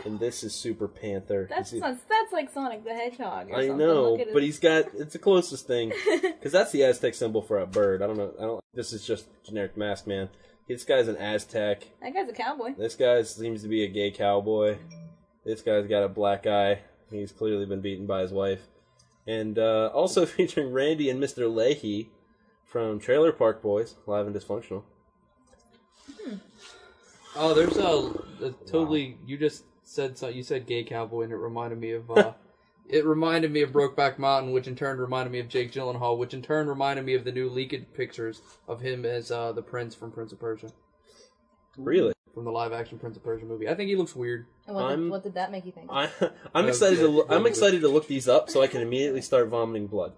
and this is Super Panther. that's Is it- not, that's like Sonic the Hedgehog. Or I something. know, Look at but his- he's got it's the closest thing because that's the Aztec symbol for a bird. I don't know. I don't. This is just generic mask man. This guy's an Aztec. that guy's a cowboy. This guy seems to be a gay cowboy. This guy's got a black eye. He's clearly been beaten by his wife. And uh, also featuring Randy and Mr. Leahy from Trailer Park Boys, live and dysfunctional. Oh, there's a, a totally. You just said so. You said gay cowboy, and it reminded me of. Uh, it reminded me of Brokeback Mountain, which in turn reminded me of Jake Gyllenhaal, which in turn reminded me of the new leaked pictures of him as uh, the prince from Prince of Persia. Really? from the live action Prince of Persia movie. I think he looks weird. And what, I'm- did, what did that make you think? I, I'm Uh, excited to yeah, lo- I'm yeah. excited to look these up so I can immediately start vomiting blood.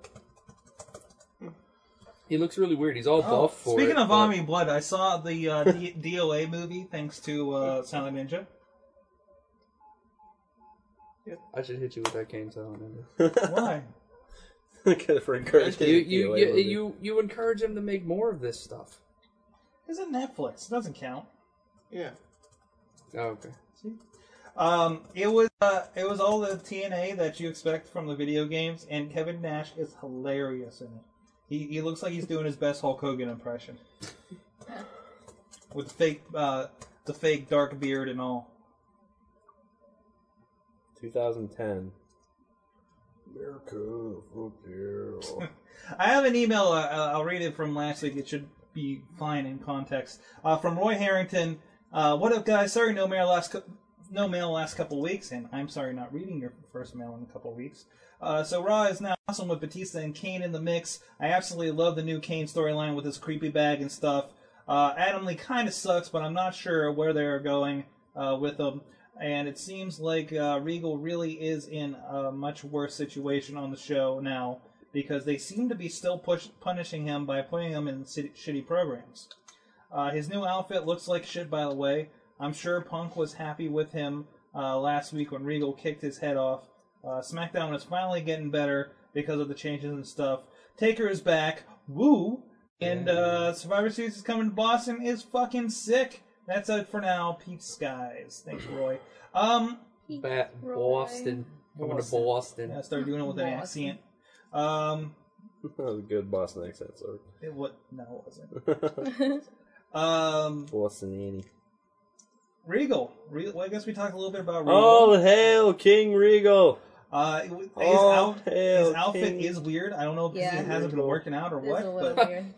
He looks really weird. He's all Oh, buff for speaking it, of but- vomiting blood, I saw the uh, D- DOA movie thanks to uh, Silent Ninja. I should hit you with that cane so I don't know. Why? for encouraging you the you DOA you, movie. you you encourage him to make more of this stuff. It's a Netflix. It doesn't count. Yeah. Oh, okay. Um, it was uh, it was all the TNA that you expect from the video games, and Kevin Nash is hilarious in it. He he looks like he's doing his best Hulk Hogan impression with the fake uh, the fake dark beard and all. 2010. America, fuck you. I have an email. Uh, uh, I'll read it from last week. It should be fine in context. Uh, from Roy Harrington. Uh, what up, guys? Sorry, no mail last cou- no mail last couple weeks, and I'm sorry not reading your first mail in a couple weeks. Uh, so Raw is now awesome with Batista and Kane in the mix. I absolutely love the new Kane storyline with his creepy bag and stuff. Uh, Adam Lee kind of sucks, but I'm not sure where they are going uh, with him. And it seems like uh, Regal really is in a much worse situation on the show now because they seem to be still push- punishing him by putting him in shitty- shitty programs. Uh, his new outfit looks like shit, by the way. I'm sure Punk was happy with him uh, last week when Regal kicked his head off. Uh, SmackDown is finally getting better because of the changes and stuff. Taker is back. Woo! And uh, Survivor Series is coming to Boston. Is fucking sick. That's it for now. Peace, skies. Thanks, Roy. Um, Bat Boston. Coming to Boston. Yeah, start doing it with an Boston. accent. Um, that was a good Boston accent, sorry. it what? No, it wasn't. um, Boston Annie. Regal. Regal. Well, I guess we talked a little bit about Regal. Oh, All hail Oh, King Regal! Uh, his, All out- hail his outfit Oh, King. is weird. I don't know if Yeah. it hasn't been working out or It is a little what, but weird.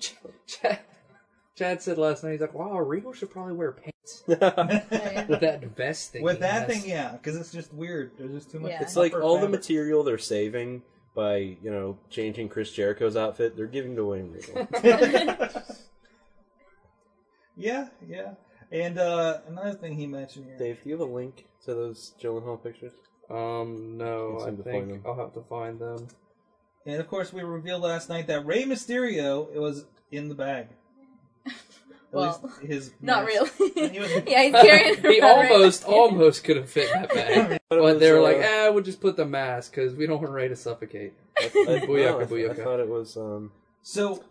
Chad said last night, he's like, wow, Regal should probably wear pants. With that vest thing. with he that has. thing, yeah, because it's just weird. There's just too much. It's like all the fabric. material they're saving by, you know, changing Chris Jericho's outfit, they're giving to Wayne Regal. Yeah, yeah. And uh, another thing he mentioned here. Dave, do you have a link to those Hall pictures? Um, no, Can't I seem to find think I'll have to find them. And of course, we revealed last night that Rey Mysterio was in the bag. At Well, least his Not mask. really. yeah, he's carrying. he around. almost, almost could have fit in that bag. But it but they were was, like, uh, eh, we'll just put the mask because we don't want Ray to suffocate. I, no, I, Booyaka, th- I booyaka. thought it was, um, So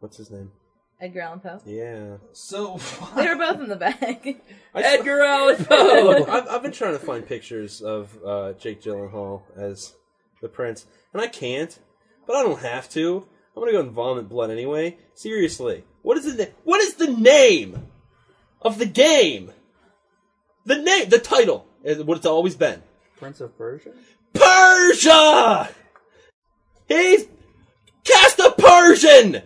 what's his name? Edgar Allan Poe. Yeah. So They were both in the bag. Edgar Allan Look, I've, I've been trying to find pictures of uh, Jake Gyllenhaal as the prince, and I can't, but I don't have to. I'm gonna go and vomit blood anyway. Seriously, what is the na- what is the name of the game? The name, the title, is what it's always been. Prince of Persia? Persia. He's cast a Persian.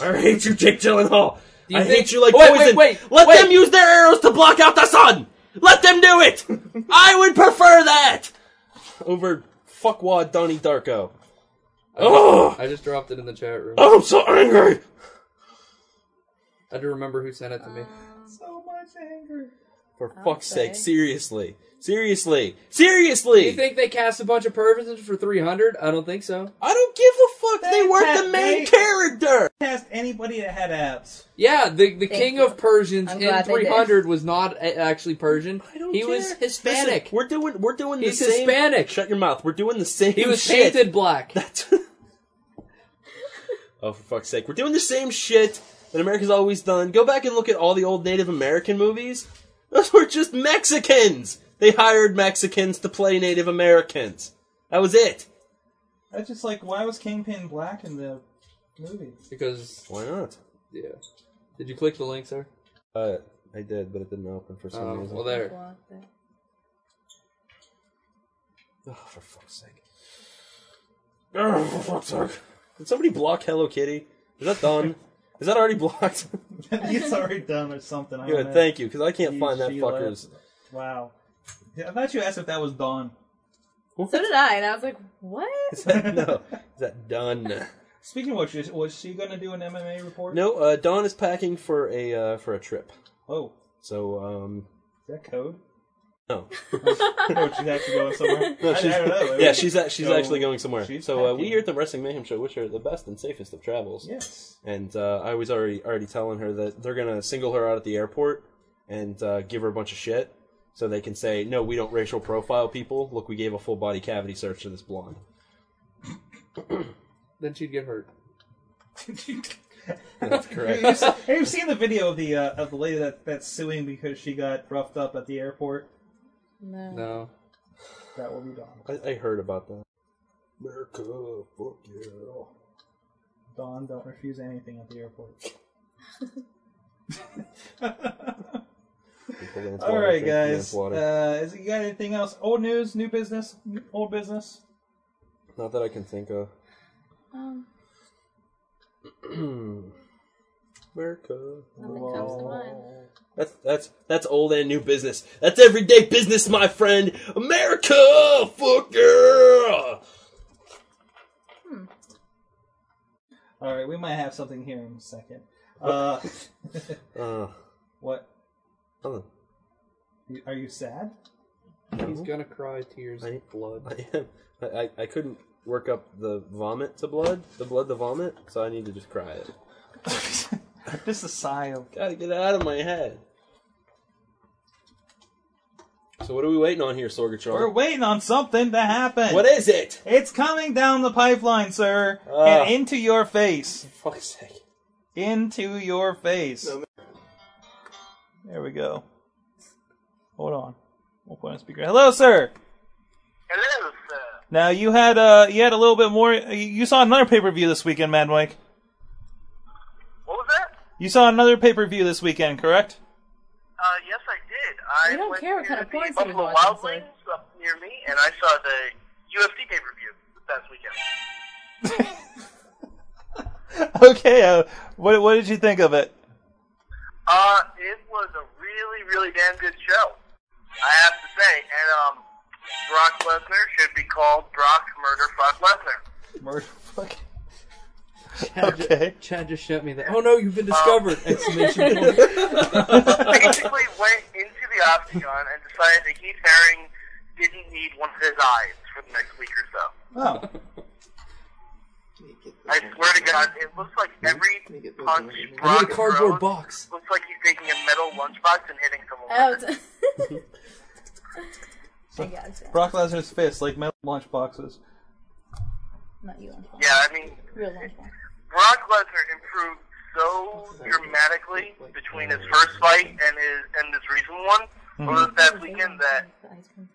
I hate you, Jake Gyllenhaal. Do you I think- hate you like wait, wait, poison. wait, Let them use their arrows to block out the sun. Let them do it. I would prefer that over fuckwad Donnie Darko. I just- Ugh. I just dropped it in the chat room. Oh, I'm so angry. I do remember who sent it to me. so much anger. For fuck's sake, seriously, seriously, seriously. Do you think they cast a bunch of perverts for 300? I don't think so. I don't give a fuck. They, weren't the main character. Cast anybody that had abs. Yeah, the, the Thank king you. of Persians I'm in glad they did. 300 was not a- actually Persian. He was Hispanic. Listen, we're doing we're doing He's the same. Hispanic. Shut your mouth. We're doing the same. He was shit. painted black. Oh, for fuck's sake. We're doing the same shit that America's always done. Go back and look at all the old Native American movies. Those were just Mexicans. They hired Mexicans to play Native Americans. That was it. That's just like why was Kingpin black in the movie? Because why not? Yeah. Did you click the link, sir? Uh, I did, but it didn't open for some Oh, reason. well, there. Oh, for fuck's sake. Oh, for fuck's sake. Did somebody block Hello Kitty? Is that done? Is that already blocked? He's already done or something. I don't know. Good, thank you, because I can't He- find that she fucker's. left. Wow. Yeah, I thought you asked if that was Dawn. So did I, and I was like, what? Is that, no, is that done? Speaking of which, is- was she going to do an MMA report? No, uh, Dawn is packing for a uh, for a trip. Oh, So, um, Is that code? no. oh, she's actually going somewhere. No, I- she's, I, don't know. yeah, she's a- she's So, actually going somewhere. she's So uh, packing. we here at the Wrestling Mayhem Show wish her the best and safest of travels. Yes. And uh, I was already already telling her that they're gonna single her out at the airport and uh, give her a bunch of shit, so they can say, "No, we don't racial profile people. Look, we gave a full body cavity search to this blonde." Then she'd get hurt. That's correct. Have you, have you seen the video of the uh, of the lady that, that's suing because she got roughed up at the airport? No. No, That will be Dawn. I, I heard about that. America, fuck you. Dawn, don't refuse anything at the airport. People dance All water, right, drink dance guys. water. Uh, is you got anything else? Old news, new business, N- old business. Not that I can think of. Um, America. nothing comes to mind. That's that's that's old and new business. That's everyday business, my friend. America, fuck yeah. All right, we might have something here in a second. Uh, Oh. Uh, what? Oh. Are you sad? He's gonna cry tears I- of blood. I am. I, I I couldn't work up the vomit to blood, the blood to vomit, so I need to just cry it. just a sigh of. Gotta get it out of my head. So what are we waiting on here, Sorgatron? We're waiting on something to happen. What is it? It's coming down the pipeline, sir, Ah. and into your face. For fuck's sake! Into your face. There we go. Hold on. We'll put on speaker. Hello, sir. Hello, sir. Now you had uh you had a little bit more. You you saw another pay per view this weekend, Mad Mike. What was that? You saw another pay per view this weekend, correct? Uh, yes, I did. I We don't went care what to kind of the porn somebody's Buffalo watching, Wild so- Wings up near me, and I saw the UFC pay per view this past weekend. okay. Uh, what what did you think of it? Uh, it was a really, really damn good show. I have to say, and um, Brock Lesnar should be called Brock Murder Fuck Lesnar. Murder. Fuck. Chad, ju- Chad just sent me that. Oh no, you've been discovered! Exclamation point. Basically, went into the octagon and decided that Heath Herring didn't need one of his eyes for the next week or so. Oh. I swear to God, it looks like every punch I Brock need a cardboard throws box. looks like he's taking a metal lunchbox and hitting someone. Oh, with it. it's- I gotcha. Brock Lesnar's fist like metal lunch boxes. Not you, Antoine. Yeah, I mean, Real Antoine. Brock Lesnar improved so dramatically between his first fight and his and this recent one over the past weekend that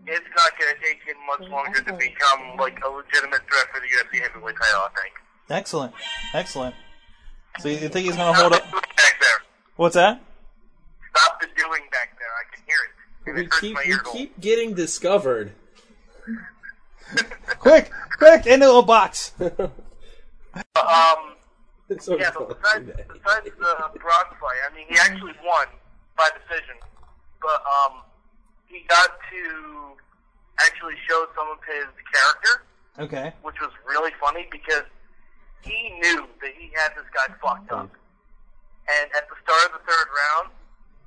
it's not going to take him much longer to become like a legitimate threat for the UFC heavyweight title. I think. Excellent, excellent. So you think he's gonna hold up? Back there, What's that? stop the doing back there. I can hear it. We keep we keep getting discovered. Quick, quick, into a box. But, um, It's yeah, but besides, besides the Brock fight, I mean, he actually won by decision, but um, he got to actually show some of his character, Okay. which was really funny because he knew that he had this guy fucked up. And at the start of the third round,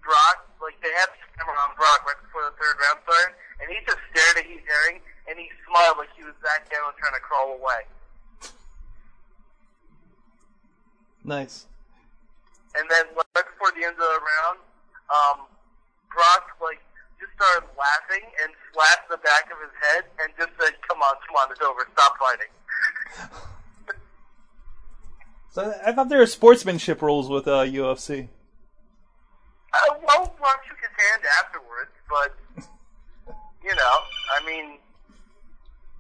Brock, like they had the camera on Brock right before the third round started, and he just stared at Heath Herring and he smiled like he was back down trying to crawl away. Nice. And then like, right before the end of the round, um, Brock like just started laughing and slapped the back of his head and just said, "Come on, come on, it's over. Stop fighting." So I thought there were sportsmanship rules with uh, UFC. Uh, well, Brock took his hand afterwards, but you know, I mean,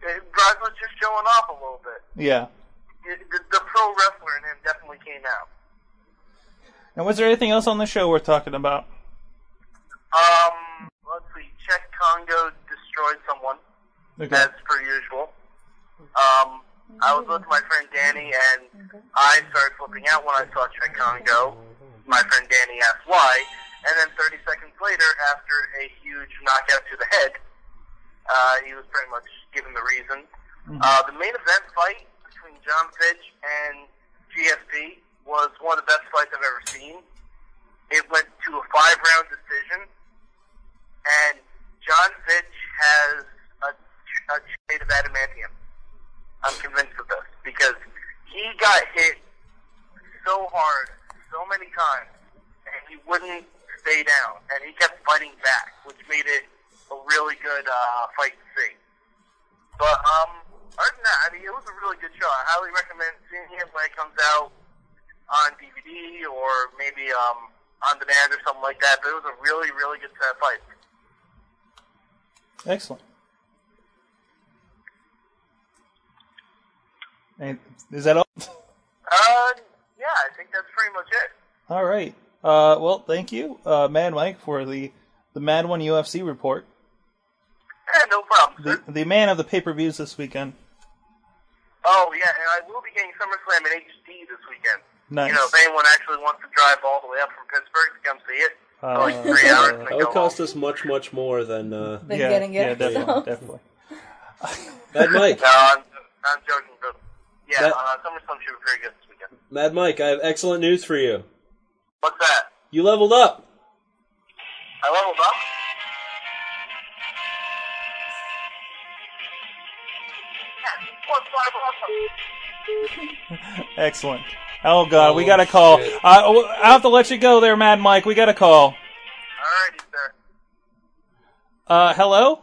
eh, Brock was just showing off a little bit. Yeah. It, the, the pro wrestler in him definitely came out. And was there anything else on the show worth talking about? Um, let's see. Czech Congo destroyed someone. Okay. As per usual. Um, I was with my friend Danny, and I started flipping out when I saw Czech Congo. My friend Danny asked why, and then 30 seconds later, after a huge knockout to the head, uh, he was pretty much given the reason. Uh, the main event fight between John Fitch and GSP was one of the best fights I've ever seen. It went to a five round decision, times, and he wouldn't stay down, and he kept fighting back, which made it a really good uh, fight to see. But um, other than that, I mean, it was a really good show. I highly recommend seeing it when it comes out on DVD or maybe um, on demand or something like that. But it was a really, really good set of fights. Excellent. And is that all? Uh, yeah, I think that's pretty much it. All right. Uh, well, thank you, uh, Mad Mike, for the the Mad One UFC report. Yeah, no problem. The, the man of the pay per views this weekend. Oh yeah, and I will be getting SummerSlam in HD this weekend. Nice. You know, if anyone actually wants to drive all the way up from Pittsburgh to come see it, Uh, like three hours. and then that go would cost us much, much more than. Uh, Than Yeah, getting it yeah, definitely, ourselves. definitely. Mad Mike, No, I'm, I'm joking, but yeah, That- uh, SummerSlam should be very good this weekend. Mad Mike, I have excellent news for you. What's that? You leveled up. I leveled up. Excellent. Oh God, we got a call. shit. I, I have to let you go there, Mad Mike. We got a call. Alrighty, sir. Uh, hello.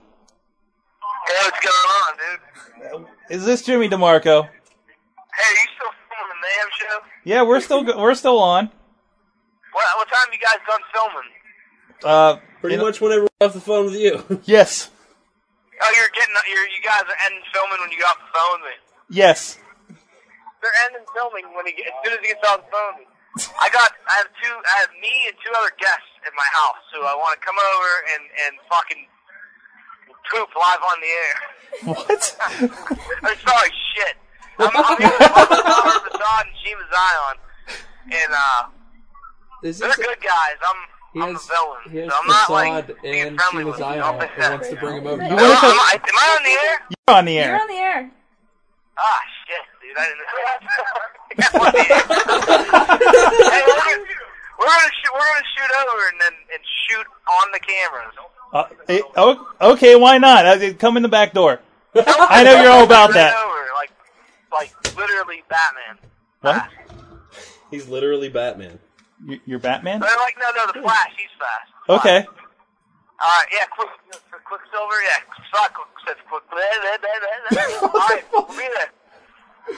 Hey, what's going on, dude? Is this Jimmy DeMarco? Hey, you still filming the Mayhem Show? Yeah, we're still go- we're still on. What, what time you guys done filming? Uh, Pretty much whenever we're off the phone with you. yes, Oh, you're getting, you're, you guys are ending filming when you get off the phone with me. yes. They're ending filming when he, get- as soon as he gets off the phone. I got, I have two, I have me and two other guests at my house who I want to come over and and fucking poop live on the air. What? I'm sorry, shit. I'm, I'm here with Muhammad Assad and Shima Zion, and uh, Is they're this- good guys. I'm. He I'm has- a villain, he has so I'm not like Assad and friendly Shima with them. Zion I'll fix and that. wants to bring him over. Am You wanna come- I, am I on the air? You're on the air. on the air. Ah, shit, dude. I didn't hey, we're gonna, we're gonna shoot. We're gonna shoot over and then and shoot on the cameras. Uh, eh, o- okay, why not? Uh, Come in the back door. I know you're all about Shoot it that. Over, like, like literally Batman. What? He's literally Batman. You- You're Batman? They're like, no, no, the Flash. He's fast. Okay. All right, yeah, quick, Quicksilver. Yeah, Quicksilver. Quick, quick, quick, All right, we'll be there.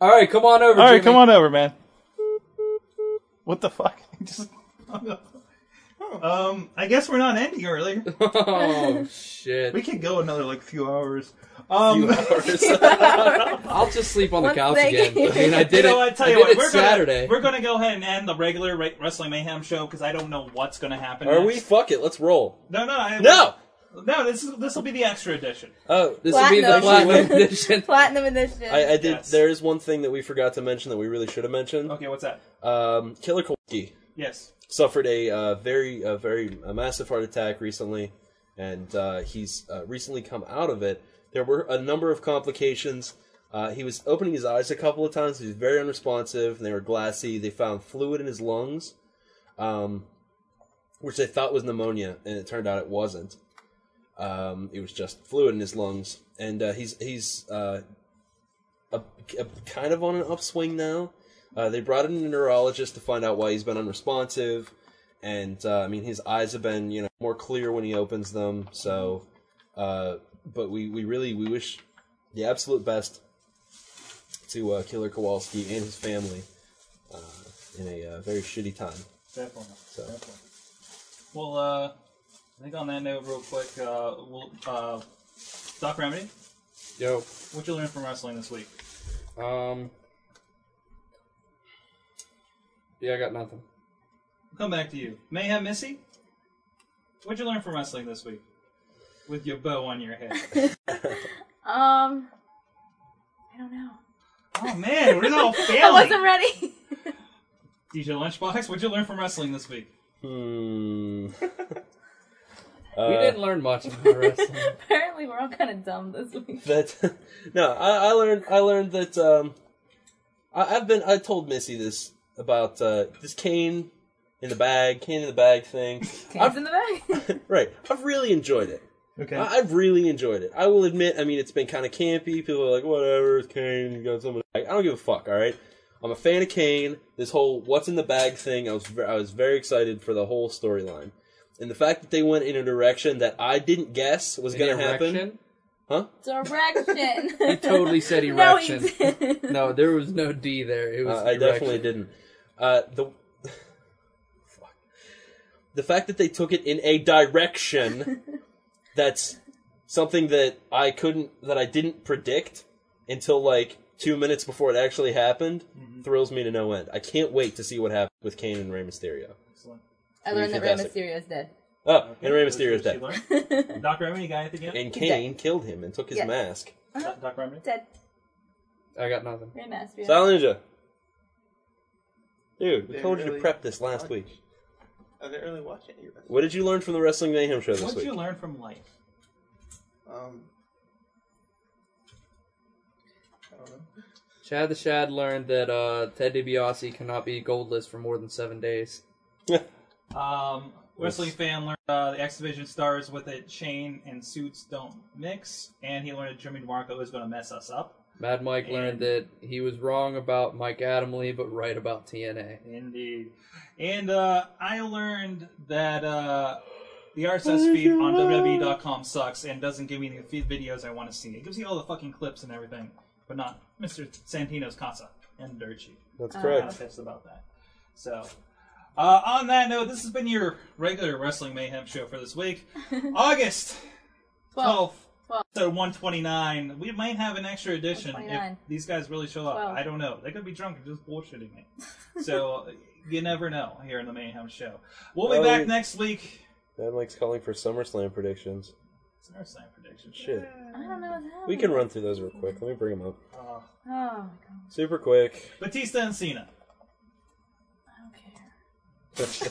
All right, come on over. All right, Jimmy. come on over, man. What the fuck? He just Oh, Um, I guess we're not ending early. Oh shit! We can go another like few hours. Um, I'll just sleep on the One couch second. again. I mean, I did You know it- what, tell I you did what, it we're gonna- Saturday. we're gonna go ahead and end the regular Re- Wrestling Mayhem show because I don't know what's gonna happen. Are we? next. Fuck it. Let's roll. No, no, I, No! no. This is this will be the extra edition. Oh, This will be the Platinum. platinum edition. Platinum edition. I, I did. There is one thing that we forgot to mention that we really should have mentioned. Okay, what's that? Um, Killer Kowalski Yes. suffered a uh, very, a very a massive heart attack recently, and uh, he's uh, recently come out of it. There were a number of complications. Uh, he was opening his eyes a couple of times. He was very unresponsive, and they were glassy. They found fluid in his lungs, um, which they thought was pneumonia, and it turned out it wasn't. Um, it was just fluid in his lungs, and uh, he's he's uh, a, a- kind of on an upswing now. Uh, they brought in a neurologist to find out why he's been unresponsive, and uh, I mean his eyes have been you know more clear when he opens them. So, uh, but we we really we wish the absolute best to uh, Killer Kowalski and his family uh, in a uh, very shitty time. Definitely. So. Definitely. Well, uh, I think on that note, real quick, uh, we'll, uh, Doc Remedy, Yo. what you learn from wrestling this week? Um. Yeah, I got nothing. Come back to you, Mayhem Missy. What'd you learn from wrestling this week? With your bow on your head. Um, I don't know. oh man, we're all I failing. wasn't ready. DJ Lunchbox, what'd you learn from wrestling this week? Hmm. we Uh, didn't learn much about wrestling. Apparently, we're all kind of dumb this week. that no, I, I learned I learned that um, I, I've been I told Missy this about uh, this cane in the bag, cane in the bag thing. Canes in the bag. Uh-uh. right, I've really enjoyed it. Okay, I, I've really enjoyed it. I will admit, I mean, it's been kind of campy. People are like, whatever, it's cane, you got someone. Like, I don't give a fuck. All right, I'm a fan of Kane. This whole what's in the bag thing, I was ver- I was very excited for the whole storyline, and the fact that they went in a direction that I didn't guess was An going to happen. erection? Huh? Direction. He totally said No, he erection. didn't. no, there was no D there. It was Uh, I definitely didn't. Uh, the Fuck. the fact that they took it in a direction that's something that I couldn't that I didn't predict until like two minutes before it actually happened Mm-hmm. thrills me to no end. I can't wait to see what happens with Kane and Rey Mysterio. I learned that Rey Fantastic. Mysterio is dead. Oh, and Rey Mysterio is dead. Doctor Emmy, you got anything else? And Kane killed him and took his Yes. mask. Uh-huh. Doctor Emmy. Dead. I got nothing. Rey Mysterio. Silent Ninja. Dude, we They told you really to prep this last week. Are they really watching you? What did you learn from the Wrestling Mayhem show this What did week? you learn from life? Um, Chad the Shad learned that uh, Ted DiBiase cannot be goldless for more than seven days. Um, wrestling fan learned uh, the X Division stars with a chain and suits don't mix, and he learned that Jimmy DeMarco is going to mess us up. Mad Mike learned that he was wrong about Mike Adamley, but right about TNA. Indeed. And uh, I learned that uh, the RSS feed on WWE.com sucks and doesn't give me the feed videos I want to see. It gives you all the fucking clips and everything, but not Mr. Santino's Casa and Dirt Sheet. That's I'm correct. kinda pissed about that. So, uh, on that note, this has been your regular Wrestling Mayhem show for this week. August 12th. So 129. We might have an extra edition if 129. these guys really show up. Twelve. I don't know. They could be drunk and just bullshitting me. so you never know here in the Mayhem Show. We'll be Well, back we- next week. Mad Mike's calling for SummerSlam predictions. It's our sign prediction. Shit. I don't know what's happening. We can run through those real quick. Let me bring them up. Uh, Oh, Super quick. Batista and Cena.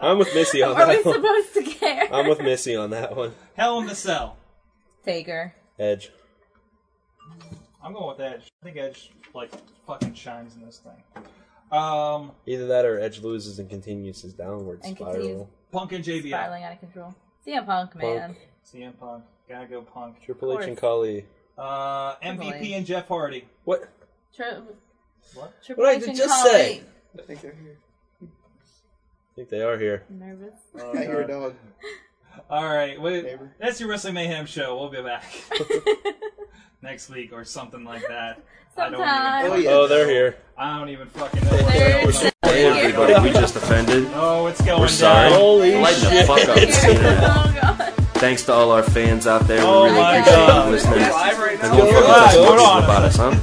I'm with Missy on Are we that one. supposed to care? I'm with Missy on that one. Hell in the Cell. Taker. Edge. I'm going with Edge. I think Edge like fucking shines in this thing. Um, Either that or Edge loses and continues his downward And continues spiral. Punk and JBL. Spiraling out of control. CM Punk, man. CM Punk. Gotta go Punk. Triple H course. and Kali. Uh, Triple MVP H. and Jeff Hardy. What? Tri- What? Triple What did H I and just Kali. say? I think they're here. I think they are here. Nervous. I hear a dog. Oh, All right, wait, that's your Wrestling Mayhem show. We'll be back next week or something like that. Sometime. Oh, yeah. Oh, they're here. I don't even fucking know. what's They're going on. Hey, everybody, we just offended. Oh, it's going We're sorry. down. Holy Lighten shit. the fuck up. It's the internet. Thanks to all our fans out there. Oh we really my appreciate God. you listening. Live right And now? don't fucking Live. tell Hold people on. about us, huh?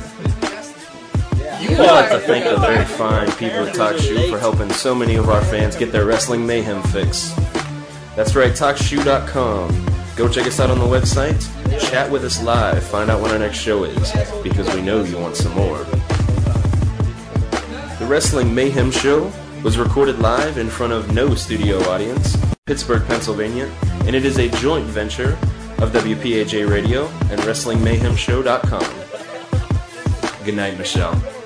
You I'd are. like to thank the very fine people at Talk Shoe for helping so many of our fans get their wrestling mayhem fix. That's right, TalkShoe.com. Go check us out on the website, chat with us live, find out when our next show is, because we know you want some more. The Wrestling Mayhem Show was recorded live in front of no studio audience, Pittsburgh, Pennsylvania, and it is a joint venture of WPAJ Radio and WrestlingMayhemShow.com. Good night, Michelle.